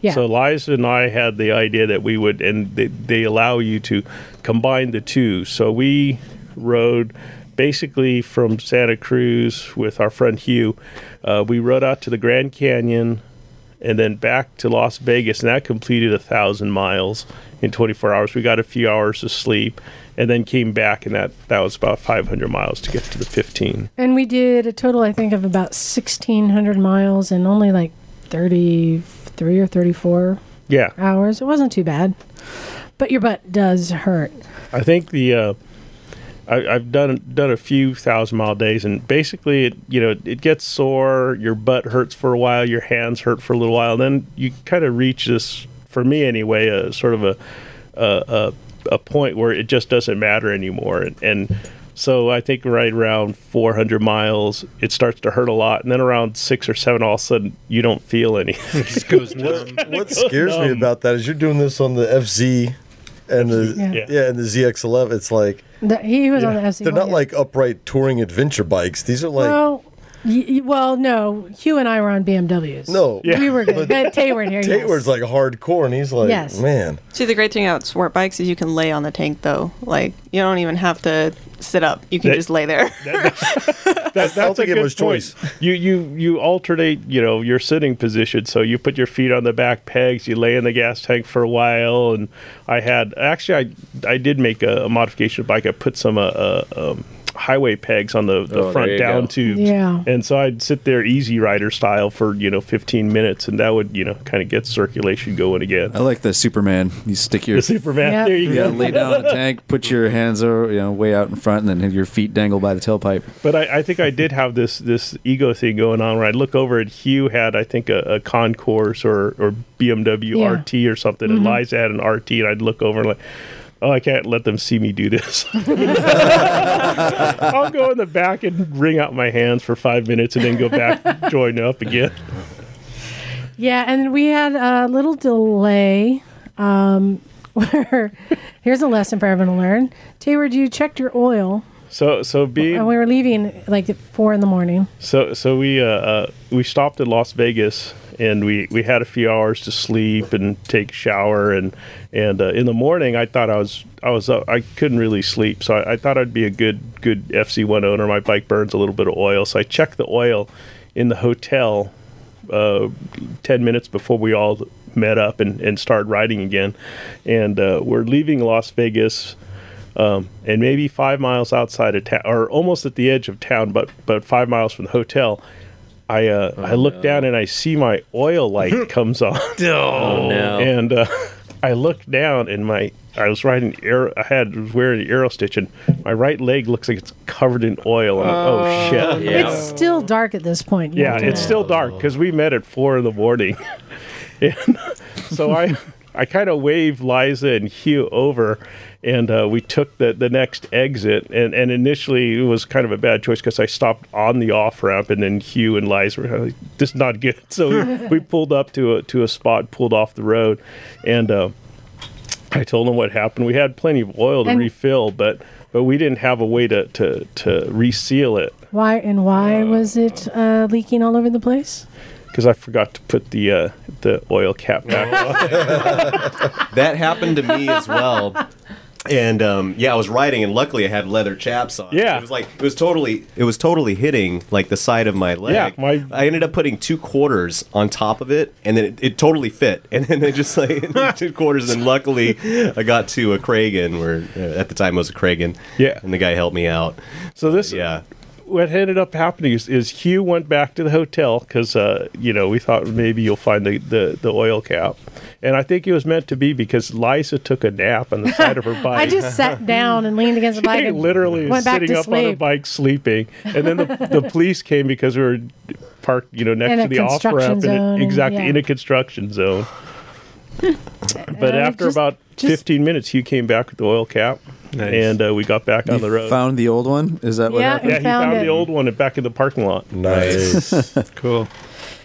[SPEAKER 2] Yeah.
[SPEAKER 9] So Liza and I had the idea that we would, and they, they allow you to combine the two. So we rode basically from Santa Cruz with our friend Hugh. Uh, we rode out to the Grand Canyon and then back to Las Vegas, and that completed a thousand miles in 24 hours. We got a few hours of sleep, and then came back, and that that was about 500 miles to get to the 15.
[SPEAKER 2] and we did a total, I think, of about sixteen hundred miles in only like thirty three or thirty four
[SPEAKER 9] Yeah.
[SPEAKER 2] hours. It wasn't too bad, but your butt does hurt.
[SPEAKER 9] I think the uh, I, I've done done a few thousand mile days, and basically, it you know, it gets sore. Your butt hurts for a while. Your hands hurt for a little while. Then you kind of reach this, for me anyway, a sort of a a, a a point where it just doesn't matter anymore, and. and so I think right around 400 miles, it starts to hurt a lot, and then around six or seven, all of a sudden you don't feel *laughs* anything.
[SPEAKER 4] What scares me about that is you're doing this on the FZ and the
[SPEAKER 2] Yeah.
[SPEAKER 4] yeah, and the ZX11. It's like
[SPEAKER 2] That he was on the FC.
[SPEAKER 4] they're not like upright touring adventure bikes. These are like
[SPEAKER 2] well, y- y- well, no. Hugh and I were on BMWs.
[SPEAKER 4] no.
[SPEAKER 2] we were good. But Tayward here. yes.
[SPEAKER 4] Tayward's like hardcore, and he's like,
[SPEAKER 2] Yes.
[SPEAKER 4] man,
[SPEAKER 8] See, the great thing about sport bikes is you can lay on the tank, though. Like, you don't even have to sit up. You can
[SPEAKER 9] *laughs* That-
[SPEAKER 8] just lay there.
[SPEAKER 9] *laughs* that, that's
[SPEAKER 4] think
[SPEAKER 9] a
[SPEAKER 4] it
[SPEAKER 9] good
[SPEAKER 4] was *laughs*
[SPEAKER 9] point.
[SPEAKER 4] choice.
[SPEAKER 9] You you you alternate, you know, your sitting position. So you put your feet on the back pegs, you lay in the gas tank for a while, and I had actually I I did make a, a modification of the bike. I put some uh, uh, um, highway pegs on the, the
[SPEAKER 3] Oh, there
[SPEAKER 9] front
[SPEAKER 3] you
[SPEAKER 9] down
[SPEAKER 3] go.
[SPEAKER 9] tubes.
[SPEAKER 2] Yeah.
[SPEAKER 9] And so I'd sit there easy rider style for, you know, 15 minutes and that would, you know, kind of get circulation going again.
[SPEAKER 6] I like the Superman. You stick your
[SPEAKER 9] The Superman.
[SPEAKER 2] Yeah.
[SPEAKER 9] There you
[SPEAKER 6] yeah,
[SPEAKER 9] go.
[SPEAKER 6] lay down
[SPEAKER 9] *laughs*
[SPEAKER 6] in the tank, put your hands over, you know, way out in front, and then have your feet dangle by the tailpipe.
[SPEAKER 9] But I, I think I did have this this ego thing going on where I'd look over and Hugh had I think a, a Concourse or or BMW
[SPEAKER 2] Yeah.
[SPEAKER 9] RT or something, and Liza had an RT, and I'd look over and like. Oh, I can't let them see me do this. *laughs* I'll go in the back and wring out my hands for five minutes and then go back, join up again.
[SPEAKER 2] Yeah, and we had a little delay um, *laughs* where here's a lesson for everyone to learn. Tayward, you checked your oil,
[SPEAKER 9] So, so being
[SPEAKER 2] and we were leaving like at four in the morning.
[SPEAKER 9] So so we uh, uh, we stopped in Las Vegas and we, we had a few hours to sleep and take a shower and and uh, in the morning I thought I was I was up, I couldn't really sleep so I, I thought I'd be a good good FC1 owner my bike burns a little bit of oil so I checked the oil in the hotel uh, 10 minutes before we all met up and, and started riding again and uh, we're leaving Las Vegas um, and maybe five miles outside of town, or almost at the edge of town, but but five miles from the hotel, I uh, I look down and I see my
[SPEAKER 3] *laughs*
[SPEAKER 9] oil light comes on,
[SPEAKER 3] Oh, no.
[SPEAKER 9] and uh, I look down and my I was riding arrow, I had was wearing an arrow stitch, and my right leg looks like it's covered in oil. And I'm, oh shit!
[SPEAKER 3] yeah.
[SPEAKER 2] It's still dark at this point. you
[SPEAKER 9] Yeah,
[SPEAKER 2] have to
[SPEAKER 9] it's still dark because we met at four in the morning. *laughs* and so I, I kind of waved Liza and Hugh over, and uh, we took the, the next exit. And, and initially, it was kind of a bad choice because I stopped on the off ramp, and then Hugh and Liza were kinda like, "This is not good." *laughs* So we, we pulled up to a to a spot, pulled off the road, and. Uh, I told him what happened. We had plenty of oil to
[SPEAKER 2] And-
[SPEAKER 9] refill, but but we didn't have a way to to, to reseal it.
[SPEAKER 2] Why and why was it uh, leaking all over the place?
[SPEAKER 9] because I forgot to put the uh, the oil cap back on.
[SPEAKER 7] that happened to me as well. And um, yeah, I was riding, and luckily I had leather chaps on.
[SPEAKER 9] Yeah.
[SPEAKER 7] it was like it was totally it was totally hitting like the side of my leg.
[SPEAKER 9] Yeah, my-
[SPEAKER 7] I ended up putting two quarters on top of it, and then it, it totally fit. *laughs* And then they just like two quarters, and luckily I got to a Kragen, where uh, at the time it was a Kragen.
[SPEAKER 9] Yeah.
[SPEAKER 7] and the guy helped me out.
[SPEAKER 9] So this,
[SPEAKER 7] Yeah.
[SPEAKER 9] what ended up happening is, is Hugh went back to the hotel because uh, you know we thought maybe you'll find the, the, the oil cap, and I think it was meant to be because Liza took a nap on the side of her bike.
[SPEAKER 2] *laughs* I just sat down and leaned against the bike.
[SPEAKER 9] *laughs* She
[SPEAKER 2] and
[SPEAKER 9] literally
[SPEAKER 2] went
[SPEAKER 9] is
[SPEAKER 2] back
[SPEAKER 9] sitting
[SPEAKER 2] to
[SPEAKER 9] up on her
[SPEAKER 2] sleep.
[SPEAKER 9] bike sleeping, and then the,
[SPEAKER 2] *laughs*
[SPEAKER 9] the police came because we were parked, you know, next
[SPEAKER 2] In a
[SPEAKER 9] to the off
[SPEAKER 2] construction
[SPEAKER 9] ramp,
[SPEAKER 2] zone and-
[SPEAKER 9] exactly
[SPEAKER 2] yeah.
[SPEAKER 9] in a
[SPEAKER 2] *laughs*
[SPEAKER 9] construction zone. but
[SPEAKER 2] Uh,
[SPEAKER 9] after
[SPEAKER 2] just-
[SPEAKER 9] about
[SPEAKER 2] just-
[SPEAKER 9] 15 minutes, Hugh came back with the oil cap,
[SPEAKER 5] Nice.
[SPEAKER 9] and uh, we got back on the road.
[SPEAKER 6] Found the old one? Is that what
[SPEAKER 2] Yeah.
[SPEAKER 6] happened?
[SPEAKER 9] yeah, he
[SPEAKER 2] found
[SPEAKER 9] found
[SPEAKER 2] it.
[SPEAKER 9] the old one back in the parking lot.
[SPEAKER 4] Nice.
[SPEAKER 9] *laughs*
[SPEAKER 5] Cool.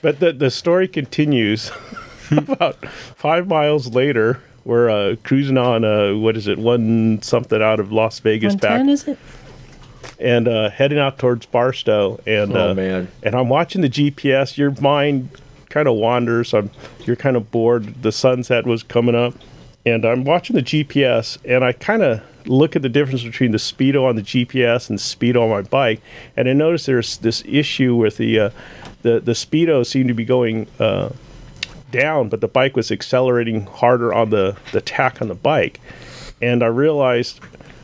[SPEAKER 9] But the, the story continues *laughs* about five miles later. We're uh, cruising on, uh, what is it, one something out of Las Vegas back
[SPEAKER 2] 110, is it?
[SPEAKER 9] and uh, heading out towards Barstow. And
[SPEAKER 3] Oh,
[SPEAKER 9] uh,
[SPEAKER 3] man.
[SPEAKER 9] and I'm watching the GPS. Your mind kind of wanders. I'm you're kind of bored. The sunset was coming up, and I'm watching the GPS, and I kind of look at the difference between the speedo on the GPS and the speedo on my bike, and I notice there's this issue with the uh, the the speedo seemed to be going. Uh, down, but the bike was accelerating harder on the, the tack on the bike. And I realized,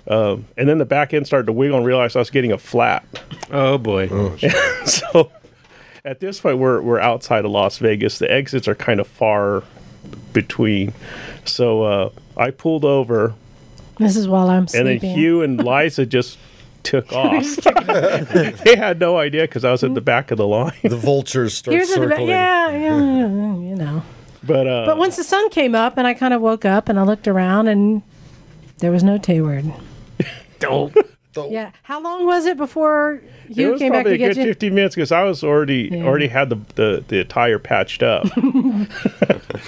[SPEAKER 9] um, and then the back end started to wiggle and realized I was getting a flat.
[SPEAKER 5] Oh boy.
[SPEAKER 9] *laughs* so at this point, we're, we're outside of Las Vegas. The exits are kind of far between. So uh, I pulled over,
[SPEAKER 2] This is while I'm
[SPEAKER 9] and
[SPEAKER 2] sleeping.
[SPEAKER 9] then Hugh and Liza just
[SPEAKER 2] *laughs*
[SPEAKER 9] took off. *laughs* they had no idea because I was at the back of the line.
[SPEAKER 4] the vultures start
[SPEAKER 2] Here's the
[SPEAKER 4] circling.
[SPEAKER 2] yeah, yeah, yeah, you know.
[SPEAKER 9] But, uh,
[SPEAKER 2] But once the sun came up and I kind of woke up and I looked around and there was no Tayward.
[SPEAKER 9] Don't.
[SPEAKER 2] Yeah. How long was it before
[SPEAKER 9] it
[SPEAKER 2] you
[SPEAKER 9] was
[SPEAKER 2] came back
[SPEAKER 9] probably
[SPEAKER 2] to
[SPEAKER 9] a good
[SPEAKER 2] get you?
[SPEAKER 9] 15 minutes because I was already
[SPEAKER 2] Yeah.
[SPEAKER 9] already had the, the the tire
[SPEAKER 2] *laughs*
[SPEAKER 9] patched up. *laughs*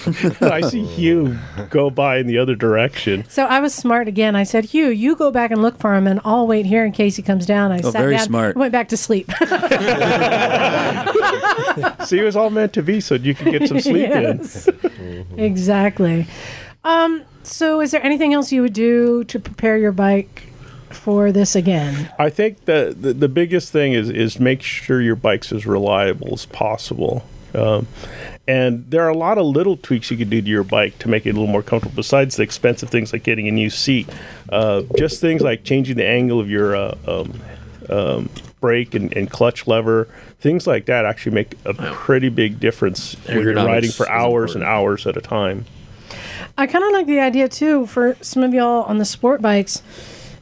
[SPEAKER 9] And I see Hugh go by in the other
[SPEAKER 2] *laughs*
[SPEAKER 9] direction.
[SPEAKER 2] So I was smart again. I said, Hugh, you go back and look for him and I'll wait here in case he comes down. I sat
[SPEAKER 6] Oh, very
[SPEAKER 2] down,
[SPEAKER 6] smart.
[SPEAKER 2] went back to sleep.
[SPEAKER 9] See, it was all meant to be so you could
[SPEAKER 2] *laughs*
[SPEAKER 9] get some sleep in.
[SPEAKER 2] Yes. exactly. Um, so is there anything else you would do to prepare your bike for this again?
[SPEAKER 9] I think the, the the biggest thing is is make sure your bike's as reliable as possible. Um, and there are a lot of little tweaks you can do to your bike to make it a little more comfortable. Besides the expensive things like getting a new seat, uh, just things like changing the angle of your uh, um, um, brake and, and clutch lever, things like that actually make a pretty big difference when you're
[SPEAKER 3] Ergonomics
[SPEAKER 9] riding for
[SPEAKER 3] is
[SPEAKER 9] hours and
[SPEAKER 3] important.
[SPEAKER 9] hours at a time.
[SPEAKER 2] I kind of like the idea too for some of y'all on the sport bikes.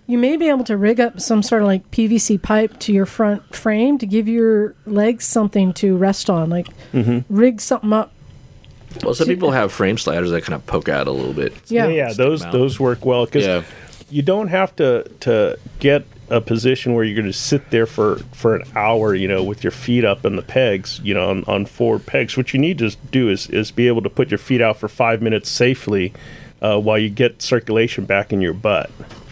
[SPEAKER 2] You may be able to rig up some sort of like PVC pipe to your front frame to give your legs something to rest on, like
[SPEAKER 9] Mm-hmm.
[SPEAKER 2] rig something up.
[SPEAKER 3] Well, some people have frame sliders that kind of poke out a little bit.
[SPEAKER 2] Yeah.
[SPEAKER 9] yeah, those
[SPEAKER 3] out.
[SPEAKER 9] those work well because
[SPEAKER 10] Yeah.
[SPEAKER 9] you don't have to to get a position where you're going to sit there for for an hour, you know, with your feet up on the pegs, you know, on, on four pegs. What you need to do is is be able to put your feet out for five minutes safely. Uh, while you get circulation back in your butt,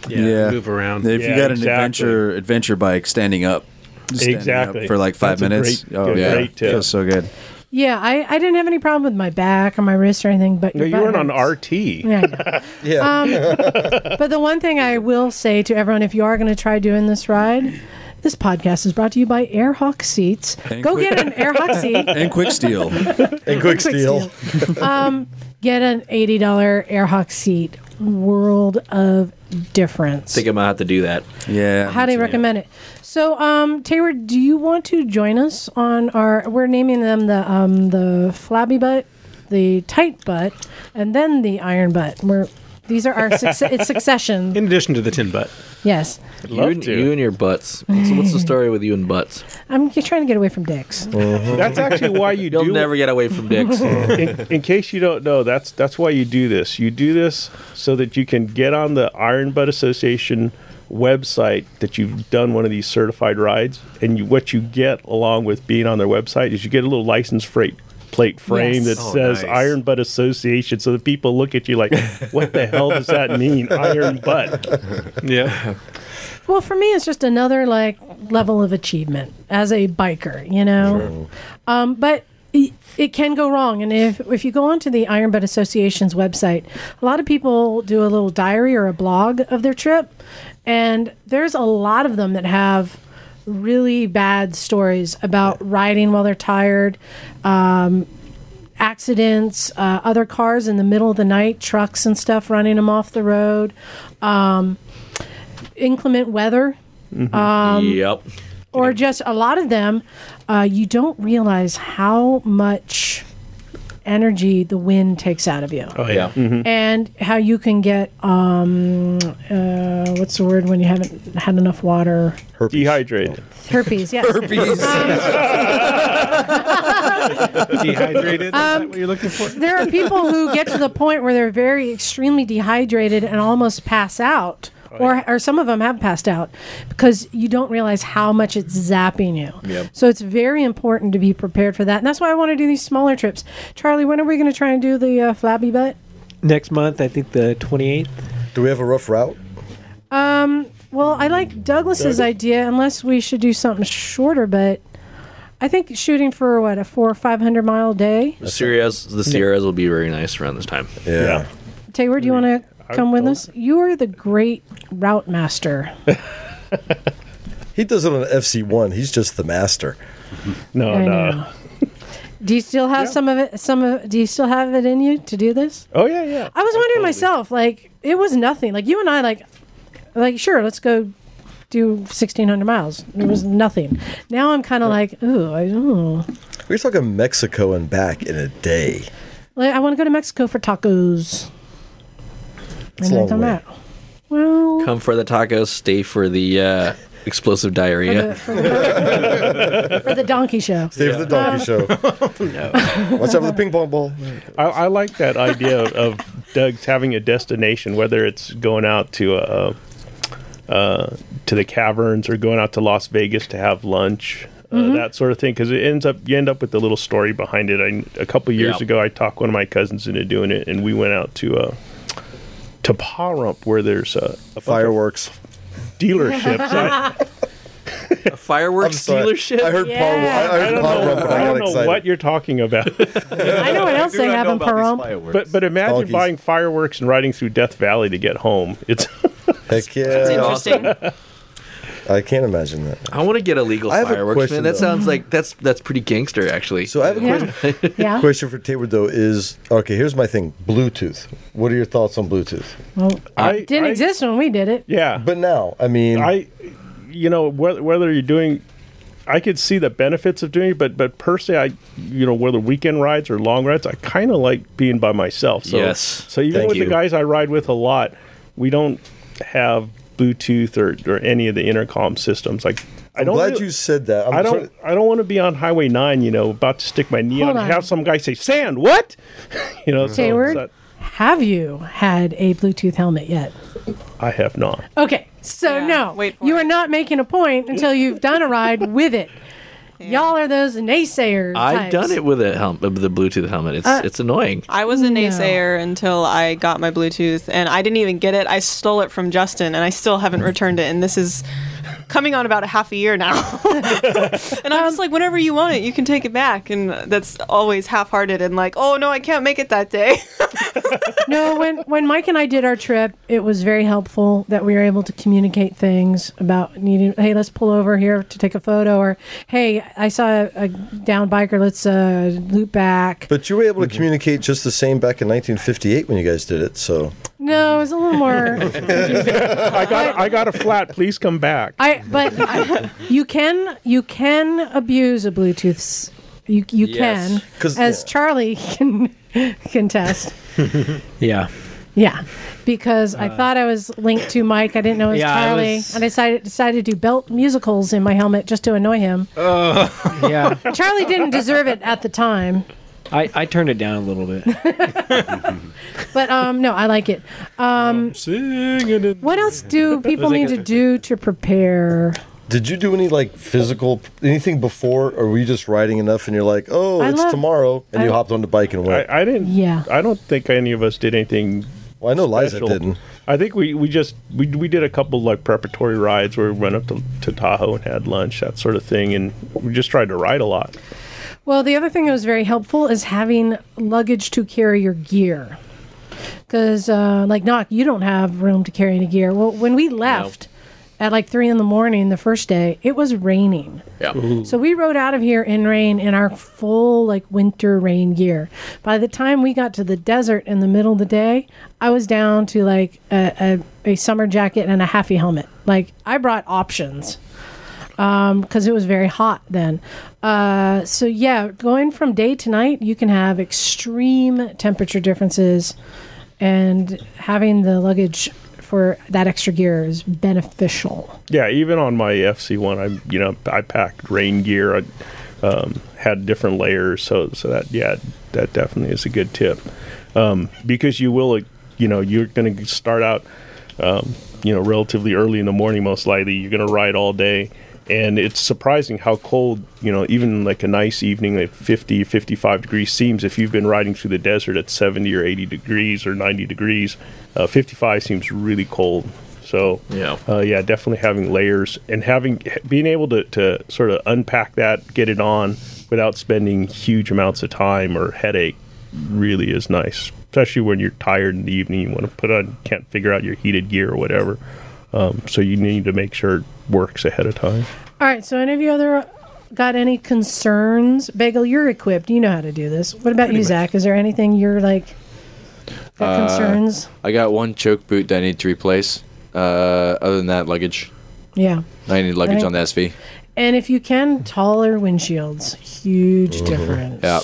[SPEAKER 5] move around.
[SPEAKER 6] If
[SPEAKER 9] Yeah,
[SPEAKER 6] you got an
[SPEAKER 9] exactly.
[SPEAKER 6] adventure adventure bike, standing up, just standing up
[SPEAKER 9] Exactly.
[SPEAKER 6] for like five
[SPEAKER 9] That's a
[SPEAKER 6] minutes.
[SPEAKER 9] great-
[SPEAKER 6] oh
[SPEAKER 9] a
[SPEAKER 6] yeah,
[SPEAKER 9] great tip.
[SPEAKER 6] feels so good.
[SPEAKER 2] Yeah, I, I didn't have any problem with my back or my wrist or anything, but
[SPEAKER 9] no,
[SPEAKER 2] your
[SPEAKER 9] you
[SPEAKER 2] butt
[SPEAKER 9] weren't on
[SPEAKER 2] hurts.
[SPEAKER 9] RT.
[SPEAKER 2] *laughs* Yeah, I know. Um,
[SPEAKER 4] Yeah.
[SPEAKER 2] but the one thing I will say to everyone, if you are going to try doing this ride, this podcast is brought to you by Airhawk seats.
[SPEAKER 6] And
[SPEAKER 2] Go
[SPEAKER 6] quick-
[SPEAKER 2] get an Airhawk seat.
[SPEAKER 6] *laughs*
[SPEAKER 4] *laughs*
[SPEAKER 6] And
[SPEAKER 2] *laughs*
[SPEAKER 6] quick steal.
[SPEAKER 4] and quick
[SPEAKER 2] Quick
[SPEAKER 4] steal.
[SPEAKER 2] steal. um, get an eighty dollar AirHawk seat. World of difference.
[SPEAKER 3] I think I might have to do that.
[SPEAKER 6] yeah.
[SPEAKER 2] Highly recommend it. So, um, Taylor, do you want to join us on our? We're naming them the um, the flabby butt, the tight butt, and then the iron butt. We're these are our succe- it's succession.
[SPEAKER 5] In addition to the tin butt.
[SPEAKER 2] Yes,
[SPEAKER 3] You and,
[SPEAKER 9] to.
[SPEAKER 3] you and your butts. So what's the story with you and butts?
[SPEAKER 2] I'm g- trying to get away from dicks.
[SPEAKER 9] That's actually why you
[SPEAKER 3] You'll
[SPEAKER 9] do
[SPEAKER 3] never get away from dicks.
[SPEAKER 9] *laughs* in, in case you don't know, that's that's why you do this. You do this so that you can get on the Iron Butt Association website that you've done one of these certified rides, and you, what you get along with being on their website is you get a little license freight plate frame
[SPEAKER 2] Yes.
[SPEAKER 9] that says Iron Butt Association, so that people look at you like, "What the hell does that mean, Iron Butt?"
[SPEAKER 5] Yeah.
[SPEAKER 2] Well, for me, it's just another like level of achievement as a biker, you know. Um, but it, it can go wrong, and if if you go onto the Iron Butt Association's website, a lot of people do a little diary or a blog of their trip, and there's a lot of them that have really bad stories about riding while they're tired. Um, accidents, uh, other cars in the middle of the night, trucks and stuff running them off the road, um, inclement weather, Mm-hmm.
[SPEAKER 3] Mm-hmm.
[SPEAKER 2] Um,
[SPEAKER 3] yep.
[SPEAKER 2] or just a lot of them, uh, you don't realize how much energy the wind takes out of you
[SPEAKER 9] Uh,
[SPEAKER 5] Oh, yeah.
[SPEAKER 9] hmm. Mm-hmm.
[SPEAKER 2] and how you can get um, uh, what's the word when you haven't had enough water
[SPEAKER 9] Dehydrated.
[SPEAKER 2] herpes yes Um,
[SPEAKER 9] *laughs*
[SPEAKER 5] Dehydrated. is that what you're looking for?
[SPEAKER 2] there are people who get to
[SPEAKER 5] *laughs*
[SPEAKER 2] the point where they're very extremely dehydrated and almost pass out
[SPEAKER 5] Oh,
[SPEAKER 2] or, or some of them have passed out because you don't realize how much it's zapping you. So it's very important to be prepared for that. And that's why I want to do these smaller trips. Charlie, when are we going to try and do the uh, flabby butt?
[SPEAKER 1] Next month, I think the 28th.
[SPEAKER 4] Do we have a rough route?
[SPEAKER 2] Um, Well, I like Douglas's idea, unless we should do something shorter, but I think shooting for what, a four or 500 mile day?
[SPEAKER 3] The Sierras, the Sierras will be very nice around this time.
[SPEAKER 4] Yeah.
[SPEAKER 2] Taylor, do you want to come with
[SPEAKER 9] don't-
[SPEAKER 2] us? You are the great route
[SPEAKER 4] *laughs*
[SPEAKER 2] master.
[SPEAKER 4] He does it on FC1. He's just the master.
[SPEAKER 9] No,
[SPEAKER 2] I
[SPEAKER 9] no.
[SPEAKER 2] know. Do you still have some of it? Some of do you still have it in you to do this?
[SPEAKER 9] Oh yeah, yeah.
[SPEAKER 2] I was wondering myself, like it was nothing. Like you and I, like, like sure, let's go do sixteen hundred miles. It was nothing. Now I'm kind of like, ooh, I ooh.
[SPEAKER 4] We're talking Mexico and back in
[SPEAKER 2] *laughs*
[SPEAKER 4] a day.
[SPEAKER 2] Like, I want to go to Mexico for tacos. And
[SPEAKER 4] It's a
[SPEAKER 2] I've
[SPEAKER 4] long
[SPEAKER 2] done
[SPEAKER 4] way.
[SPEAKER 2] that.
[SPEAKER 4] *laughs*
[SPEAKER 2] Well,
[SPEAKER 3] Come for the tacos, stay for the uh, explosive
[SPEAKER 2] for,
[SPEAKER 3] diarrhea.
[SPEAKER 2] the, *laughs* for, the- for the donkey show. Um,
[SPEAKER 4] Stay for the donkey show.
[SPEAKER 2] *laughs*
[SPEAKER 4] Watch out for the ping pong ball.
[SPEAKER 9] I, I like that idea of, of Doug's having a destination, whether it's going out to uh, uh, to the caverns or going out to Las Vegas to have lunch, uh,
[SPEAKER 3] Mm-hmm.
[SPEAKER 9] that sort of thing. Because it ends up you end up with a little story behind it. I, a couple years
[SPEAKER 3] Yeah.
[SPEAKER 9] ago, I talked one of my cousins into doing it, and we went out to. Uh, to Pahrump, where there's a, a bunch
[SPEAKER 4] Fireworks.
[SPEAKER 9] of
[SPEAKER 3] *laughs*
[SPEAKER 9] dealerships. I,
[SPEAKER 3] A fireworks dealership.
[SPEAKER 4] I heard
[SPEAKER 2] Yeah.
[SPEAKER 4] Paul. I, I
[SPEAKER 9] I
[SPEAKER 4] heard
[SPEAKER 9] don't
[SPEAKER 4] Paul
[SPEAKER 9] know,
[SPEAKER 4] Rump, and
[SPEAKER 9] I
[SPEAKER 4] I
[SPEAKER 9] don't
[SPEAKER 4] got
[SPEAKER 9] know
[SPEAKER 4] excited.
[SPEAKER 9] what you're talking about.
[SPEAKER 2] I know what else they have in Pahrump.
[SPEAKER 9] But but imagine
[SPEAKER 4] Donkeys.
[SPEAKER 9] buying fireworks and riding through Death Valley to get home. It's *laughs*
[SPEAKER 4] Heck yeah.
[SPEAKER 8] That's interesting.
[SPEAKER 4] I can't imagine that.
[SPEAKER 3] I want to get illegal
[SPEAKER 4] I have a
[SPEAKER 3] fireworks,
[SPEAKER 4] question,
[SPEAKER 3] man. That
[SPEAKER 4] though.
[SPEAKER 3] sounds like that's that's pretty gangster, actually.
[SPEAKER 4] So I have a
[SPEAKER 2] Yeah. *laughs*
[SPEAKER 6] *laughs*
[SPEAKER 2] yeah.
[SPEAKER 4] question for Taylor though. Is okay. Here's my thing. Bluetooth. What are your thoughts on Bluetooth?
[SPEAKER 2] Well,
[SPEAKER 9] I
[SPEAKER 2] didn't exist when we did it.
[SPEAKER 9] Yeah,
[SPEAKER 4] But now, I mean,
[SPEAKER 9] I you know whether, whether you're doing i could see the benefits of doing it but but per se i you know whether weekend rides or long rides i kind of like being by myself so
[SPEAKER 3] Yes.
[SPEAKER 9] so even
[SPEAKER 3] Thank
[SPEAKER 9] with
[SPEAKER 3] you.
[SPEAKER 9] the guys i ride with a lot we don't have bluetooth or, or any of the intercom systems like I
[SPEAKER 4] I'm
[SPEAKER 9] don't
[SPEAKER 4] glad
[SPEAKER 9] really-
[SPEAKER 4] you said that. I'm
[SPEAKER 9] I don't.
[SPEAKER 4] sorry-
[SPEAKER 9] I don't want to be on Highway Nine. You know, about to stick my knee
[SPEAKER 2] Hold
[SPEAKER 9] out
[SPEAKER 2] on.
[SPEAKER 9] and have some guy say, "Sand, what?" *laughs* you know, so- so
[SPEAKER 2] Jayward,
[SPEAKER 9] that-
[SPEAKER 2] have you had a Bluetooth helmet yet?
[SPEAKER 9] I have not. *laughs*
[SPEAKER 2] Okay, so
[SPEAKER 8] Yeah,
[SPEAKER 2] no,
[SPEAKER 8] wait for
[SPEAKER 2] you
[SPEAKER 8] it.
[SPEAKER 2] are not making a point until you've done a ride
[SPEAKER 8] *laughs*
[SPEAKER 2] with it. Y'all are those naysayers. types.
[SPEAKER 3] I've done it with a helmet, with the Bluetooth helmet. It's
[SPEAKER 2] Uh,
[SPEAKER 3] it's annoying.
[SPEAKER 8] I was a naysayer until I got my Bluetooth, and I didn't even get it. I stole it from Justin, and I still haven't returned it. And this is coming on about a half a year now. *laughs* and I'm just like, whenever you want it, you can take it back. And that's always half-hearted and like, oh no, I can't make it that day. *laughs*
[SPEAKER 2] no, when when Mike and I did our trip, it was very helpful that we were able to communicate things about needing. Hey, let's pull over here to take a photo, or hey, I saw a, a down biker. Let's uh, loop back.
[SPEAKER 4] But you were able to communicate just the same back in 1958 when you guys did it. So
[SPEAKER 2] No, it was a little
[SPEAKER 3] *laughs*
[SPEAKER 2] more.
[SPEAKER 9] I got. I got a flat. Please come back.
[SPEAKER 2] I but I, you can you can abuse a Bluetooth. s- You you
[SPEAKER 3] Yes.
[SPEAKER 2] can,
[SPEAKER 4] 'Cause-
[SPEAKER 2] as
[SPEAKER 4] yeah.
[SPEAKER 2] Charlie can *laughs* contest.
[SPEAKER 1] *laughs* Yeah.
[SPEAKER 2] Yeah, because I thought I was linked to Mike. I didn't know it was
[SPEAKER 1] Yeah, I
[SPEAKER 2] Charlie,
[SPEAKER 1] was-
[SPEAKER 2] and I decided decided to do belt musicals in my helmet just to annoy him.
[SPEAKER 1] Yeah.
[SPEAKER 2] Charlie didn't deserve it at the time,
[SPEAKER 1] I, I turned it down a little bit.
[SPEAKER 2] but um, no, I like it. Um,
[SPEAKER 9] Singing in
[SPEAKER 2] what else do people need to do to prepare?
[SPEAKER 4] did you do any like physical anything before, or were you just riding enough and you're like, oh,
[SPEAKER 2] I
[SPEAKER 4] it's
[SPEAKER 2] love-
[SPEAKER 4] tomorrow, and you
[SPEAKER 2] I-
[SPEAKER 4] hopped on the bike and went?
[SPEAKER 9] I, I didn't.
[SPEAKER 2] Yeah.
[SPEAKER 9] I don't think any of us did anything.
[SPEAKER 4] well, I know Liza
[SPEAKER 9] special.
[SPEAKER 4] didn't.
[SPEAKER 9] I think we, we just we, we did a couple like preparatory rides where we went up to, to Tahoe and had lunch that sort of thing, and we just tried to ride a lot.
[SPEAKER 2] Well, the other thing that was very helpful is having luggage to carry your gear. Because, uh, like, knock, you don't have room to carry any gear. Well, when we left at like three in the morning the first day, it was raining.
[SPEAKER 10] Yeah.
[SPEAKER 4] Mm.
[SPEAKER 2] So we rode out of here in rain in our full, like, winter rain gear. By the time we got to the desert in the middle of the day, I was down to like a, a, a summer jacket and a happy helmet. Like, I brought options because it was very hot then. Uh, so yeah, going from day to night, you can have extreme temperature differences, and having the luggage for that extra gear is beneficial.
[SPEAKER 9] Yeah, even on my FC one, I you know I packed rain gear. I um, had different layers, so so that yeah, that definitely is a good tip um, because you will uh, you know you're going to start out um, you know relatively early in the morning most likely. You're going to ride all day. And it's surprising how cold, you know, even like a nice evening at 50, 55 degrees seems if you've been riding through the desert at 70 or 80 degrees or 90 degrees. Uh, 55 seems really cold. So,
[SPEAKER 3] Yeah.
[SPEAKER 9] uh, yeah, definitely having layers and having being able to, to sort of unpack that, get it on without spending huge amounts of time or headache really is nice. Especially when you're tired in the evening, you want to put on, can't figure out your heated gear or whatever. Um, so you need to make sure it works ahead of time.
[SPEAKER 2] All right. So any of you other uh, got any concerns? Bagel, you're equipped. You know how to do this. What about you, Zach? Is there anything you're like that
[SPEAKER 5] Uh,
[SPEAKER 2] concerns?
[SPEAKER 10] Uh, I got one choke boot that I need to replace. Uh, other than that, luggage.
[SPEAKER 2] Yeah.
[SPEAKER 10] I need luggage
[SPEAKER 2] Right.
[SPEAKER 10] on the SV.
[SPEAKER 2] And if you can, taller windshields, huge difference.
[SPEAKER 10] Yeah.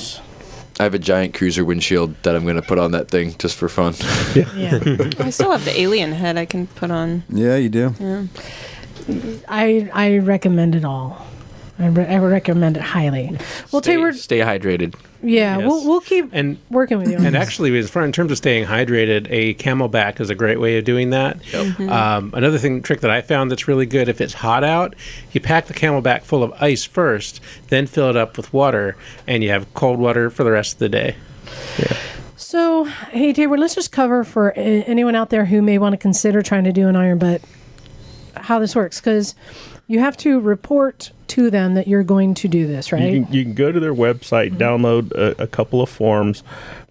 [SPEAKER 10] I have a giant cruiser windshield that I'm gonna put on that thing just for fun.
[SPEAKER 2] Yeah.
[SPEAKER 8] I still have the alien head I can put on.
[SPEAKER 6] *laughs* Yeah, you do.
[SPEAKER 2] I I recommend it all. I, re- I recommend it highly. Well,
[SPEAKER 3] stay,
[SPEAKER 2] Tayward,
[SPEAKER 3] stay hydrated.
[SPEAKER 2] yeah,
[SPEAKER 5] Yes.
[SPEAKER 2] we'll we'll keep
[SPEAKER 5] And
[SPEAKER 2] working with you. On
[SPEAKER 5] and
[SPEAKER 2] this.
[SPEAKER 5] actually, as far in terms of staying hydrated, a Camelback is a great way of doing that.
[SPEAKER 2] Mm-hmm.
[SPEAKER 5] Um, another thing trick that I found that's really good if it's hot out, you pack the Camelback full of ice first, then fill it up with water, and you have cold water for the rest of the day.
[SPEAKER 2] so, hey Tayward, let's just cover for uh, anyone out there who may want to consider trying to do an iron butt how this works because you have to report to them that you're going to do this, right? Mm-hmm.
[SPEAKER 9] You can, you can go to their website, download a, a couple of forms.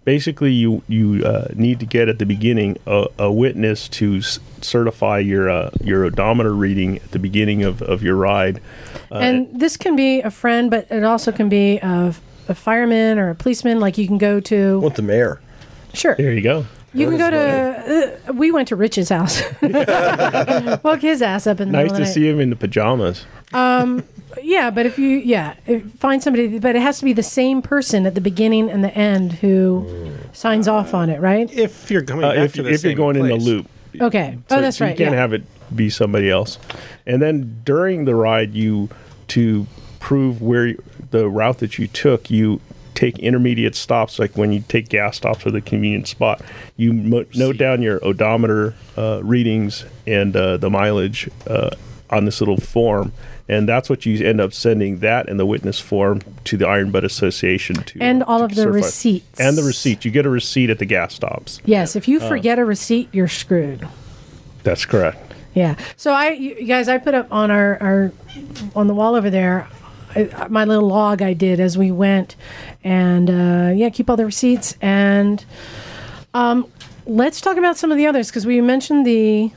[SPEAKER 9] Basically, you you uh, need to get at the beginning a, a witness to s- certify your uh, your odometer reading at the beginning of, of your ride. uh,
[SPEAKER 2] and this can be a friend, but it also can be a, a fireman or a policeman. Like you can go to
[SPEAKER 4] Want the mayor?
[SPEAKER 2] sure.
[SPEAKER 9] There you go.
[SPEAKER 2] You can go to. Uh, we went to Rich's house. *laughs* Woke his ass up in the middle
[SPEAKER 9] Nice
[SPEAKER 2] of
[SPEAKER 9] to
[SPEAKER 2] the night.
[SPEAKER 9] see him in the pajamas.
[SPEAKER 2] Um, yeah, but if you yeah if- find somebody, but it has to be the same person at the beginning and the end who
[SPEAKER 9] Mm.
[SPEAKER 2] signs off on it, right?
[SPEAKER 5] If you're coming
[SPEAKER 9] Uh,
[SPEAKER 5] back
[SPEAKER 9] if
[SPEAKER 5] to
[SPEAKER 9] you-
[SPEAKER 5] the
[SPEAKER 9] if you're
[SPEAKER 5] same
[SPEAKER 9] going in the
[SPEAKER 5] place.
[SPEAKER 9] loop.
[SPEAKER 2] Okay.
[SPEAKER 9] So-
[SPEAKER 2] oh, that's
[SPEAKER 9] so
[SPEAKER 2] right.
[SPEAKER 9] You can't
[SPEAKER 2] yeah.
[SPEAKER 9] have it be somebody else. And then during the ride, you to prove where you- the route that you took, you take intermediate stops, like when you take gas stops at the convenient spot. You mo- note down your odometer uh, readings and uh, the mileage uh, on this little form. And that's what you end up sending that and the witness form to the Iron Butt Association to
[SPEAKER 2] And all
[SPEAKER 9] to
[SPEAKER 2] of the
[SPEAKER 9] certify.
[SPEAKER 2] receipts.
[SPEAKER 9] and the receipt. You get a receipt at the gas stops.
[SPEAKER 2] Yes, if you forget a receipt, you're screwed.
[SPEAKER 9] That's correct.
[SPEAKER 2] Yeah. So I, you you guys, I put up on our, our on the wall over there, I, my little log I did as we went, and uh, yeah, keep all the receipts and, um, let's talk about some of the others because we mentioned the,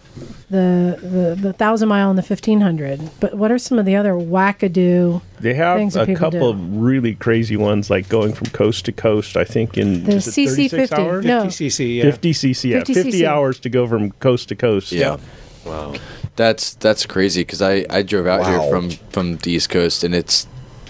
[SPEAKER 2] the the the thousand mile and the fifteen hundred, but what are some of the other wackadoo?
[SPEAKER 9] They have
[SPEAKER 2] things that
[SPEAKER 9] a
[SPEAKER 2] people
[SPEAKER 9] couple
[SPEAKER 2] do.
[SPEAKER 9] of really crazy ones, like going from coast to coast. I think in
[SPEAKER 2] The
[SPEAKER 9] is it 36
[SPEAKER 2] CC50,
[SPEAKER 9] hours?
[SPEAKER 2] no.
[SPEAKER 5] TCC, yeah.
[SPEAKER 9] 50 cc, yeah,
[SPEAKER 2] 50
[SPEAKER 9] 50,
[SPEAKER 2] cc.
[SPEAKER 9] hours to go from coast to coast.
[SPEAKER 10] Yeah.
[SPEAKER 7] Wow.
[SPEAKER 10] That's that's crazy because I I drove out
[SPEAKER 4] Wow.
[SPEAKER 10] here from from the East Coast and it's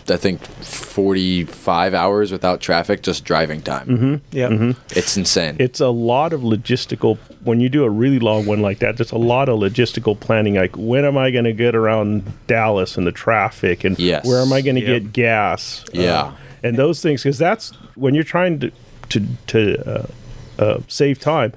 [SPEAKER 10] I think 45 hours without traffic just driving time.
[SPEAKER 9] Mm-hmm.
[SPEAKER 5] Yeah.
[SPEAKER 6] Mm-hmm.
[SPEAKER 10] It's insane.
[SPEAKER 9] It's a lot of logistical. When you do a really long one like that, there's a lot of logistical planning. Like, when am I going to get around Dallas and the traffic, and
[SPEAKER 10] Yes.
[SPEAKER 9] where am I going to
[SPEAKER 5] Yep.
[SPEAKER 9] get gas? Uh,
[SPEAKER 10] Yeah.
[SPEAKER 9] and those things, because that's when you're trying to to to uh, uh, save time.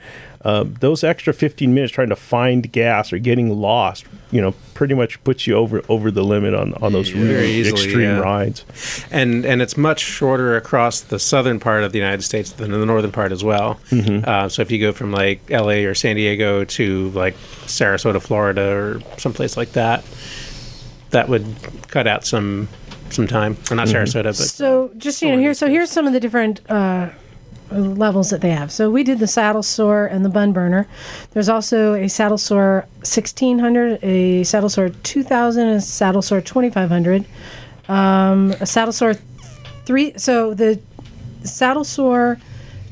[SPEAKER 9] Um, those extra 15 minutes trying to find gas or getting lost, you know, pretty much puts you over over the limit on on those
[SPEAKER 5] Very
[SPEAKER 9] really
[SPEAKER 5] easily,
[SPEAKER 9] extreme
[SPEAKER 5] yeah.
[SPEAKER 9] rides.
[SPEAKER 5] and and it's much shorter across the southern part of the United States than the northern part as well. *laughs* Uh, so if you go from like L.A. or San Diego to like Sarasota, Florida, or someplace like that, that would cut out some some time. Well, not Sarasota, but
[SPEAKER 2] So just you know here, so here's some of the different uh, levels that they have. So we did the saddle sore and the bun burner. There's also a saddle sore 1600, a saddle sore 2000, a saddle sore 2500, um, a saddle sore three. So the saddle sore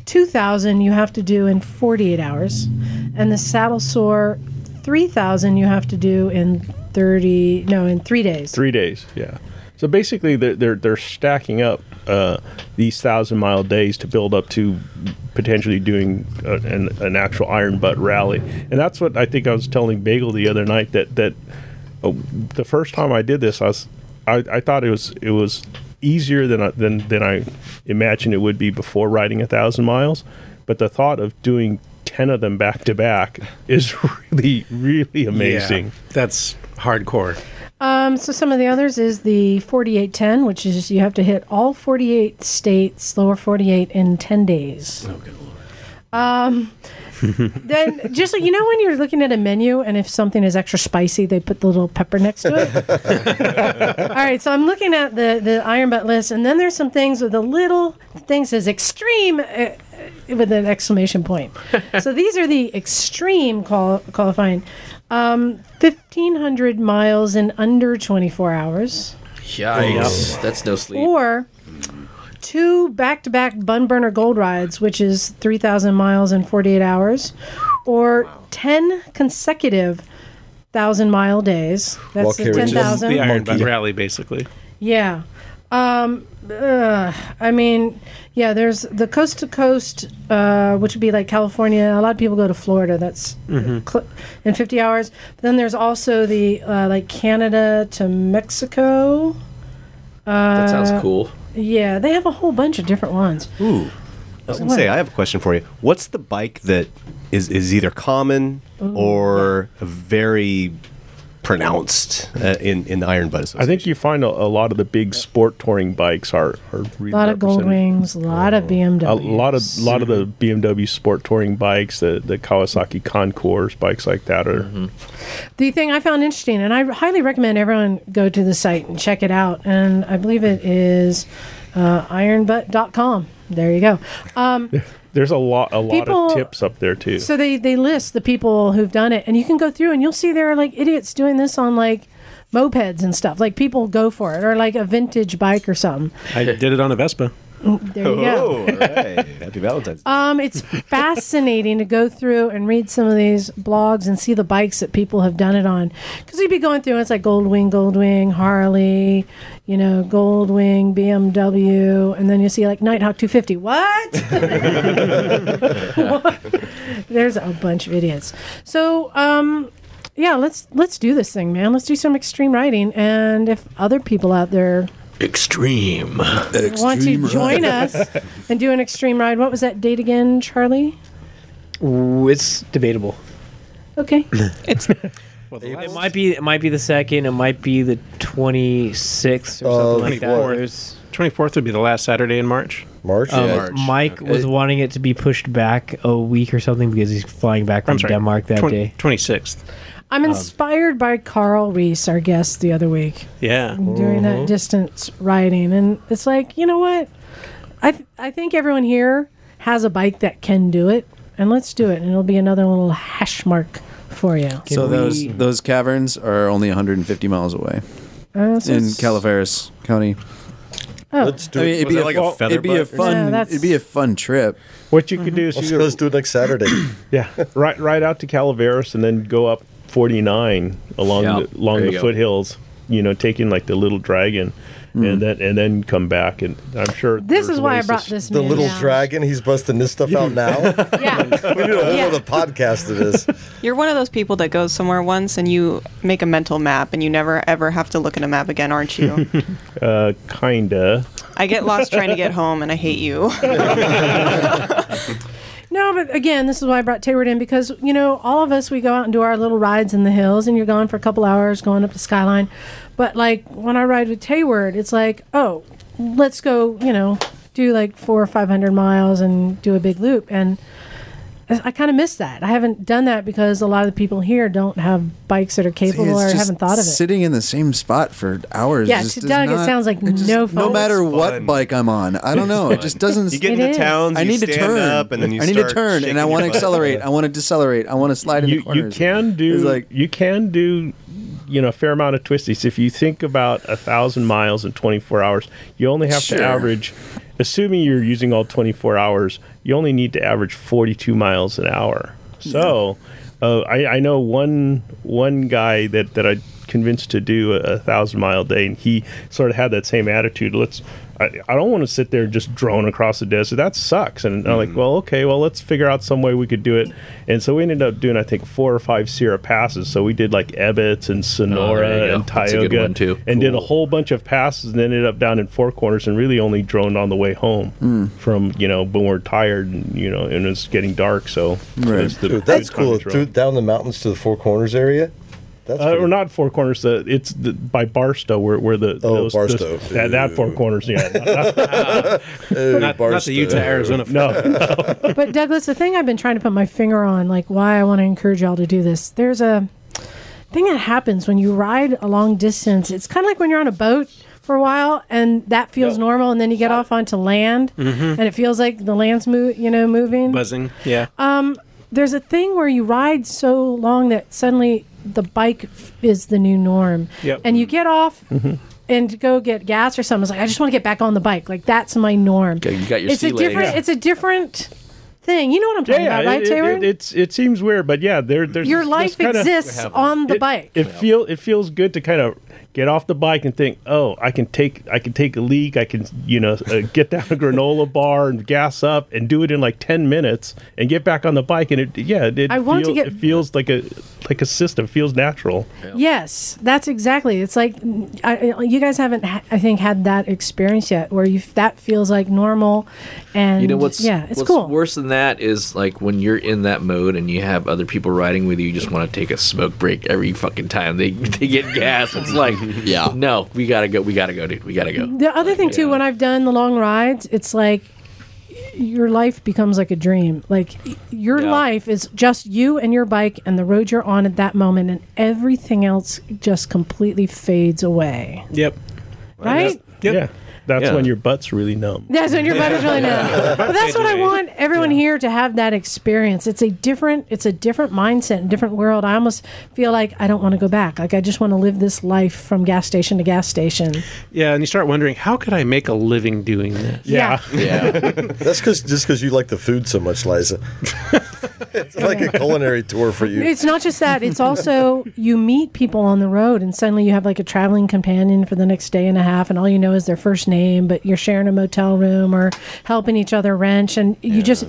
[SPEAKER 2] 2000 you have to do in 48 hours, and the saddle sore 3000 you have to do in 30 no in three days.
[SPEAKER 9] Three days, yeah. So basically, they're they're, they're stacking up uh, these thousand mile days to build up to potentially doing a, an, an actual Iron Butt rally, and that's what I think I was telling Bagel the other night that that uh, the first time I did this, I was I, I thought it was it was easier than I, than than I imagined it would be before riding a thousand miles, but the thought of doing ten of them back to back is *laughs* really really amazing.
[SPEAKER 5] Yeah, that's hardcore.
[SPEAKER 2] Um, so some of the others is the 4810, which is you have to hit all 48 states, lower 48 in 10 days. Oh, good lord. Um, then just like, you know when you're looking at a menu and if something is extra spicy, they put the little pepper next to it. all right, so I'm looking at the the Iron Butt list, and then there's some things with a little thing says extreme. Uh, with an exclamation point. so these are the extreme qual- qualifying. Um, 1,500 miles in under 24 hours,
[SPEAKER 9] Oh,
[SPEAKER 3] Yikes. That's no sleep.
[SPEAKER 2] or two back to back bun burner gold rides, which is 3,000 miles in 48 hours, or 10 consecutive thousand mile days. That's
[SPEAKER 4] Walk here,
[SPEAKER 2] the
[SPEAKER 4] which is
[SPEAKER 2] 10,000.
[SPEAKER 5] The Iron Butt
[SPEAKER 4] Monkey.
[SPEAKER 5] Rally, basically.
[SPEAKER 2] Yeah. Um, ugh, I mean, yeah, there's the coast to coast, uh, which would be like California. A lot of people go to Florida. That's cl- in 50 hours. But then there's also the uh, like Canada to Mexico. Uh,
[SPEAKER 3] that sounds
[SPEAKER 9] Uh,
[SPEAKER 3] cool.
[SPEAKER 2] Yeah, they have a whole bunch of different ones.
[SPEAKER 7] Ooh. I was gonna say, I have a question for you. What's the bike that is, is either common or very pronounced uh, in in the Iron Butt
[SPEAKER 9] I
[SPEAKER 7] Association?
[SPEAKER 9] think you find a, a lot of the big sport touring bikes are, are really
[SPEAKER 2] A lot of Gold
[SPEAKER 9] represented.
[SPEAKER 2] Wings, a lot of BMW.
[SPEAKER 9] A lot of lot of the BMW sport touring bikes, the the Kawasaki Concours bikes like that are
[SPEAKER 10] Mm-hmm.
[SPEAKER 2] The thing I found interesting, and I highly recommend everyone go to the site and check it out. And I believe it is uh, ironbutt.com. There you go. Um,
[SPEAKER 9] *laughs* there's a lot a lot
[SPEAKER 2] People-
[SPEAKER 9] of tips up there too.
[SPEAKER 2] So they they list the people who've done it, and you can go through and you'll see there are like idiots doing this on like mopeds and stuff. Like people go for it, or like a vintage bike or something.
[SPEAKER 5] I did it on a Vespa.
[SPEAKER 2] There you go.
[SPEAKER 7] Oh, all right. Happy Valentine's.
[SPEAKER 2] Um, it's fascinating to go through and read some of these blogs and see the bikes that people have done it on. Because we'd be going through, and it's like Goldwing, Goldwing, Harley, you know, Goldwing, BMW, and then you see like Nighthawk 250.
[SPEAKER 7] Oh.
[SPEAKER 2] What? There's a bunch of idiots. So, um, yeah, let's let's do this thing, man. Let's do some extreme riding, and if other people out there
[SPEAKER 3] Extreme.
[SPEAKER 2] want to join us and do an extreme ride. What was that date again, Charlie?
[SPEAKER 1] Ooh, it's debatable.
[SPEAKER 2] Okay.
[SPEAKER 1] It might be it might be the second. It might be the twenty sixth or
[SPEAKER 4] Uh,
[SPEAKER 1] something like that.
[SPEAKER 5] what?
[SPEAKER 1] There's-
[SPEAKER 5] 24th would be the last Saturday in March.
[SPEAKER 4] March.
[SPEAKER 1] um,
[SPEAKER 10] Yeah, March.
[SPEAKER 1] Mike was wanting it to be pushed back a week or something because he's flying back from
[SPEAKER 5] I'm sorry.
[SPEAKER 1] Denmark that
[SPEAKER 5] twen-
[SPEAKER 1] day.
[SPEAKER 5] 26th.
[SPEAKER 4] Um,
[SPEAKER 2] I'm inspired by Carl Reese, our guest the other week,
[SPEAKER 5] Yeah.
[SPEAKER 2] doing
[SPEAKER 5] Mm-hmm.
[SPEAKER 4] Uh-huh.
[SPEAKER 2] that distance riding. And it's like, you know what? I, th- I think everyone here has a bike that can do it. And let's do it. And it'll be another little hash mark for you.
[SPEAKER 1] Can
[SPEAKER 6] so those
[SPEAKER 1] we-
[SPEAKER 6] those caverns are only 150 miles away
[SPEAKER 2] Uh, so
[SPEAKER 6] in
[SPEAKER 2] it's-
[SPEAKER 6] Calaveras County.
[SPEAKER 2] Oh,
[SPEAKER 4] Let's do
[SPEAKER 6] I
[SPEAKER 4] it.
[SPEAKER 6] mean, it'd be a,
[SPEAKER 7] like a
[SPEAKER 6] fu-
[SPEAKER 7] feather
[SPEAKER 6] it'd be a
[SPEAKER 7] butt or
[SPEAKER 2] something? Yeah,
[SPEAKER 6] fun
[SPEAKER 2] that's-
[SPEAKER 6] it'd be a fun trip.
[SPEAKER 9] What you could do is you
[SPEAKER 4] Let's do it next Saturday.
[SPEAKER 9] Yeah, right, right out to Calaveras and then go up 49 along
[SPEAKER 10] Yeah,
[SPEAKER 9] the, along
[SPEAKER 10] there you
[SPEAKER 9] the
[SPEAKER 10] go.
[SPEAKER 9] foothills. You know, taking like the little dragon,
[SPEAKER 10] Mm.
[SPEAKER 9] and then and then come back. And I'm sure
[SPEAKER 2] This
[SPEAKER 9] there's
[SPEAKER 2] is why I
[SPEAKER 9] ways to
[SPEAKER 2] brought
[SPEAKER 9] s-
[SPEAKER 2] this
[SPEAKER 4] the
[SPEAKER 2] man
[SPEAKER 4] little
[SPEAKER 2] down.
[SPEAKER 4] dragon. He's busting this stuff out
[SPEAKER 9] *laughs*
[SPEAKER 4] now.
[SPEAKER 2] Yeah.
[SPEAKER 4] *laughs* we need a whole
[SPEAKER 2] Yeah.
[SPEAKER 4] other podcast to this.
[SPEAKER 8] You're one of those people that goes somewhere once and you make a mental map and you never ever have to look at a map again, aren't you?
[SPEAKER 9] *laughs* Uh, kinda.
[SPEAKER 8] I get lost trying to get home and I hate you.
[SPEAKER 2] No, but again, this is why I brought Tayward in because you know all of us we go out and do our little rides in the hills, and you're gone for a couple hours going up to Skyline. But like when I ride with Tayward, it's like, oh, let's go, you know, do like four or five hundred miles and do a big loop, and I kind of miss that. I haven't done that because a lot of the people here don't have bikes that are capable
[SPEAKER 6] It's
[SPEAKER 2] or
[SPEAKER 6] just
[SPEAKER 2] haven't thought of it.
[SPEAKER 6] Sitting in the same spot for hours.
[SPEAKER 2] Yeah,
[SPEAKER 6] just
[SPEAKER 2] to
[SPEAKER 6] does
[SPEAKER 2] Doug, it
[SPEAKER 6] not-
[SPEAKER 2] sounds like
[SPEAKER 6] it just-
[SPEAKER 2] no
[SPEAKER 6] No
[SPEAKER 2] fun.
[SPEAKER 6] matter
[SPEAKER 7] It's
[SPEAKER 6] what
[SPEAKER 7] fun.
[SPEAKER 6] bike I'm on, I don't know. It just doesn't.
[SPEAKER 7] *laughs* You get
[SPEAKER 2] It
[SPEAKER 7] into
[SPEAKER 2] is.
[SPEAKER 7] towns.
[SPEAKER 6] I
[SPEAKER 7] you
[SPEAKER 6] need to
[SPEAKER 7] stand
[SPEAKER 6] turn.
[SPEAKER 7] Up, and then you
[SPEAKER 6] I need
[SPEAKER 7] start
[SPEAKER 6] to turn,
[SPEAKER 7] shaking
[SPEAKER 6] and I want to
[SPEAKER 7] your butt.
[SPEAKER 6] accelerate. I want to decelerate. I want to slide in
[SPEAKER 9] You
[SPEAKER 6] the
[SPEAKER 9] you
[SPEAKER 6] corners.
[SPEAKER 9] can do
[SPEAKER 6] It's
[SPEAKER 9] *laughs*
[SPEAKER 6] like
[SPEAKER 9] you can do you know a fair amount of twisties. If you think about a thousand miles in 24 hours, you only have
[SPEAKER 6] Sure.
[SPEAKER 9] to average. Assuming you're using all 24 hours, you only need to average 42 miles an hour. So, uh, I, I know one one guy that that I convinced to do a, a thousand mile day, and he sort of had that same attitude. Let's. I, I don't want to sit there and just drone across the desert. That sucks. And I'm
[SPEAKER 3] Mm-hmm.
[SPEAKER 9] like, well, okay, well, let's figure out some way we could do it. And so we ended up doing, I think, four or five Sierra passes. So we did like Ebbets and Sonora
[SPEAKER 3] Oh, there you
[SPEAKER 9] and
[SPEAKER 3] go. That's a good
[SPEAKER 9] Tioga,
[SPEAKER 3] one, too.
[SPEAKER 9] and did a
[SPEAKER 3] Cool.
[SPEAKER 9] whole bunch of passes, and ended up down in Four Corners, and really only droned on the way home
[SPEAKER 2] Hmm.
[SPEAKER 9] from you know when we're tired, and you know, and it's getting dark, so
[SPEAKER 6] Right.
[SPEAKER 9] it's the-
[SPEAKER 4] Dude, that's
[SPEAKER 9] it's time to
[SPEAKER 4] cool.
[SPEAKER 9] drone.
[SPEAKER 4] Through, down the mountains to the Four Corners area. That's
[SPEAKER 9] Uh,
[SPEAKER 4] pretty-
[SPEAKER 9] or not Four Corners. The, it's the, by Barstow, where, where the
[SPEAKER 4] Oh, Barstow.
[SPEAKER 9] that, that Four
[SPEAKER 4] Ooh. *laughs*
[SPEAKER 9] Corners. Yeah, not- not-
[SPEAKER 4] Oh,
[SPEAKER 5] Not, not the
[SPEAKER 4] Barstow.
[SPEAKER 5] Utah, Arizona.
[SPEAKER 9] no.
[SPEAKER 2] but Douglas, the thing I've been trying to put my finger on, like why I want to encourage y'all to do this, there's a thing that happens when you ride a long distance. It's kind of like when you're on a boat for a while and that feels normal, and then you get off onto land and it feels like the land's mo- you know moving.
[SPEAKER 5] Mm-hmm.
[SPEAKER 2] Um,
[SPEAKER 5] Buzzing. Yeah.
[SPEAKER 2] there's a thing where you ride so long that suddenly the bike f- is the new norm,
[SPEAKER 5] Yep.
[SPEAKER 2] and you get off.
[SPEAKER 5] Mm-hmm.
[SPEAKER 2] And go get gas or something. It's like I just want to get back on the bike. Like that's my norm.
[SPEAKER 10] you got your
[SPEAKER 2] it's a
[SPEAKER 10] sea legs.
[SPEAKER 2] different. It's a different thing. You know what I'm
[SPEAKER 9] *laughs*
[SPEAKER 2] talking
[SPEAKER 9] Yeah,
[SPEAKER 2] about,
[SPEAKER 9] yeah,
[SPEAKER 2] right,
[SPEAKER 9] it,
[SPEAKER 2] Taylor?
[SPEAKER 9] it, it's it seems weird, but yeah, there there's
[SPEAKER 2] your
[SPEAKER 9] this
[SPEAKER 2] life
[SPEAKER 9] kinda-
[SPEAKER 2] exists on the
[SPEAKER 9] it,
[SPEAKER 2] bike.
[SPEAKER 9] It feel it feels good to kind of get off the bike and think, oh, I can take I can take a leak. I can you know uh, get down a *laughs* granola bar and gas up and do it in like ten minutes and get back on the bike. And it yeah, it,
[SPEAKER 2] I want to
[SPEAKER 9] feel-
[SPEAKER 2] get-
[SPEAKER 9] it feels like a like a system. Feels natural.
[SPEAKER 2] yes, that's exactly. It's like I, I- you guys haven't, ha- I think, had that experience yet, where you that feels like normal, and
[SPEAKER 3] You know what's
[SPEAKER 2] yeah, it's
[SPEAKER 3] what's
[SPEAKER 2] cool.
[SPEAKER 3] worse than that is like when you're in that mode and you have other people riding with you, you just want to take a smoke break every fucking time they *laughs* they get gas. It's like
[SPEAKER 10] Yeah.
[SPEAKER 3] no, we gotta go, we gotta go, dude, we gotta go.
[SPEAKER 2] The other thing too, when I've done the long rides, it's like your life becomes like a dream. Like y- your
[SPEAKER 3] Yeah.
[SPEAKER 2] life is just you and your bike and the road you're on at that moment, and everything else just completely fades away.
[SPEAKER 5] Yep.
[SPEAKER 2] Right?
[SPEAKER 5] Yep.
[SPEAKER 9] Yeah. That's
[SPEAKER 3] Yeah.
[SPEAKER 9] when your butt's really numb.
[SPEAKER 2] That's when your butt is really numb. *laughs* But that's what I want everyone here to have that experience. It's a different, it's a different mindset, and different world. I almost feel like I don't want to go back. Like I just want to live this life from gas station to gas station.
[SPEAKER 5] Yeah, and you start wondering, how could I make a living doing this?
[SPEAKER 2] Yeah.
[SPEAKER 10] *laughs*
[SPEAKER 4] *laughs*
[SPEAKER 10] Yeah.
[SPEAKER 2] *laughs*
[SPEAKER 4] That's because just because you like the food so much, Liza. *laughs* it's
[SPEAKER 2] *laughs*
[SPEAKER 4] like a culinary tour for you.
[SPEAKER 2] It's not just that.
[SPEAKER 9] *laughs*
[SPEAKER 2] It's also *laughs* you meet people on the road, and suddenly you have like a traveling companion for the next day and a half, and all you know is their first name, but you're sharing a motel room or helping each other wrench, and you just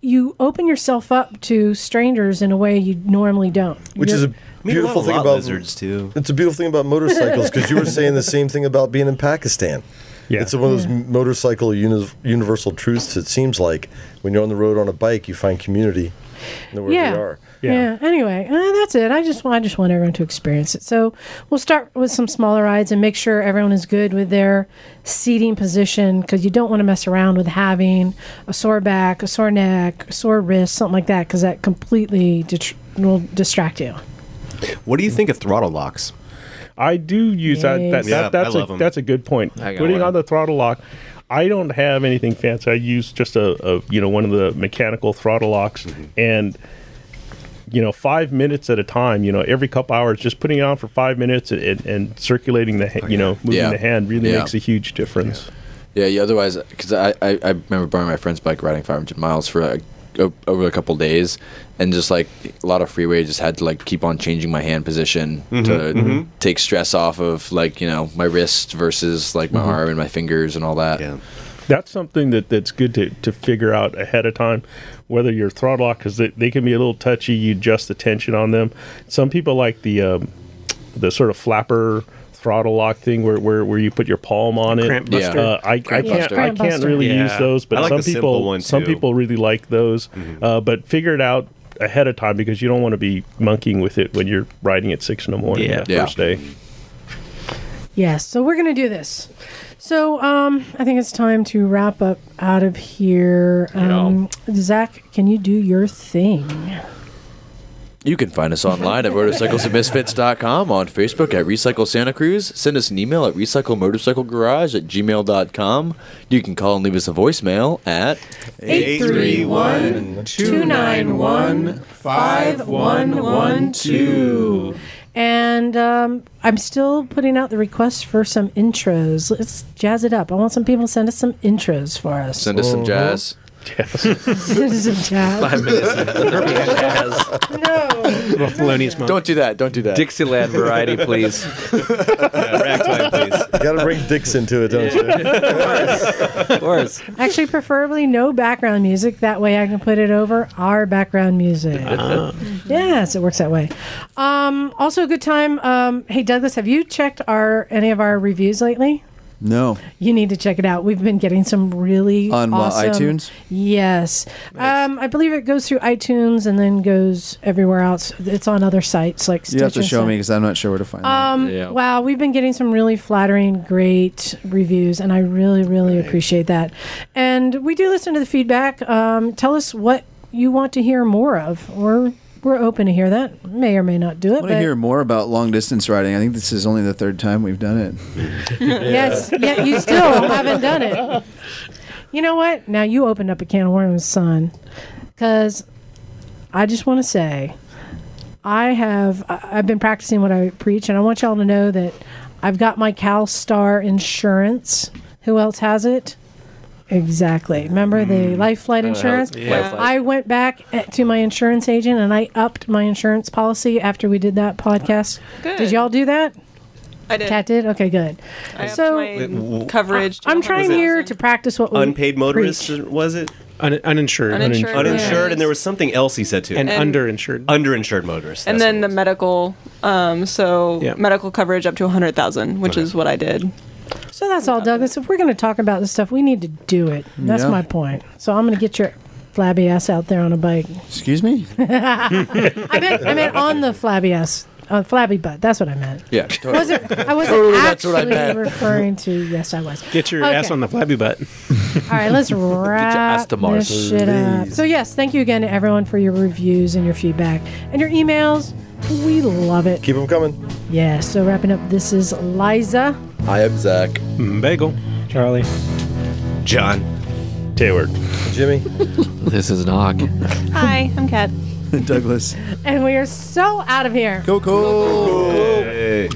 [SPEAKER 2] you open yourself up to strangers in a way you normally don't.
[SPEAKER 4] which is
[SPEAKER 2] You're-
[SPEAKER 4] a beautiful thing about
[SPEAKER 7] lizards too.
[SPEAKER 4] It's a beautiful thing about motorcycles because you
[SPEAKER 7] *laughs*
[SPEAKER 4] were saying the same thing about being in Pakistan.
[SPEAKER 9] Yeah.
[SPEAKER 4] It's one of those motorcycle uni- universal truths. It seems like when you're on the road on a bike, you find community. Know where
[SPEAKER 2] yeah.
[SPEAKER 4] they are.
[SPEAKER 9] Yeah.
[SPEAKER 2] Yeah. Anyway, uh, that's it. I just want I just want everyone to experience it. So we'll start with some smaller rides and make sure everyone is good with their seating position because you don't want to mess around with having a sore back, a sore neck, a sore wrist, something like that because that completely detr will distract you.
[SPEAKER 7] *laughs* What do you think of throttle locks?
[SPEAKER 9] I do use that. that,
[SPEAKER 2] Yes.
[SPEAKER 7] Yeah,
[SPEAKER 9] that that's
[SPEAKER 7] I
[SPEAKER 9] a
[SPEAKER 7] love 'em.
[SPEAKER 9] that's a good point.
[SPEAKER 10] I got
[SPEAKER 9] Putting
[SPEAKER 10] one.
[SPEAKER 9] on the throttle lock. I don't have anything fancy. I use just a, a you know one of the mechanical throttle locks
[SPEAKER 7] Mm-hmm.
[SPEAKER 9] and you know five minutes at a time. You know every couple hours, just putting it on for five minutes and, and, and circulating the ha- you know moving
[SPEAKER 10] Oh, Yeah.
[SPEAKER 9] the hand really
[SPEAKER 10] Yeah.
[SPEAKER 9] makes a huge difference.
[SPEAKER 10] Yeah, yeah. Otherwise, because I, I, I remember borrowing my friend's bike riding 500 miles for like, o- over a couple days, and just like a lot of freeway, just had to like keep on changing my hand position to take stress off of like you know my wrist versus like my arm and my fingers and all that.
[SPEAKER 7] Yeah.
[SPEAKER 9] that's something that that's good to, to figure out ahead of time whether your throttle lock because they, they can be a little touchy you adjust the tension on them some people like the um, the sort of flapper throttle lock thing where, where, where you put your palm on it
[SPEAKER 5] Cramp
[SPEAKER 10] Yeah.
[SPEAKER 5] buster.
[SPEAKER 9] uh, I, I can't
[SPEAKER 10] buster.
[SPEAKER 9] I can't really
[SPEAKER 5] Yeah.
[SPEAKER 9] use those but
[SPEAKER 7] I like
[SPEAKER 9] some
[SPEAKER 7] the simple
[SPEAKER 9] people
[SPEAKER 7] one,
[SPEAKER 9] some
[SPEAKER 7] too. Mm-hmm.
[SPEAKER 9] people really like those uh, but figure it out ahead of time because you don't want to be monkeying with it when you're riding at six in the morning
[SPEAKER 5] Yeah.
[SPEAKER 9] that
[SPEAKER 10] Yeah.
[SPEAKER 9] first day
[SPEAKER 2] Yes. So we're gonna do this. So um, I think it's time to wrap up out of here. Um, Zach, can you do your thing?
[SPEAKER 10] You can find us online at motorcyclesandmisfits.com, on Facebook at Recycle Santa Cruz. Send us an email at recyclemotorcyclegarage at gmail.com. You can call and leave us a voicemail at
[SPEAKER 2] 831 291 5112. And um, I'm still putting out the request for some intros. Let's jazz it up. I want some people to send us some intros for us.
[SPEAKER 10] Send us some jazz.
[SPEAKER 2] *laughs*
[SPEAKER 10] *laughs*
[SPEAKER 2] Send us some jazz. no.
[SPEAKER 5] Thelonious Monk.
[SPEAKER 10] Don't do that. Don't do that.
[SPEAKER 3] Dixieland
[SPEAKER 10] *laughs*
[SPEAKER 3] variety, please.
[SPEAKER 7] Ragtime, please.
[SPEAKER 4] You got to bring dicks into it, don't you?
[SPEAKER 3] Of course.
[SPEAKER 2] Actually, preferably no background music. That way I can put it over our background music.
[SPEAKER 6] Ah.
[SPEAKER 2] *laughs*
[SPEAKER 9] uh,
[SPEAKER 2] Yes, it works that way. Um, also, a good time. Um, hey, Douglas, have you checked our any of our reviews lately?
[SPEAKER 6] No.
[SPEAKER 2] You need to check it out. We've been getting some really
[SPEAKER 6] On, uh,
[SPEAKER 2] awesome-
[SPEAKER 6] iTunes?
[SPEAKER 2] Yes, um, I believe it goes through iTunes and then goes everywhere else. It's on other sites like
[SPEAKER 6] You have to
[SPEAKER 2] Stitcher
[SPEAKER 6] show
[SPEAKER 2] and
[SPEAKER 6] me
[SPEAKER 2] stuff.
[SPEAKER 6] because I'm not sure where to find them.
[SPEAKER 2] Um,
[SPEAKER 10] Yeah.
[SPEAKER 2] Wow, we've been getting some really flattering, great reviews, and I really, really appreciate that. And we do listen to the feedback. Um, tell us what you want to hear more of, or we're open to hear that. May or may not do it.
[SPEAKER 6] I want to
[SPEAKER 2] but-
[SPEAKER 6] hear more about long distance riding. I think this is only the third time we've done it.
[SPEAKER 2] *laughs* Yes, yet you still haven't done it. You know what? Now you opened up a can of worms, son. Because I just want to say, I have I- I've been practicing what I preach, and I want y'all to know that I've got my CalStar insurance. Who else has it? Exactly. Remember the life flight insurance?
[SPEAKER 10] Yeah.
[SPEAKER 2] I went back at- to my insurance agent and I upped my insurance policy after we did that podcast. Did
[SPEAKER 8] Good.
[SPEAKER 2] y'all do that?
[SPEAKER 8] I did.
[SPEAKER 2] Cat did? Okay, good.
[SPEAKER 8] I upped
[SPEAKER 2] so-
[SPEAKER 8] my coverage. to
[SPEAKER 2] I'm trying
[SPEAKER 8] 100,000.
[SPEAKER 2] here to practice what we
[SPEAKER 7] Unpaid motorists
[SPEAKER 2] preach.
[SPEAKER 7] was it?
[SPEAKER 5] Un- uninsured.
[SPEAKER 8] Uninsured.
[SPEAKER 7] Uninsured,
[SPEAKER 8] Yeah.
[SPEAKER 7] and there was something else he said too.
[SPEAKER 5] And,
[SPEAKER 8] And-
[SPEAKER 5] underinsured.
[SPEAKER 7] underinsured motorists.
[SPEAKER 8] and
[SPEAKER 7] that's
[SPEAKER 8] then
[SPEAKER 7] what
[SPEAKER 8] the
[SPEAKER 7] it was.
[SPEAKER 8] medical. Um, so
[SPEAKER 5] Yeah.
[SPEAKER 8] medical coverage up to 100,000, which is what I did.
[SPEAKER 2] So that's all, Douglas. If we're going to talk about this stuff, we need to do it. That's
[SPEAKER 6] Yeah.
[SPEAKER 2] my point. So I'm going to get your flabby ass out there on a bike.
[SPEAKER 6] Excuse me?
[SPEAKER 2] *laughs* I meant, I meant on the flabby ass, uh, flabby butt. That's what I meant.
[SPEAKER 10] Yeah. Totally.
[SPEAKER 2] Wasn't, I wasn't
[SPEAKER 10] Oh, that's what I
[SPEAKER 2] actually
[SPEAKER 10] meant.
[SPEAKER 2] referring to. Yes, I was.
[SPEAKER 5] Get your
[SPEAKER 2] Okay.
[SPEAKER 5] ass on the flabby butt.
[SPEAKER 2] All right, let's wrap
[SPEAKER 10] ass to Mars.
[SPEAKER 2] this shit up. So yes, thank you again to everyone for your reviews and your feedback and your emails. We love it.
[SPEAKER 4] Keep them coming.
[SPEAKER 2] Yeah. So wrapping up, this is Liza.
[SPEAKER 10] I am Zach.
[SPEAKER 5] Bagel.
[SPEAKER 1] Charlie.
[SPEAKER 7] John.
[SPEAKER 9] Taylor.
[SPEAKER 4] Jimmy.
[SPEAKER 3] This is Nog.
[SPEAKER 8] Hi, I'm Kat.
[SPEAKER 6] Douglas.
[SPEAKER 2] And we are so out of here.
[SPEAKER 6] Coco.
[SPEAKER 7] Hey.